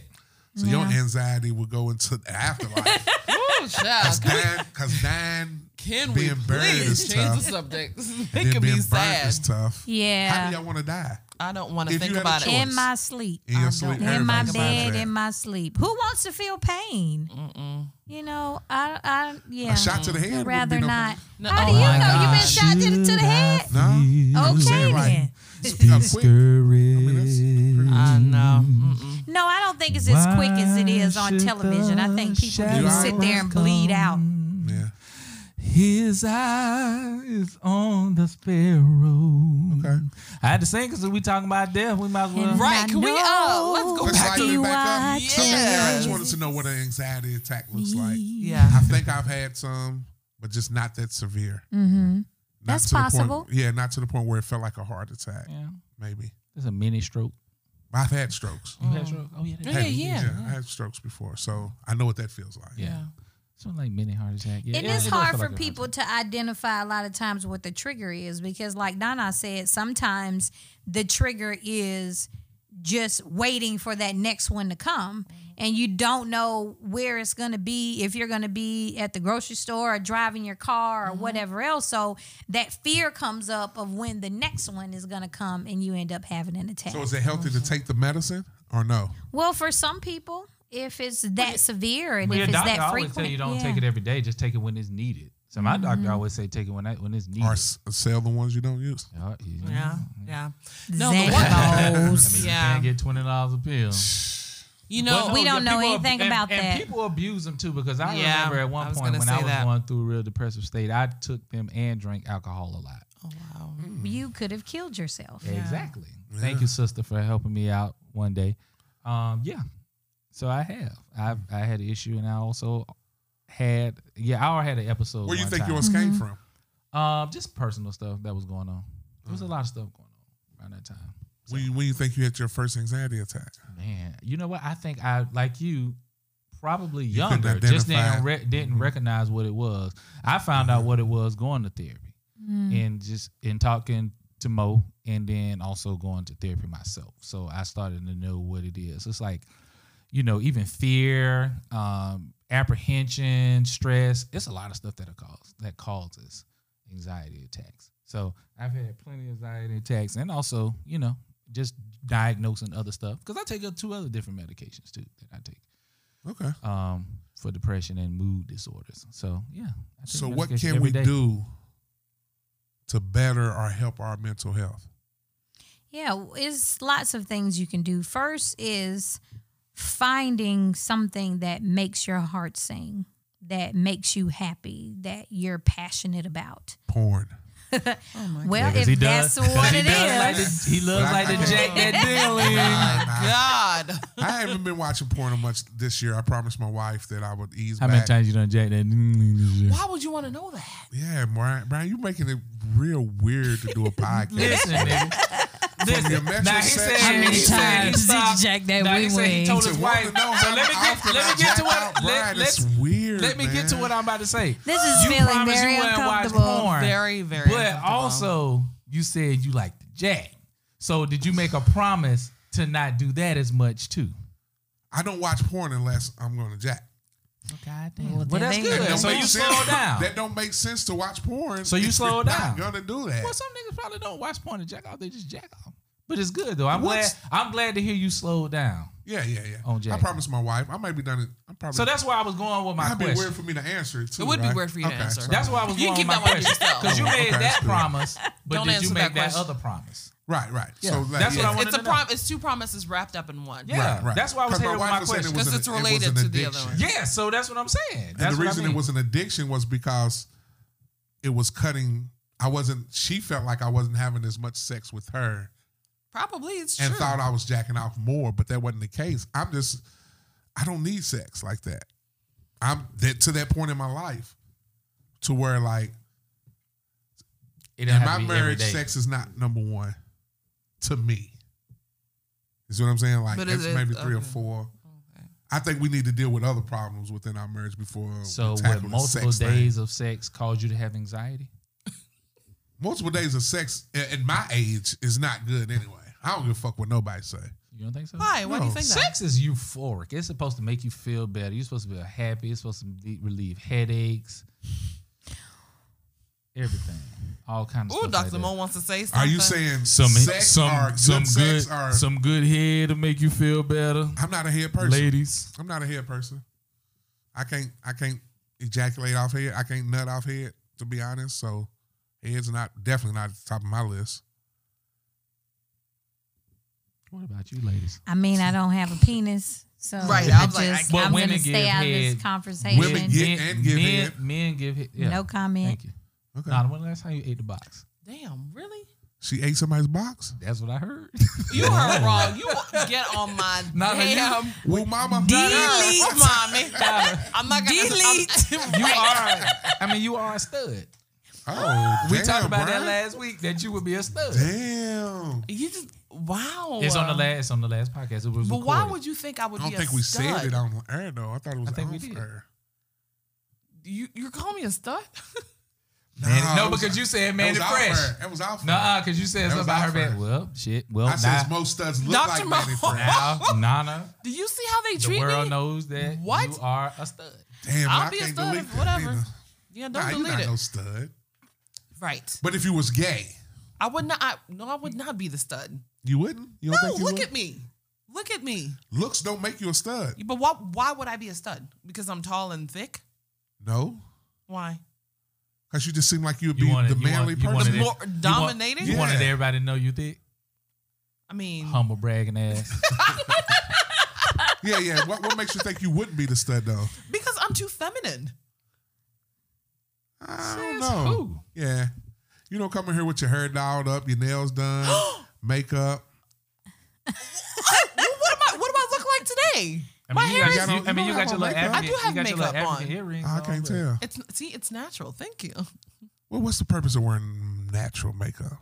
Speaker 2: So your anxiety will go into the afterlife.
Speaker 1: Ooh, child.
Speaker 2: Cause dying, cause dying
Speaker 1: Can we
Speaker 2: being buried
Speaker 1: please
Speaker 2: is
Speaker 1: change the
Speaker 2: tough.
Speaker 1: subject?
Speaker 2: and
Speaker 1: It
Speaker 2: then
Speaker 1: could
Speaker 2: being
Speaker 1: be
Speaker 2: burned
Speaker 1: sad.
Speaker 2: is tough. How
Speaker 4: yeah.
Speaker 2: do y'all want to die?
Speaker 1: I don't want to
Speaker 2: If
Speaker 1: think
Speaker 2: you had a
Speaker 1: about
Speaker 2: choice.
Speaker 1: it.
Speaker 4: in my sleep.
Speaker 2: In your sleep,
Speaker 1: don't-
Speaker 4: in
Speaker 2: everybody's
Speaker 4: my
Speaker 2: mind's
Speaker 4: bed,
Speaker 2: at.
Speaker 4: in my sleep. Who wants to feel pain? You know, I, I, yeah.
Speaker 2: A shot to the head.
Speaker 4: I'd
Speaker 2: would
Speaker 4: rather
Speaker 2: be no
Speaker 4: not.
Speaker 1: No,
Speaker 4: How
Speaker 1: oh
Speaker 4: do you
Speaker 1: my
Speaker 4: know
Speaker 1: gosh.
Speaker 4: you've been shot to the, to the head?
Speaker 2: No.
Speaker 4: Okay
Speaker 2: saying, like,
Speaker 4: then.
Speaker 2: Problem. It's a quick- I mean, that's pretty-
Speaker 4: Uh,
Speaker 1: I know.
Speaker 2: Mm-hmm.
Speaker 1: Mm-mm.
Speaker 4: No, I don't think it's as quick as it is on television. I think people do
Speaker 2: shadows
Speaker 4: sit there and bleed out.
Speaker 2: yeah.
Speaker 3: His eye is on the sparrow.
Speaker 2: Okay.
Speaker 3: I had to sing because we talking about death. We might as well.
Speaker 4: And
Speaker 1: Right,
Speaker 4: I
Speaker 1: can we, uh,
Speaker 4: know
Speaker 1: let's go
Speaker 2: Let's
Speaker 1: back
Speaker 2: lighten
Speaker 4: he
Speaker 2: it back up.
Speaker 4: watches
Speaker 2: So, yeah, I
Speaker 1: Yes.
Speaker 2: just wanted to know what an anxiety attack looks like. I
Speaker 1: Yeah.
Speaker 2: think I've had some, but just not that severe.
Speaker 4: Mm-hmm.
Speaker 2: Not
Speaker 4: That's
Speaker 2: to the point-
Speaker 4: possible.
Speaker 2: yeah, not to the point where it felt like a heart attack.
Speaker 3: Yeah.
Speaker 2: Maybe
Speaker 3: It's a mini stroke.
Speaker 2: I've had strokes.
Speaker 3: You had stroke? Oh, yeah. that-
Speaker 1: Yeah,
Speaker 2: Had-
Speaker 1: yeah.
Speaker 2: I had strokes before, so I know what that feels like.
Speaker 3: Yeah. Something like mini heart attack. Yeah,
Speaker 4: It
Speaker 3: yeah,
Speaker 4: is
Speaker 3: does
Speaker 4: hard
Speaker 3: feel
Speaker 4: for
Speaker 3: like a heart
Speaker 4: people to identify a lot of times what the trigger is because, like Nana said, sometimes the trigger is just waiting for that next one to come.
Speaker 3: Mm-hmm.
Speaker 4: And you don't know where it's going to be, if you're going to be at the grocery store or driving your car or
Speaker 3: Mm-hmm.
Speaker 4: whatever else. So that fear comes up of when the next one is going to come and you end up having an attack.
Speaker 2: So is it healthy to take the medicine or no?
Speaker 4: well, for some people, if it's that severe and
Speaker 3: Well, your
Speaker 4: if it's
Speaker 3: doctor
Speaker 4: that
Speaker 3: always
Speaker 4: frequent,
Speaker 3: tell you don't
Speaker 4: yeah. Mm-hmm.
Speaker 3: take it every day. Just take it when it's needed. So my doctor always say take it when I, when it's needed.
Speaker 2: Or s- sell the ones you don't use?
Speaker 3: Yeah, yeah.
Speaker 1: Yeah. Yeah. No, the one,
Speaker 4: Xanatos.
Speaker 1: yeah.
Speaker 3: You can't get twenty dollars a pill.
Speaker 1: You know,
Speaker 3: But
Speaker 4: we don't
Speaker 3: yeah,
Speaker 4: know
Speaker 3: people ab-
Speaker 4: anything
Speaker 3: and-
Speaker 4: about
Speaker 3: and
Speaker 4: that.
Speaker 3: people abuse them too because I
Speaker 1: Yeah,
Speaker 3: remember at one
Speaker 1: I was
Speaker 3: point
Speaker 1: gonna
Speaker 3: when I
Speaker 1: say
Speaker 3: was
Speaker 1: that.
Speaker 3: going through a real depressive state, I took them and drank alcohol a lot.
Speaker 1: oh, wow.
Speaker 2: Mm-hmm.
Speaker 4: you could have killed yourself.
Speaker 3: Exactly. Thank you, sister, for helping me out one day. Um, yeah. So I have. I've I had an issue and I also had yeah, I already had an episode.
Speaker 2: Where do you
Speaker 3: one
Speaker 2: think
Speaker 3: time.
Speaker 2: yours came
Speaker 4: Mm-hmm.
Speaker 2: from?
Speaker 3: Um, just personal stuff that was going on. There
Speaker 2: Mm.
Speaker 3: was a lot of stuff going on around that time.
Speaker 2: When you, when you think you had your first anxiety attack?
Speaker 3: Man, you know what? I think I like you, probably younger.
Speaker 2: couldn't
Speaker 3: just didn't
Speaker 2: identify.
Speaker 3: re- didn't recognize what it was. I found out what it was going to therapy, and just in talking to Mo, and then also going to therapy myself. So I started to know what it is. It's like, you know, even fear, um, apprehension, stress. It's a lot of stuff that cause that causes anxiety attacks. So I've had plenty of anxiety attacks, and also, you know, just diagnosing other stuff because I take up two other different medications too that I take
Speaker 2: Okay.
Speaker 3: um, for depression and mood disorders. So yeah. I take
Speaker 2: So what
Speaker 3: medication
Speaker 2: can
Speaker 3: every
Speaker 2: we
Speaker 3: day.
Speaker 2: do to better or help our mental health?
Speaker 4: Yeah, it's lots of things you can do. First is finding something that makes your heart sing, that makes you happy, that you're passionate about.
Speaker 2: Porn.
Speaker 1: Oh
Speaker 4: Well,
Speaker 3: 'cause
Speaker 4: if
Speaker 3: he
Speaker 4: that's
Speaker 3: does-
Speaker 4: what
Speaker 3: he
Speaker 4: it
Speaker 3: does like
Speaker 4: is,
Speaker 3: to- he loves
Speaker 2: I-
Speaker 3: like to
Speaker 2: I-
Speaker 3: jack Oh that deal in.
Speaker 1: God.
Speaker 2: I haven't been watching porn much this year. I promised my wife that I would ease
Speaker 3: How
Speaker 2: back.
Speaker 3: many times you done jack that?
Speaker 1: Why would you want to know that?
Speaker 2: Yeah, Brian, Brian, you're making it real weird to do a podcast.
Speaker 3: Listen, nigga.
Speaker 2: your
Speaker 3: Listen.
Speaker 2: metro
Speaker 3: Now he
Speaker 2: sex-
Speaker 3: said
Speaker 2: How many
Speaker 3: he said he
Speaker 4: times did you
Speaker 3: stopped-
Speaker 4: jack that
Speaker 3: Now he
Speaker 4: wee
Speaker 3: said he
Speaker 4: wee?
Speaker 3: told
Speaker 2: To
Speaker 3: his
Speaker 2: want
Speaker 3: wife.
Speaker 2: to know
Speaker 3: So
Speaker 2: how
Speaker 3: let me
Speaker 2: often
Speaker 3: get let
Speaker 2: I
Speaker 3: me get to
Speaker 2: jack out
Speaker 3: what
Speaker 2: Brian,
Speaker 3: let,
Speaker 2: it's
Speaker 3: let's
Speaker 2: weird,
Speaker 3: Let me get to
Speaker 2: man.
Speaker 3: what I'm about to say.
Speaker 4: This is
Speaker 3: you
Speaker 4: feeling
Speaker 3: promised
Speaker 4: very
Speaker 3: you wouldn't watch
Speaker 4: uncomfortable.
Speaker 3: porn,
Speaker 1: Very, very.
Speaker 3: but
Speaker 1: uncomfortable.
Speaker 3: also you said you like to jack. So did you make a promise to not do that as much too?
Speaker 2: I don't watch porn unless I'm going to jack.
Speaker 3: God
Speaker 4: Well,
Speaker 3: damn. Well,
Speaker 4: then
Speaker 3: that's
Speaker 4: they-
Speaker 2: That
Speaker 3: good.
Speaker 2: don't
Speaker 3: So
Speaker 2: make
Speaker 3: you
Speaker 2: sense.
Speaker 3: slow down.
Speaker 2: That don't make sense to watch porn.
Speaker 3: So you
Speaker 2: if
Speaker 3: slow
Speaker 2: you're
Speaker 3: down.
Speaker 2: Not gonna do that.
Speaker 3: Well, some niggas probably don't watch porn and jack off. They just jack off. But it's good though. I'm
Speaker 2: What's-
Speaker 3: glad. I'm glad to hear you slow down.
Speaker 2: yeah, yeah, yeah.
Speaker 3: On jack.
Speaker 2: I promised my wife I might be done it. I'm probably.
Speaker 3: So that's where I was going with my
Speaker 2: That'd be
Speaker 3: question.
Speaker 2: weird for me to answer it too.
Speaker 1: It would be
Speaker 2: right?
Speaker 1: weird for you to answer.
Speaker 2: sorry.
Speaker 3: That's why I was
Speaker 1: You
Speaker 3: going
Speaker 1: keep
Speaker 3: with
Speaker 1: that
Speaker 3: my
Speaker 1: one to
Speaker 3: question
Speaker 1: yourself.
Speaker 3: because you
Speaker 2: Oh,
Speaker 3: made
Speaker 2: okay,
Speaker 3: that
Speaker 2: that's good.
Speaker 3: promise, but
Speaker 1: Don't
Speaker 3: did you
Speaker 1: answer
Speaker 3: make
Speaker 1: that
Speaker 3: that,
Speaker 1: question.
Speaker 3: other promise?
Speaker 2: Right, right.
Speaker 3: Yeah.
Speaker 2: So like,
Speaker 3: That's what
Speaker 2: yeah.
Speaker 3: I wanted
Speaker 1: it's a
Speaker 3: to know.
Speaker 1: prom. It's two promises wrapped up in one.
Speaker 3: Yeah, that's why I was
Speaker 2: 'Cause my
Speaker 3: headed with
Speaker 2: wife
Speaker 3: my
Speaker 2: was saying it
Speaker 3: question.
Speaker 2: was
Speaker 1: 'Cause
Speaker 2: an-
Speaker 1: it's
Speaker 2: it was
Speaker 1: related
Speaker 2: an
Speaker 1: to the other
Speaker 2: addiction.
Speaker 1: one.
Speaker 3: Yeah, so that's what I'm saying.
Speaker 2: And
Speaker 3: That's
Speaker 2: the
Speaker 3: what I
Speaker 2: reason
Speaker 3: mean.
Speaker 2: it was an addiction was because it was cutting. I wasn't. She felt like I wasn't having as much sex with her,
Speaker 1: Probably it's
Speaker 2: and
Speaker 1: true.
Speaker 2: thought I was jacking off more, but that wasn't the case. I'm just. I don't need sex like that. I'm that to that point in my life, to where like in
Speaker 3: It don't have
Speaker 2: my
Speaker 3: to be every
Speaker 2: marriage,
Speaker 3: day.
Speaker 2: sex is not number one to me. You see what I'm saying? Like
Speaker 1: But
Speaker 2: it's
Speaker 1: it is-
Speaker 2: maybe three or
Speaker 1: okay.
Speaker 2: four. I think we need to deal with other problems within our marriage before
Speaker 3: So,
Speaker 2: we
Speaker 3: would
Speaker 2: tackle the
Speaker 3: multiple
Speaker 2: sex thing.
Speaker 3: days of sex cause you to have anxiety?
Speaker 2: multiple days of sex at, at my age is not good anyway. I don't give a fuck what nobody say.
Speaker 3: You don't think so?
Speaker 1: Why? Why do you think that?
Speaker 3: Sex is euphoric. It's supposed to make you feel better. You're supposed to feel happy. It's supposed to be- relieve headaches, everything, all kinds of
Speaker 1: Ooh,
Speaker 3: stuff. like
Speaker 1: Dr.
Speaker 3: that.
Speaker 1: Mo wants to say something.
Speaker 2: Are you saying
Speaker 3: some
Speaker 2: sex
Speaker 3: some
Speaker 2: or good
Speaker 3: some
Speaker 2: sex
Speaker 3: good
Speaker 2: or
Speaker 3: some good hair to make you feel better,
Speaker 2: I'm not a head person.
Speaker 3: ladies.
Speaker 2: I'm not a head person. I can't I can't ejaculate off head. I can't nut off head, to be honest. So head's not definitely not at the top of my list.
Speaker 3: What about you, ladies?
Speaker 4: I mean, I don't have a penis, so
Speaker 1: Right,
Speaker 4: I
Speaker 1: I'm like, I
Speaker 4: just,
Speaker 3: But
Speaker 4: I'm going
Speaker 3: women
Speaker 4: to stay
Speaker 3: give
Speaker 4: out of
Speaker 3: head.
Speaker 4: this conversation.
Speaker 2: Women get- Yeah, and give
Speaker 3: men,
Speaker 2: head.
Speaker 3: men give head. Yeah.
Speaker 4: No comment.
Speaker 3: Thank you.
Speaker 2: Okay.
Speaker 3: Nah, when last time you ate the box?
Speaker 1: Damn, really?
Speaker 2: She ate somebody's box?
Speaker 3: That's what I heard.
Speaker 1: You are wrong. You get on my
Speaker 3: Nah, you-
Speaker 1: damn.
Speaker 2: Well, mama.
Speaker 4: Delete.
Speaker 1: Oh, mommy. I'm not gonna.
Speaker 4: Delete.
Speaker 1: I'm,
Speaker 3: you are. I mean, you are a stud.
Speaker 2: Oh,
Speaker 3: We
Speaker 2: damn,
Speaker 3: talked about that
Speaker 2: Brian.
Speaker 3: last week that you would be a stud.
Speaker 2: Damn.
Speaker 1: you just wow.
Speaker 3: It's on the last. It's on the last podcast. It was.
Speaker 1: But why
Speaker 3: recorded.
Speaker 1: would you think I would?
Speaker 2: I don't
Speaker 1: be
Speaker 2: think
Speaker 1: a
Speaker 2: we
Speaker 1: stud?
Speaker 2: said it on air though. I thought it was
Speaker 3: I think we
Speaker 2: off
Speaker 3: did.
Speaker 2: air.
Speaker 1: You you call me a stud?
Speaker 3: Manny-
Speaker 2: it
Speaker 3: no,
Speaker 2: was-
Speaker 3: because you said
Speaker 2: that
Speaker 3: Manny
Speaker 2: was off
Speaker 3: Fresh.
Speaker 2: air. That was off.
Speaker 3: Nah,
Speaker 2: air.
Speaker 3: because you said
Speaker 2: That
Speaker 3: something
Speaker 2: was
Speaker 3: about her
Speaker 2: our
Speaker 3: being
Speaker 2: first.
Speaker 3: well, shit. Well,
Speaker 2: I
Speaker 3: nah,
Speaker 2: says most studs look
Speaker 1: Dr.
Speaker 2: like
Speaker 1: Mo.
Speaker 2: Manny Fresh.
Speaker 3: now, Nana,
Speaker 1: Do you see how they
Speaker 3: the
Speaker 1: treat
Speaker 3: world
Speaker 1: me?
Speaker 3: knows that
Speaker 1: What?
Speaker 3: you are a stud.
Speaker 2: Damn,
Speaker 1: I'll
Speaker 2: I
Speaker 1: be a
Speaker 2: can't
Speaker 1: stud.
Speaker 2: delete
Speaker 1: if-
Speaker 2: that
Speaker 1: Whatever.
Speaker 2: neither.
Speaker 1: Yeah, don't
Speaker 2: Nah, you
Speaker 1: delete
Speaker 2: not
Speaker 1: it.
Speaker 2: no stud.
Speaker 1: Right.
Speaker 2: But if you was gay,
Speaker 1: I would not. I, no, I would not be the stud.
Speaker 2: you wouldn't. You
Speaker 1: No,
Speaker 2: you
Speaker 1: look
Speaker 2: would?
Speaker 1: at me. Look at me.
Speaker 2: Looks don't make you a stud.
Speaker 1: But why? Why would I be a stud? Because I'm tall and thick.
Speaker 2: No,
Speaker 1: Why?
Speaker 2: because you just seem like you'd
Speaker 3: You
Speaker 2: be
Speaker 3: wanted-
Speaker 2: the
Speaker 3: you want-
Speaker 2: manly
Speaker 3: you wanted
Speaker 2: person.
Speaker 3: it.
Speaker 1: More
Speaker 3: You want-
Speaker 1: dominating.
Speaker 3: You wanted
Speaker 2: Yeah.
Speaker 3: everybody to know you thick,
Speaker 1: I mean,
Speaker 3: humble bragging ass.
Speaker 2: yeah, yeah. What, what makes you think you wouldn't be the stud though?
Speaker 1: because I'm too feminine.
Speaker 2: I don't
Speaker 3: Says
Speaker 2: know.
Speaker 3: who?
Speaker 2: Yeah, you don't come in here with your hair dialed up, your nails done, makeup.
Speaker 1: Well, what am I? What do I look like today?
Speaker 3: I
Speaker 1: My
Speaker 3: mean, you
Speaker 1: hair is.
Speaker 3: got,
Speaker 2: is-
Speaker 3: you, I
Speaker 2: You
Speaker 3: mean,
Speaker 2: don't
Speaker 3: you
Speaker 2: have
Speaker 3: got your
Speaker 2: on
Speaker 3: little
Speaker 2: makeup?
Speaker 3: African.
Speaker 1: I do have
Speaker 3: you got your
Speaker 1: makeup
Speaker 3: little African
Speaker 1: on.
Speaker 3: earrings.
Speaker 2: I
Speaker 3: on,
Speaker 2: can't
Speaker 3: but-
Speaker 2: tell.
Speaker 1: It's see, it's natural. Thank you.
Speaker 2: Well, what's the purpose of wearing natural makeup?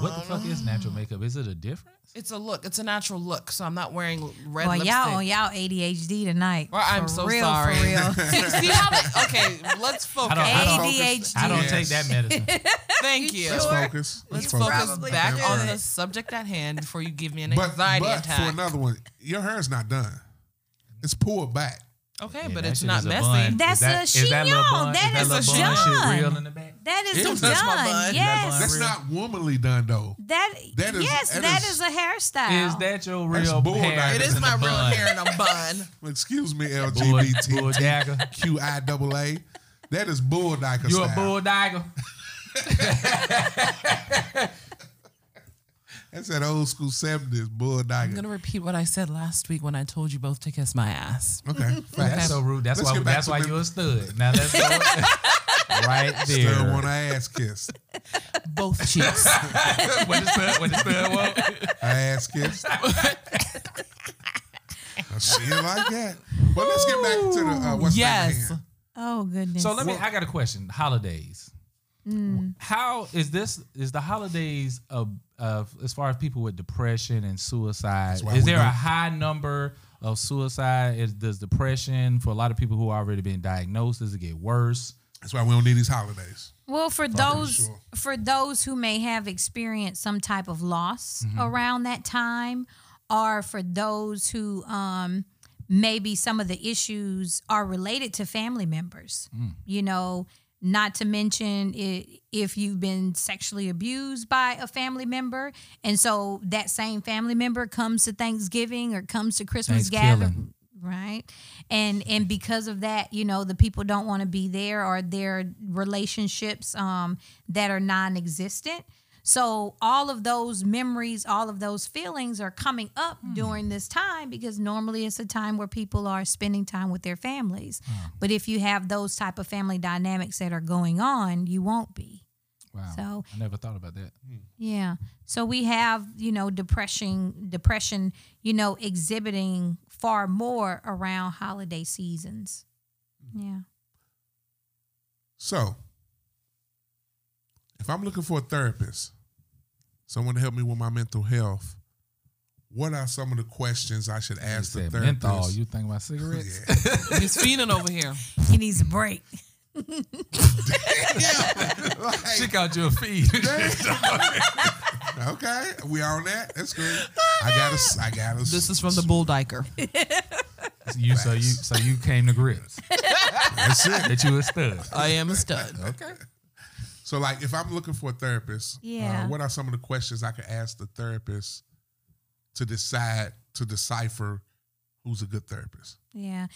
Speaker 3: What the fuck is natural makeup? Is it a difference?
Speaker 1: Oh, It's a look. It's a natural look. So I'm not wearing red
Speaker 4: Well,
Speaker 1: lipstick.
Speaker 4: y'all on y'all ADHD tonight.
Speaker 1: Well, I'm
Speaker 4: for
Speaker 1: so
Speaker 4: real,
Speaker 1: sorry.
Speaker 4: For real.
Speaker 1: See, see how they, okay, let's focus.
Speaker 3: I don't-
Speaker 4: ADHD.
Speaker 3: I don't
Speaker 2: Yes.
Speaker 3: take that medicine.
Speaker 1: Thank you.
Speaker 2: Let's
Speaker 1: Let's
Speaker 2: focus. Let's
Speaker 1: focus
Speaker 4: probably
Speaker 1: back
Speaker 4: do
Speaker 1: on
Speaker 4: it.
Speaker 1: the subject at hand before you give me an
Speaker 2: But,
Speaker 1: anxiety
Speaker 2: but
Speaker 1: attack.
Speaker 2: for another one, your hair's not done. It's pulled back.
Speaker 1: okay,
Speaker 3: Yeah,
Speaker 1: but
Speaker 3: that
Speaker 1: it's
Speaker 3: shit
Speaker 1: not
Speaker 3: is a
Speaker 1: messy.
Speaker 3: bun.
Speaker 4: That's
Speaker 3: Is that-
Speaker 4: a
Speaker 3: Is that little
Speaker 4: chignon.
Speaker 3: bun?
Speaker 4: That
Speaker 3: is that
Speaker 4: is a
Speaker 3: little bun
Speaker 4: done.
Speaker 3: shit real in the back?
Speaker 4: That is
Speaker 2: Ew,
Speaker 4: done.
Speaker 2: that's
Speaker 1: my bun.
Speaker 4: Yes.
Speaker 2: That's
Speaker 3: Real.
Speaker 2: not womanly done though.
Speaker 4: That,
Speaker 2: That is-
Speaker 4: yes,
Speaker 2: that
Speaker 4: that
Speaker 2: is-
Speaker 4: is, a hairstyle.
Speaker 3: Is that your
Speaker 2: That's
Speaker 3: real
Speaker 2: bull
Speaker 3: hair?
Speaker 2: diaper.
Speaker 1: It
Speaker 3: that's
Speaker 1: is
Speaker 3: in a
Speaker 1: my real
Speaker 3: bun?
Speaker 1: hair in a bun.
Speaker 2: Excuse me,
Speaker 3: Bull, bull
Speaker 2: LGBT
Speaker 3: dagger.
Speaker 2: QIAA. That is bull diker
Speaker 3: You a
Speaker 2: style.
Speaker 3: bull dagger.
Speaker 2: That's that old school seventies bull
Speaker 1: I'm
Speaker 2: diker.
Speaker 1: gonna repeat what I said last week when I told you both to kiss my ass.
Speaker 2: Okay,
Speaker 3: That's
Speaker 2: facts.
Speaker 3: so rude. That's
Speaker 2: Let's
Speaker 3: why.
Speaker 2: get back
Speaker 3: That's
Speaker 2: to
Speaker 3: why
Speaker 2: the-
Speaker 3: you're a stud. Now let's go right there.
Speaker 2: Still want to ass kiss.
Speaker 1: Both cheeks.
Speaker 3: What the stud- what the stud want?
Speaker 2: I ass kiss. I see it like that. But let's get back to the uh, what's
Speaker 1: yes.
Speaker 2: back
Speaker 4: oh, goodness.
Speaker 3: So let me. I got a question. Holidays. How is this? Is the holidays of, of as far as people with depression and suicide?
Speaker 2: why
Speaker 3: Is
Speaker 2: we
Speaker 3: there a
Speaker 2: don't-
Speaker 3: high number of suicide? Is does depression for a lot of people who are already been diagnosed? Does it get worse?
Speaker 2: That's why we don't need these holidays.
Speaker 4: Well, for those
Speaker 2: sure.
Speaker 4: for those who may have experienced some type of loss
Speaker 2: Mm-hmm.
Speaker 4: around that time, or for those who um, maybe some of the issues are related to family members,
Speaker 2: Mm.
Speaker 4: you know. Not to mention i if you've been sexually abused by a family member, and so that same family member comes to Thanksgiving or comes to Christmas
Speaker 3: Thanksgiving.
Speaker 4: gathering right and and because of that you know the people don't want to be there or their relationships um that are non-existent so all of those memories all of those feelings are coming up during this time because normally it's a time where people are spending time with their families but if you have those type of family dynamics that are going on you won't be
Speaker 3: Wow.
Speaker 4: So-
Speaker 3: I never thought about that.
Speaker 4: yeah. So we have, you know, depression depression, you know, exhibiting far more around holiday seasons. Yeah.
Speaker 2: So, if I'm looking for a therapist, someone to help me with my mental health, what are some of the questions I should ask the
Speaker 3: Said
Speaker 2: therapist?
Speaker 3: menthol. You think about cigarettes?
Speaker 2: yeah.
Speaker 1: He's fiending over here.
Speaker 4: He needs a break.
Speaker 2: Yeah. Like,
Speaker 3: She caught you a feed.
Speaker 2: okay, we on that. That's good. I gotta, I gotta.
Speaker 1: This is from the Bull Diker.
Speaker 3: you so you so you came to grips
Speaker 2: That's it.
Speaker 3: that you a stud.
Speaker 1: I am a stud.
Speaker 3: Okay.
Speaker 2: So, like, if I'm looking for a therapist,
Speaker 4: Yeah.
Speaker 2: uh, what are some of the questions I could ask the therapist to decide to decipher who's a good therapist?
Speaker 4: Yeah.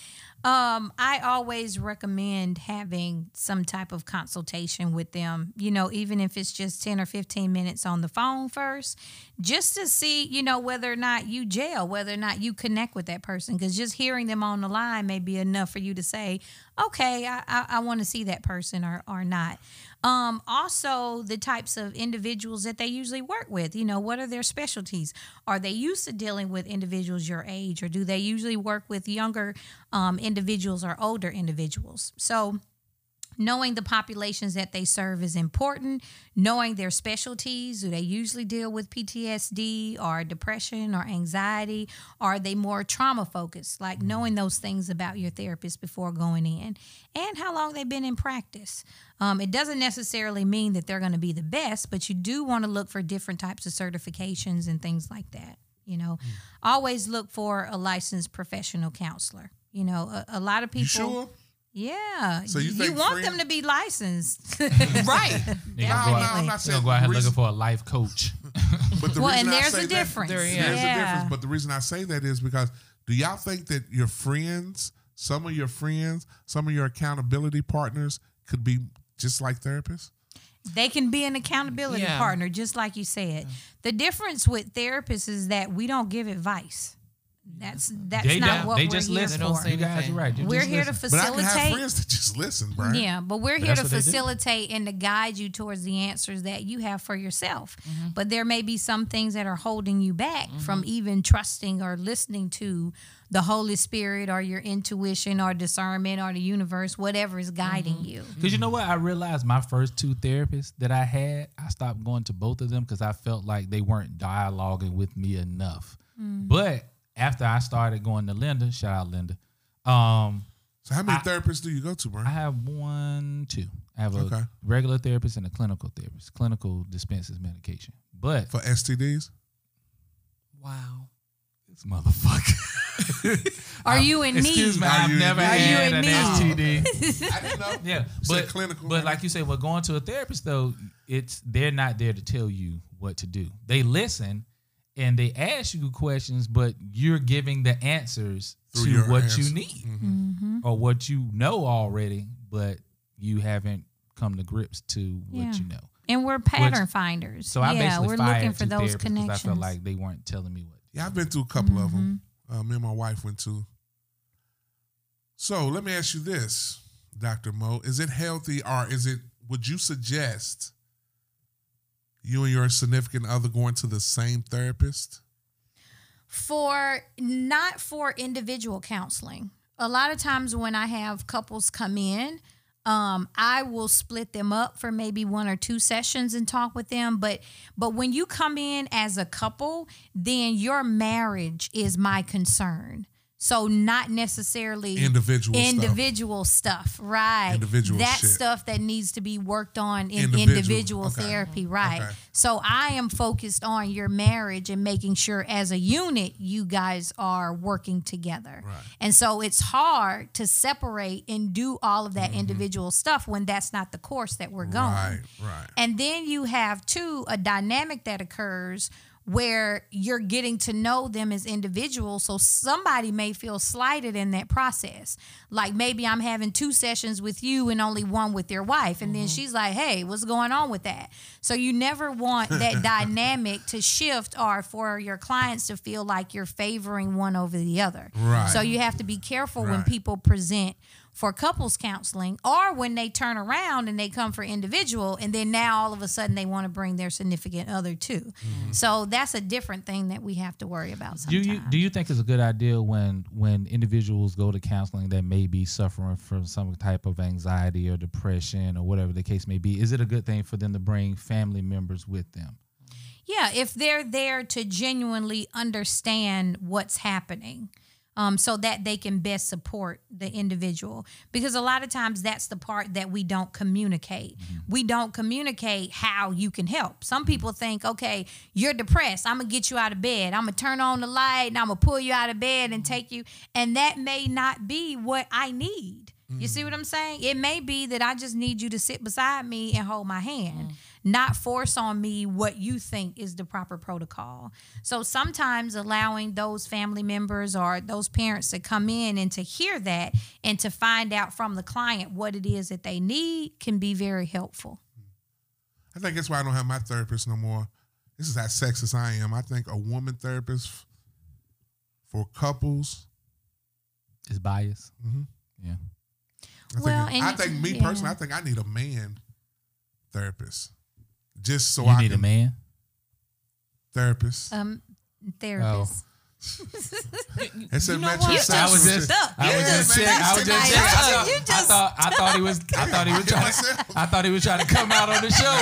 Speaker 4: Um, I always recommend having some type of consultation with them, you know, even if it's just 10 or 15 minutes on the phone first, just to see, you know, whether or not you gel, whether or not you connect with that person. Because just hearing them on the line may be enough for you to say, okay, I, I, I want to see that person or, or not. Um, also, the types of individuals that they usually work with. You know, what are their specialties? Are they used to dealing with individuals your age, or do they usually work with younger um, individuals or older individuals? So, knowing the populations that they serve is important knowing their specialties do they usually deal with ptsd or depression or anxiety are they more trauma focused
Speaker 2: Mm-hmm.
Speaker 4: like knowing those things about your therapist before going in and how long they've been in practice um, it doesn't necessarily mean that they're going to be the best but you do want to look for different types of certifications and things like that you know
Speaker 2: Mm.
Speaker 4: always look for a licensed professional counselor you know a, a lot of people
Speaker 2: You sure?
Speaker 4: yeah.
Speaker 2: So
Speaker 4: you,
Speaker 2: you think
Speaker 4: want
Speaker 2: free-
Speaker 4: them to be licensed.
Speaker 1: Right.
Speaker 2: No,
Speaker 3: You gonna go
Speaker 2: no,
Speaker 3: out-
Speaker 2: I'm not
Speaker 3: you gonna
Speaker 2: saying.
Speaker 3: go out here
Speaker 2: reason-
Speaker 3: looking for a life coach.
Speaker 2: But the
Speaker 4: well,
Speaker 2: reason
Speaker 4: and
Speaker 2: I
Speaker 4: there's
Speaker 2: say
Speaker 4: a
Speaker 2: that-
Speaker 4: difference.
Speaker 1: There is.
Speaker 4: yeah.
Speaker 1: There's
Speaker 2: There's a difference, but the reason I say that is because do y'all think that your friends, some of your friends, some of your accountability partners could be just like therapists?
Speaker 4: they can be an accountability
Speaker 1: Yeah.
Speaker 4: partner, just like you said. The difference with therapists is that we don't give advice. That's that's
Speaker 3: They
Speaker 4: not
Speaker 3: don't-
Speaker 4: what
Speaker 3: they
Speaker 4: we're
Speaker 3: just
Speaker 4: here
Speaker 3: listen.
Speaker 1: They don't
Speaker 4: for.
Speaker 1: say
Speaker 3: You guys are
Speaker 1: anything.
Speaker 3: right. You
Speaker 4: We're
Speaker 3: just
Speaker 4: here
Speaker 3: listen.
Speaker 4: to
Speaker 2: But I can have
Speaker 4: facilitate.
Speaker 2: friends that just listen, Brian.
Speaker 4: Yeah, but we're
Speaker 3: But
Speaker 4: here
Speaker 3: that's
Speaker 4: to
Speaker 3: what they do.
Speaker 4: facilitate and to guide you towards the answers that you have for yourself.
Speaker 3: Mm-hmm.
Speaker 4: But there may be some things that are holding you back from even trusting or listening to the Holy Spirit or your intuition or discernment or the universe, whatever is guiding
Speaker 3: Mm-hmm.
Speaker 4: you.
Speaker 3: Because you know what? I realized my first two therapists that I had, I stopped going to both of them because I felt like they weren't dialoguing with me enough.
Speaker 4: Mm.
Speaker 3: But after I started going to Linda, shout out Linda, um,
Speaker 2: So how many therapists do you go to, Brian?
Speaker 3: I have one, two. I have a
Speaker 2: Okay.
Speaker 3: regular therapist and a clinical therapist. Clinical dispenses medication. But
Speaker 2: for STDs?
Speaker 1: Wow.
Speaker 3: this motherfucker.
Speaker 4: Are you in
Speaker 3: Excuse
Speaker 4: need?
Speaker 3: me,
Speaker 2: Are
Speaker 3: I've
Speaker 2: you in
Speaker 3: never
Speaker 2: need?
Speaker 4: Are you
Speaker 3: had
Speaker 4: in
Speaker 3: an
Speaker 4: need?
Speaker 3: STD.
Speaker 2: I didn't know.
Speaker 3: yeah,
Speaker 2: said
Speaker 3: but
Speaker 2: clinical,
Speaker 3: But
Speaker 2: right?
Speaker 3: like you say, well, going to a therapist though, it's they're not there to tell you what to do. They listen and they ask you questions, but you're giving the answers
Speaker 2: Through
Speaker 3: to
Speaker 2: your
Speaker 3: what
Speaker 2: answer. Mm-hmm.
Speaker 3: you need
Speaker 4: Mm-hmm.
Speaker 3: or what you know already, but you haven't come to grips to what
Speaker 4: Yeah.
Speaker 3: you know.
Speaker 4: And we're pattern finders.
Speaker 3: So I
Speaker 4: yeah,
Speaker 3: basically
Speaker 4: we're
Speaker 3: fired
Speaker 4: looking for
Speaker 3: two
Speaker 4: those
Speaker 3: therapists 'cause
Speaker 4: connections.
Speaker 3: I felt like they weren't telling me what.
Speaker 2: Yeah, I've been through a couple of 'em. of them. Uh, me and my wife went to. So let me ask you this, Doctor Mo: Is it healthy, or is it? Would you suggest you and your significant other going to the same therapist?
Speaker 4: for not for individual counseling. A lot of times when I have couples come in, um, I will split them up for maybe one or two sessions and talk with them. But but when you come in as a couple, then your marriage is my concern. So not necessarily
Speaker 2: Individual stuff.
Speaker 4: individual stuff, right?
Speaker 2: Individual
Speaker 4: that
Speaker 2: shit.
Speaker 4: stuff that needs to be worked on in
Speaker 2: Individual,
Speaker 4: individual,
Speaker 2: okay.
Speaker 4: therapy, right?
Speaker 2: Okay.
Speaker 4: So I am focused on your marriage and making sure as a unit you guys are working together.
Speaker 2: Right.
Speaker 4: And so it's hard to separate and do all of that individual stuff when that's not the course that we're going.
Speaker 2: Mm-hmm. Right, right.
Speaker 4: And then you have too a dynamic that occurs where you're getting to know them as individuals. So somebody may feel slighted in that process. Like maybe I'm having two sessions with you and only one with your wife. And then she's like, hey, what's going on with that? So you never want that dynamic to shift or for your clients to feel like you're favoring one over the other.
Speaker 2: Right.
Speaker 4: So you have to be careful when
Speaker 2: Right.
Speaker 4: people present for couples counseling or when they turn around and they come for individual and then now all of a sudden they want to bring their significant other too. So that's a different thing that we have to worry about
Speaker 3: Do
Speaker 4: sometimes.
Speaker 3: you do you think it's a good idea when when individuals go to counseling that may be suffering from some type of anxiety or depression or whatever the case may be? Is it a good thing for them to bring family members with them?
Speaker 4: Yeah, if they're there to genuinely understand what's happening. Um, so that they can best support the individual because a lot of times that's the part that we don't communicate we don't communicate how you can help some people think okay you're depressed i'm gonna get you out of bed i'm gonna turn on the light and i'm gonna pull you out of bed and take you and that may not be what i need you
Speaker 2: Mm.
Speaker 4: see what I'm saying? It may be that I just need you to sit beside me and hold my
Speaker 2: Mm.
Speaker 4: hand, not force on me what you think is the proper protocol. So sometimes allowing those family members or those parents to come in and to hear that and to find out from the client what it is that they need can be very helpful.
Speaker 2: I think that's why I don't have my therapist no more. This is how sexist I am. I think a woman therapist f- for couples.
Speaker 3: It's biased.
Speaker 2: Mhm.
Speaker 3: Yeah.
Speaker 2: I think,
Speaker 4: Well, and
Speaker 2: I
Speaker 4: you-
Speaker 2: think me
Speaker 4: yeah.
Speaker 2: personally, I think I need a man therapist. Just so
Speaker 3: you
Speaker 2: I
Speaker 3: need
Speaker 2: can
Speaker 3: a man.
Speaker 2: therapist.
Speaker 4: Um, therapist.
Speaker 2: It's a
Speaker 1: you know
Speaker 2: metro
Speaker 1: what? You
Speaker 2: sexual
Speaker 1: just-
Speaker 2: shit.
Speaker 3: I was
Speaker 2: Yeah,
Speaker 3: just
Speaker 2: man,
Speaker 3: checking. I was
Speaker 4: tonight.
Speaker 3: just checking. I thought,
Speaker 4: You
Speaker 3: I
Speaker 4: just
Speaker 3: thought, I thought he was. I thought he was trying. To, I thought he was trying to come out on the show.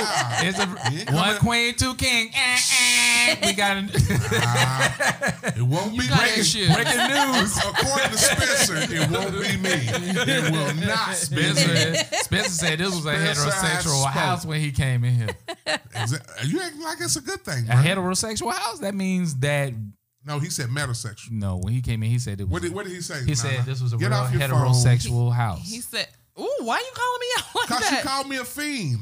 Speaker 3: It's a, one queen, two king. Eh,
Speaker 2: Oh.
Speaker 3: eh. We got a,
Speaker 2: It won't be
Speaker 1: gotta
Speaker 2: breaking
Speaker 1: shit.
Speaker 2: breaking news. According to Spencer, it won't be me. It will not Spencer.
Speaker 3: Spencer. Spencer said this was a
Speaker 2: Spencer had
Speaker 3: heterosexual
Speaker 2: spoke.
Speaker 3: house when he came in here.
Speaker 2: Exa- You acting like it's a good thing,
Speaker 3: A
Speaker 2: bro.
Speaker 3: heterosexual house. That means that
Speaker 2: No, he said metrosexual.
Speaker 3: no. When he came in, he said it was.
Speaker 2: What did, what did he say?
Speaker 3: he said this was a
Speaker 2: Get
Speaker 3: real
Speaker 2: off your
Speaker 3: heterosexual house.
Speaker 1: He said, "Ooh, why you calling me out like
Speaker 2: Because
Speaker 1: that?"
Speaker 2: you called me a fiend.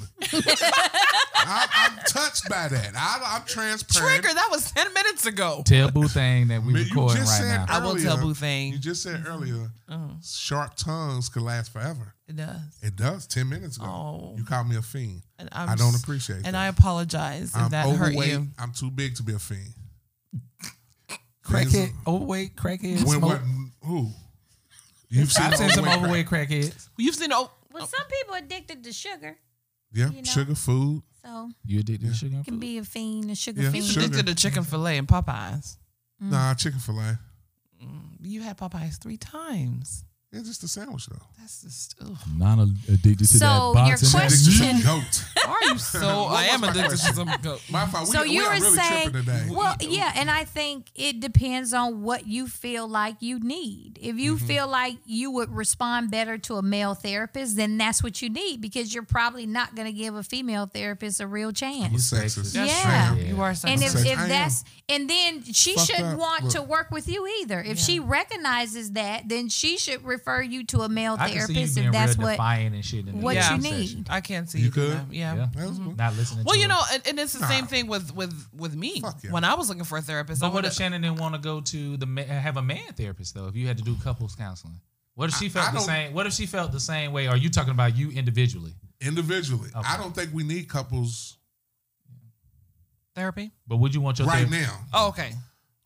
Speaker 2: I, I'm touched by that. I, I'm transparent.
Speaker 1: Trigger. That was ten minutes ago.
Speaker 3: Tell Boo Thing that we
Speaker 2: Man, you
Speaker 3: recording
Speaker 2: just
Speaker 3: right
Speaker 2: said
Speaker 3: now.
Speaker 1: I will
Speaker 2: earlier-
Speaker 1: tell Boo Thing.
Speaker 2: You just
Speaker 1: Mm-hmm.
Speaker 2: said earlier,
Speaker 1: Mm.
Speaker 2: sharp tongues could last forever.
Speaker 1: It does.
Speaker 2: It does. Ten minutes ago,
Speaker 1: Oh.
Speaker 2: you called me a fiend.
Speaker 1: And I'm
Speaker 2: I don't
Speaker 1: s-
Speaker 2: appreciate
Speaker 1: And
Speaker 2: that.
Speaker 1: I apologize if
Speaker 2: I'm
Speaker 1: that hurt
Speaker 2: overweight.
Speaker 1: you.
Speaker 2: I'm too big to be a fiend.
Speaker 3: Crackhead, overweight, crackhead.
Speaker 2: When
Speaker 3: smoke.
Speaker 2: what? Who? You've seen,
Speaker 3: I've seen some
Speaker 2: overweight-
Speaker 3: overweight crackheads.
Speaker 1: You've seen oh,
Speaker 4: Well, some people addicted to sugar,
Speaker 2: Yeah,
Speaker 4: know.
Speaker 2: sugar food.
Speaker 4: so
Speaker 3: You addicted to sugar? and
Speaker 4: you can
Speaker 3: food?
Speaker 4: be a fiend, a sugar
Speaker 2: Yeah,
Speaker 4: fiend.
Speaker 1: he's
Speaker 2: Sugar.
Speaker 1: addicted to chicken fillet and Popeyes.
Speaker 4: Mm.
Speaker 2: Nah, chicken fillet.
Speaker 1: You had Popeyes three times.
Speaker 2: It's just a sandwich though.
Speaker 1: That's just. Ugh.
Speaker 3: Not addicted
Speaker 4: to that So, your boxing question-
Speaker 2: Addicted to some
Speaker 4: Chicken.
Speaker 2: goat.
Speaker 1: Why are you so? I am
Speaker 2: my
Speaker 1: addicted to
Speaker 2: question?
Speaker 1: some. goat.
Speaker 2: My fault. We,
Speaker 4: so you
Speaker 2: we
Speaker 4: were
Speaker 2: are really
Speaker 4: saying,
Speaker 2: tripping today.
Speaker 4: well, yeah, and I think it depends on what you feel like you need. If you
Speaker 3: Mm-hmm.
Speaker 4: feel like you would respond better to a male therapist, then that's what you need because you're probably not going to give a female therapist a real chance.
Speaker 2: sexist.
Speaker 1: That's
Speaker 4: Yeah.
Speaker 1: true. You are.
Speaker 4: And if,
Speaker 1: sexist.
Speaker 2: Sex-
Speaker 4: if
Speaker 2: I am.
Speaker 4: that's and then she
Speaker 2: Fucked
Speaker 4: shouldn't
Speaker 2: up.
Speaker 4: want
Speaker 2: Look.
Speaker 4: to work with you either. If she recognizes that, then she should refer you to a male
Speaker 3: I can see you
Speaker 4: therapist
Speaker 3: being
Speaker 4: if that's
Speaker 3: real
Speaker 4: what
Speaker 3: defiant and shit. In the
Speaker 4: what
Speaker 3: middle
Speaker 1: you
Speaker 3: of the
Speaker 4: need.
Speaker 3: session.
Speaker 1: I can't see
Speaker 2: You
Speaker 1: you. do
Speaker 2: could?
Speaker 1: that. Yeah.
Speaker 3: Yeah.
Speaker 2: That was cool.
Speaker 3: Not listening.
Speaker 1: Well,
Speaker 3: to
Speaker 1: you
Speaker 3: it.
Speaker 1: know, and, and it's the
Speaker 2: Nah.
Speaker 1: same thing with with with me.
Speaker 2: Fuck yeah.
Speaker 1: When I was looking for a therapist, I
Speaker 3: But what if
Speaker 1: would've-
Speaker 3: Shannon didn't want to go to the ma- uh, have a man therapist though? If you had to do couples counseling, what if she felt
Speaker 2: I
Speaker 3: the
Speaker 2: don't-
Speaker 3: same? What if she felt the same way? Are you talking about you individually?
Speaker 2: Individually,
Speaker 3: Okay.
Speaker 2: I don't think we need couples
Speaker 1: therapy.
Speaker 3: But would you want your
Speaker 2: right
Speaker 3: therapist?
Speaker 2: now.
Speaker 1: Oh, okay.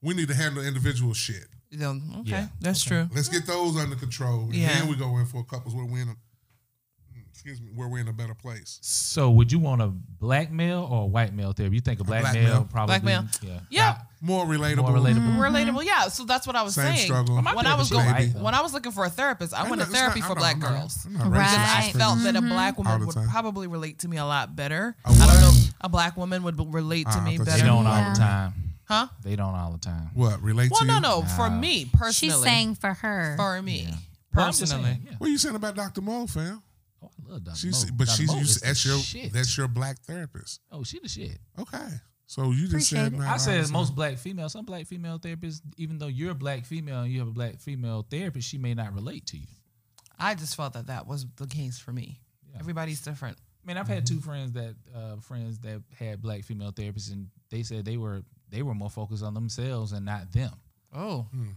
Speaker 2: We need to handle individual shit.
Speaker 1: Then, okay,
Speaker 3: Yeah.
Speaker 1: that's true.
Speaker 2: Let's get those under control. And
Speaker 1: Yeah.
Speaker 2: then we go in for couples where we're in a mm, excuse me, where we're in a better place.
Speaker 3: So would you want a black male or a white male therapy? You think a black,
Speaker 2: black
Speaker 3: male,
Speaker 2: male.
Speaker 3: probably
Speaker 1: Black male.
Speaker 3: Yeah.
Speaker 1: Yeah. Mm-hmm.
Speaker 2: More relatable.
Speaker 3: More relatable.
Speaker 1: Relatable, yeah. So that's what I was
Speaker 2: Mm-hmm. Same
Speaker 1: saying.
Speaker 2: struggle.
Speaker 1: When I was
Speaker 2: Maybe.
Speaker 1: going, when I was looking for a therapist, I
Speaker 2: I'm
Speaker 1: went
Speaker 2: not-
Speaker 1: to
Speaker 2: it's not-
Speaker 1: therapy
Speaker 2: I'm
Speaker 1: for
Speaker 2: not-
Speaker 1: black
Speaker 2: I'm not-
Speaker 1: girls.
Speaker 2: I'm not
Speaker 4: Right.
Speaker 2: racist.
Speaker 1: Because I felt that a black
Speaker 2: All the
Speaker 1: woman would
Speaker 2: time.
Speaker 1: probably relate to me a lot better.
Speaker 2: A
Speaker 1: I
Speaker 2: what?
Speaker 1: don't know. A black woman would relate to
Speaker 2: Ah, I
Speaker 1: me
Speaker 2: thought you
Speaker 3: They
Speaker 1: better.
Speaker 3: don't all
Speaker 4: Yeah.
Speaker 3: the time.
Speaker 1: Huh?
Speaker 3: They don't all the time.
Speaker 2: What relate
Speaker 1: Well,
Speaker 2: to
Speaker 1: no,
Speaker 2: you?
Speaker 1: no. For
Speaker 3: Nah.
Speaker 1: me
Speaker 4: she's
Speaker 1: personally,
Speaker 4: saying for her.
Speaker 1: for me
Speaker 3: Well, I'm just
Speaker 1: personally,
Speaker 3: saying, yeah.
Speaker 2: What you saying about Dr. Mo, fam?
Speaker 3: Oh, I love Dr.
Speaker 2: She's
Speaker 3: Mo.
Speaker 2: but
Speaker 3: Dr.
Speaker 2: she's
Speaker 3: Mo
Speaker 2: you,
Speaker 3: is the
Speaker 2: that's your
Speaker 3: shit.
Speaker 2: that's your black therapist.
Speaker 3: oh she the shit.
Speaker 2: Okay. So you just
Speaker 4: Appreciate
Speaker 2: said
Speaker 4: it.
Speaker 2: nah,
Speaker 3: I said
Speaker 2: honestly.
Speaker 3: most black females. Some black female therapists, even though you're a black female and you have a black female therapist, she may not relate to you.
Speaker 1: I just felt that that was the case for me. Everybody's different.
Speaker 3: I mean, I've had two friends that uh, friends that had black female therapists, and they said they were they were more focused on themselves and not them.
Speaker 1: Oh,
Speaker 2: Hmm.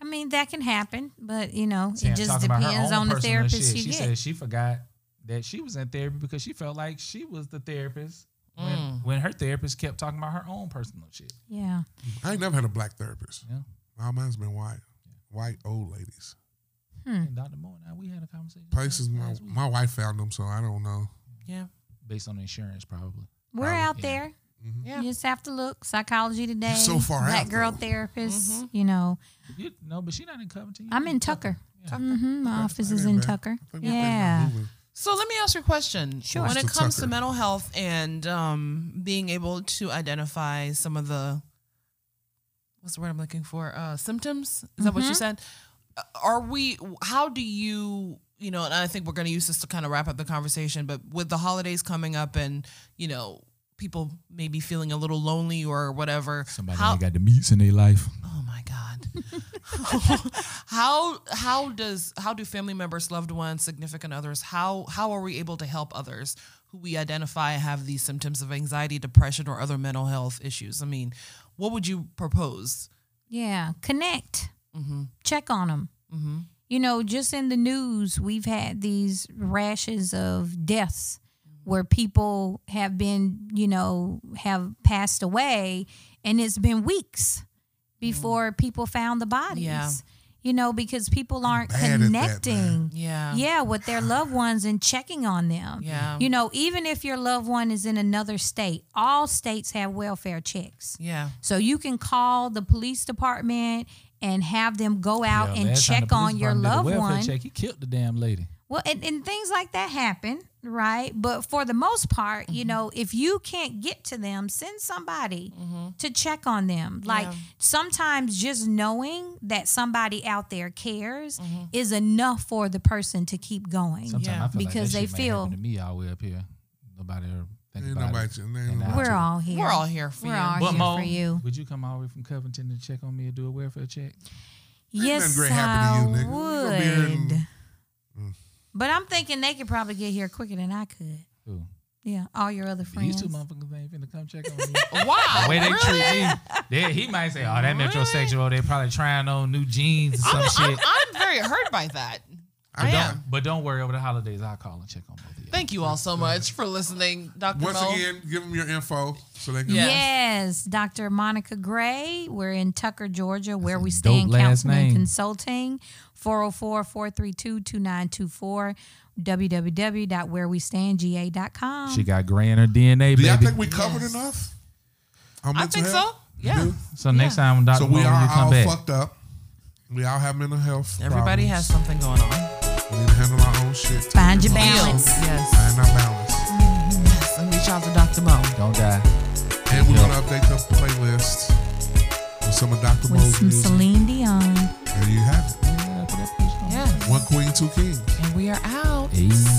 Speaker 4: I mean, that can happen, but you know,
Speaker 3: Sam
Speaker 4: it just
Speaker 3: talking about her
Speaker 4: depends
Speaker 3: own
Speaker 4: on the
Speaker 3: personal
Speaker 4: therapist
Speaker 3: shit.
Speaker 4: you
Speaker 3: she
Speaker 4: get.
Speaker 3: said she forgot that she was in therapy because she felt like she was the therapist when,
Speaker 4: Mm.
Speaker 3: when her therapist kept talking about her own personal shit.
Speaker 4: yeah.
Speaker 2: I ain't never had a black therapist.
Speaker 3: Yeah.
Speaker 2: All mine's been white. White old ladies.
Speaker 4: Hmm.
Speaker 3: And Dr. Moore and I, we had a conversation.
Speaker 2: Places my,
Speaker 3: last week.
Speaker 2: my wife found them, so I don't know.
Speaker 1: yeah,
Speaker 3: based on insurance, probably.
Speaker 4: We're
Speaker 3: Probably,
Speaker 4: out
Speaker 3: yeah.
Speaker 4: there.
Speaker 1: yeah.
Speaker 4: You just have to look. Psychology today.
Speaker 2: Mm-hmm. so far
Speaker 4: Black
Speaker 2: out,
Speaker 4: girl
Speaker 2: though.
Speaker 4: therapists. You know,
Speaker 3: You, no, but she not in Covington. You
Speaker 4: I'm in Tucker. hmm My office is
Speaker 2: Hey,
Speaker 4: in
Speaker 2: man.
Speaker 4: Tucker.
Speaker 2: I think we're thinking about
Speaker 4: Yeah.
Speaker 2: moving.
Speaker 1: So let me ask you a question.
Speaker 4: Sure.
Speaker 1: When
Speaker 2: Mr.
Speaker 1: it comes
Speaker 2: Tucker.
Speaker 1: to mental health and um, being able to identify some of the what's the word I'm looking for uh, symptoms, is that what you said? Uh, Are we? How do you? You know, and I think we're going to use this to kind of wrap up the conversation. But with the holidays coming up, and you know, people maybe feeling a little lonely or whatever.
Speaker 3: Somebody
Speaker 1: how,
Speaker 3: ain't got the meats in their life.
Speaker 1: Oh my God. how how does how do family members, loved ones, significant others, how how are we able to help others who we identify have these symptoms of anxiety, depression, or other mental health issues? I mean, what would you propose?
Speaker 4: Yeah, connect. Check on them. You know, just in the news, we've had these rashes of deaths where people have been, you know, have passed away, and it's been weeks before people found the bodies.
Speaker 1: Yeah.
Speaker 4: You know, because people aren't
Speaker 2: bad at that, man.
Speaker 4: connecting.
Speaker 1: Yeah.
Speaker 4: Yeah, with their loved ones and checking on them.
Speaker 1: Yeah.
Speaker 4: You know, even if your loved one is in another state, all states have welfare checks.
Speaker 1: Yeah.
Speaker 4: So you can call the police department and have them go out
Speaker 3: Yeah,
Speaker 4: and
Speaker 3: last time
Speaker 4: check
Speaker 3: the police
Speaker 4: on your
Speaker 3: department did a
Speaker 4: loved
Speaker 3: welfare
Speaker 4: one.
Speaker 3: Check, he killed the damn lady.
Speaker 4: Well, and, and things like that happen, right? But for the most part,
Speaker 3: Mm-hmm.
Speaker 4: you know, if you can't get to them, send somebody
Speaker 3: Mm-hmm.
Speaker 4: to check on them. Like sometimes just knowing that somebody out there cares
Speaker 3: Mm-hmm.
Speaker 4: is enough for the person to keep going.
Speaker 3: Sometimes
Speaker 1: Yeah.
Speaker 3: I feel
Speaker 4: Because
Speaker 3: like that
Speaker 4: they
Speaker 3: shit might
Speaker 4: feel-
Speaker 3: happen to me all the way up here. Nobody ever think
Speaker 2: Ain't
Speaker 3: about
Speaker 2: nobody
Speaker 3: it.
Speaker 2: ch- ain't
Speaker 3: And
Speaker 2: nobody
Speaker 3: I-
Speaker 4: We're all here.
Speaker 1: We're all here for
Speaker 4: We're
Speaker 1: you.
Speaker 4: all
Speaker 3: But
Speaker 4: here
Speaker 3: Mo,
Speaker 4: for you.
Speaker 3: would you come all the way from Covington to check on me and do a welfare check?
Speaker 4: Yes,
Speaker 2: nothing great
Speaker 4: I
Speaker 2: happened to you, nigga. You gonna be
Speaker 4: would. Mm.
Speaker 2: here in-
Speaker 4: But I'm thinking they could probably get here quicker than I could.
Speaker 3: Who?
Speaker 4: Yeah, all your other
Speaker 3: These
Speaker 4: friends.
Speaker 3: two motherfuckers ain't finna come check on me.
Speaker 1: wow.
Speaker 3: The way they
Speaker 1: really?
Speaker 3: treat me, they, he might say, "Oh, that metrosexual, they probably trying on new jeans or some shit."
Speaker 1: I'm very hurt by that. I
Speaker 3: Don't-
Speaker 1: am.
Speaker 3: but don't worry, over the holidays, I'll call and check on both of you.
Speaker 1: Thank you all so much for listening, Dr.
Speaker 2: Once
Speaker 1: Mo.
Speaker 2: again, give them your info so they can.
Speaker 1: Yeah.
Speaker 4: yes. Dr. Monica Gray. We're in Tucker, Georgia, where we
Speaker 3: a
Speaker 4: stay in
Speaker 3: dope last
Speaker 4: counseling and
Speaker 3: name.
Speaker 4: consulting. 404-432-2924. www.wherewestandga.com.
Speaker 3: She got gray in her DNA,
Speaker 2: Do
Speaker 3: baby.
Speaker 2: y'all think we covered
Speaker 1: Yes.
Speaker 2: enough? on
Speaker 1: I
Speaker 2: mental
Speaker 1: think
Speaker 2: health?
Speaker 1: so. Yeah.
Speaker 2: You
Speaker 3: so next time when
Speaker 2: do?
Speaker 3: Dr.
Speaker 2: So we
Speaker 3: Mo,
Speaker 2: are
Speaker 3: you come
Speaker 2: all
Speaker 3: back.
Speaker 2: fucked up. We all have mental health.
Speaker 1: Everybody has
Speaker 2: problems.
Speaker 1: something going on.
Speaker 2: We need to handle our own shit. take
Speaker 4: Find your
Speaker 2: care of
Speaker 4: balance.
Speaker 2: ourselves,
Speaker 1: Yes.
Speaker 2: Find our balance.
Speaker 1: Yes. And reach out to Dr. Mo.
Speaker 3: Don't die.
Speaker 2: And we're
Speaker 3: Yeah.
Speaker 2: gonna update the playlist with some of Dr.
Speaker 4: With
Speaker 2: Mo's
Speaker 4: some
Speaker 2: music.
Speaker 4: Celine Dion.
Speaker 2: There you have it.
Speaker 3: Yeah, put that push on.
Speaker 1: Yes.
Speaker 2: One queen, two kings.
Speaker 1: And we are out.
Speaker 3: Hey.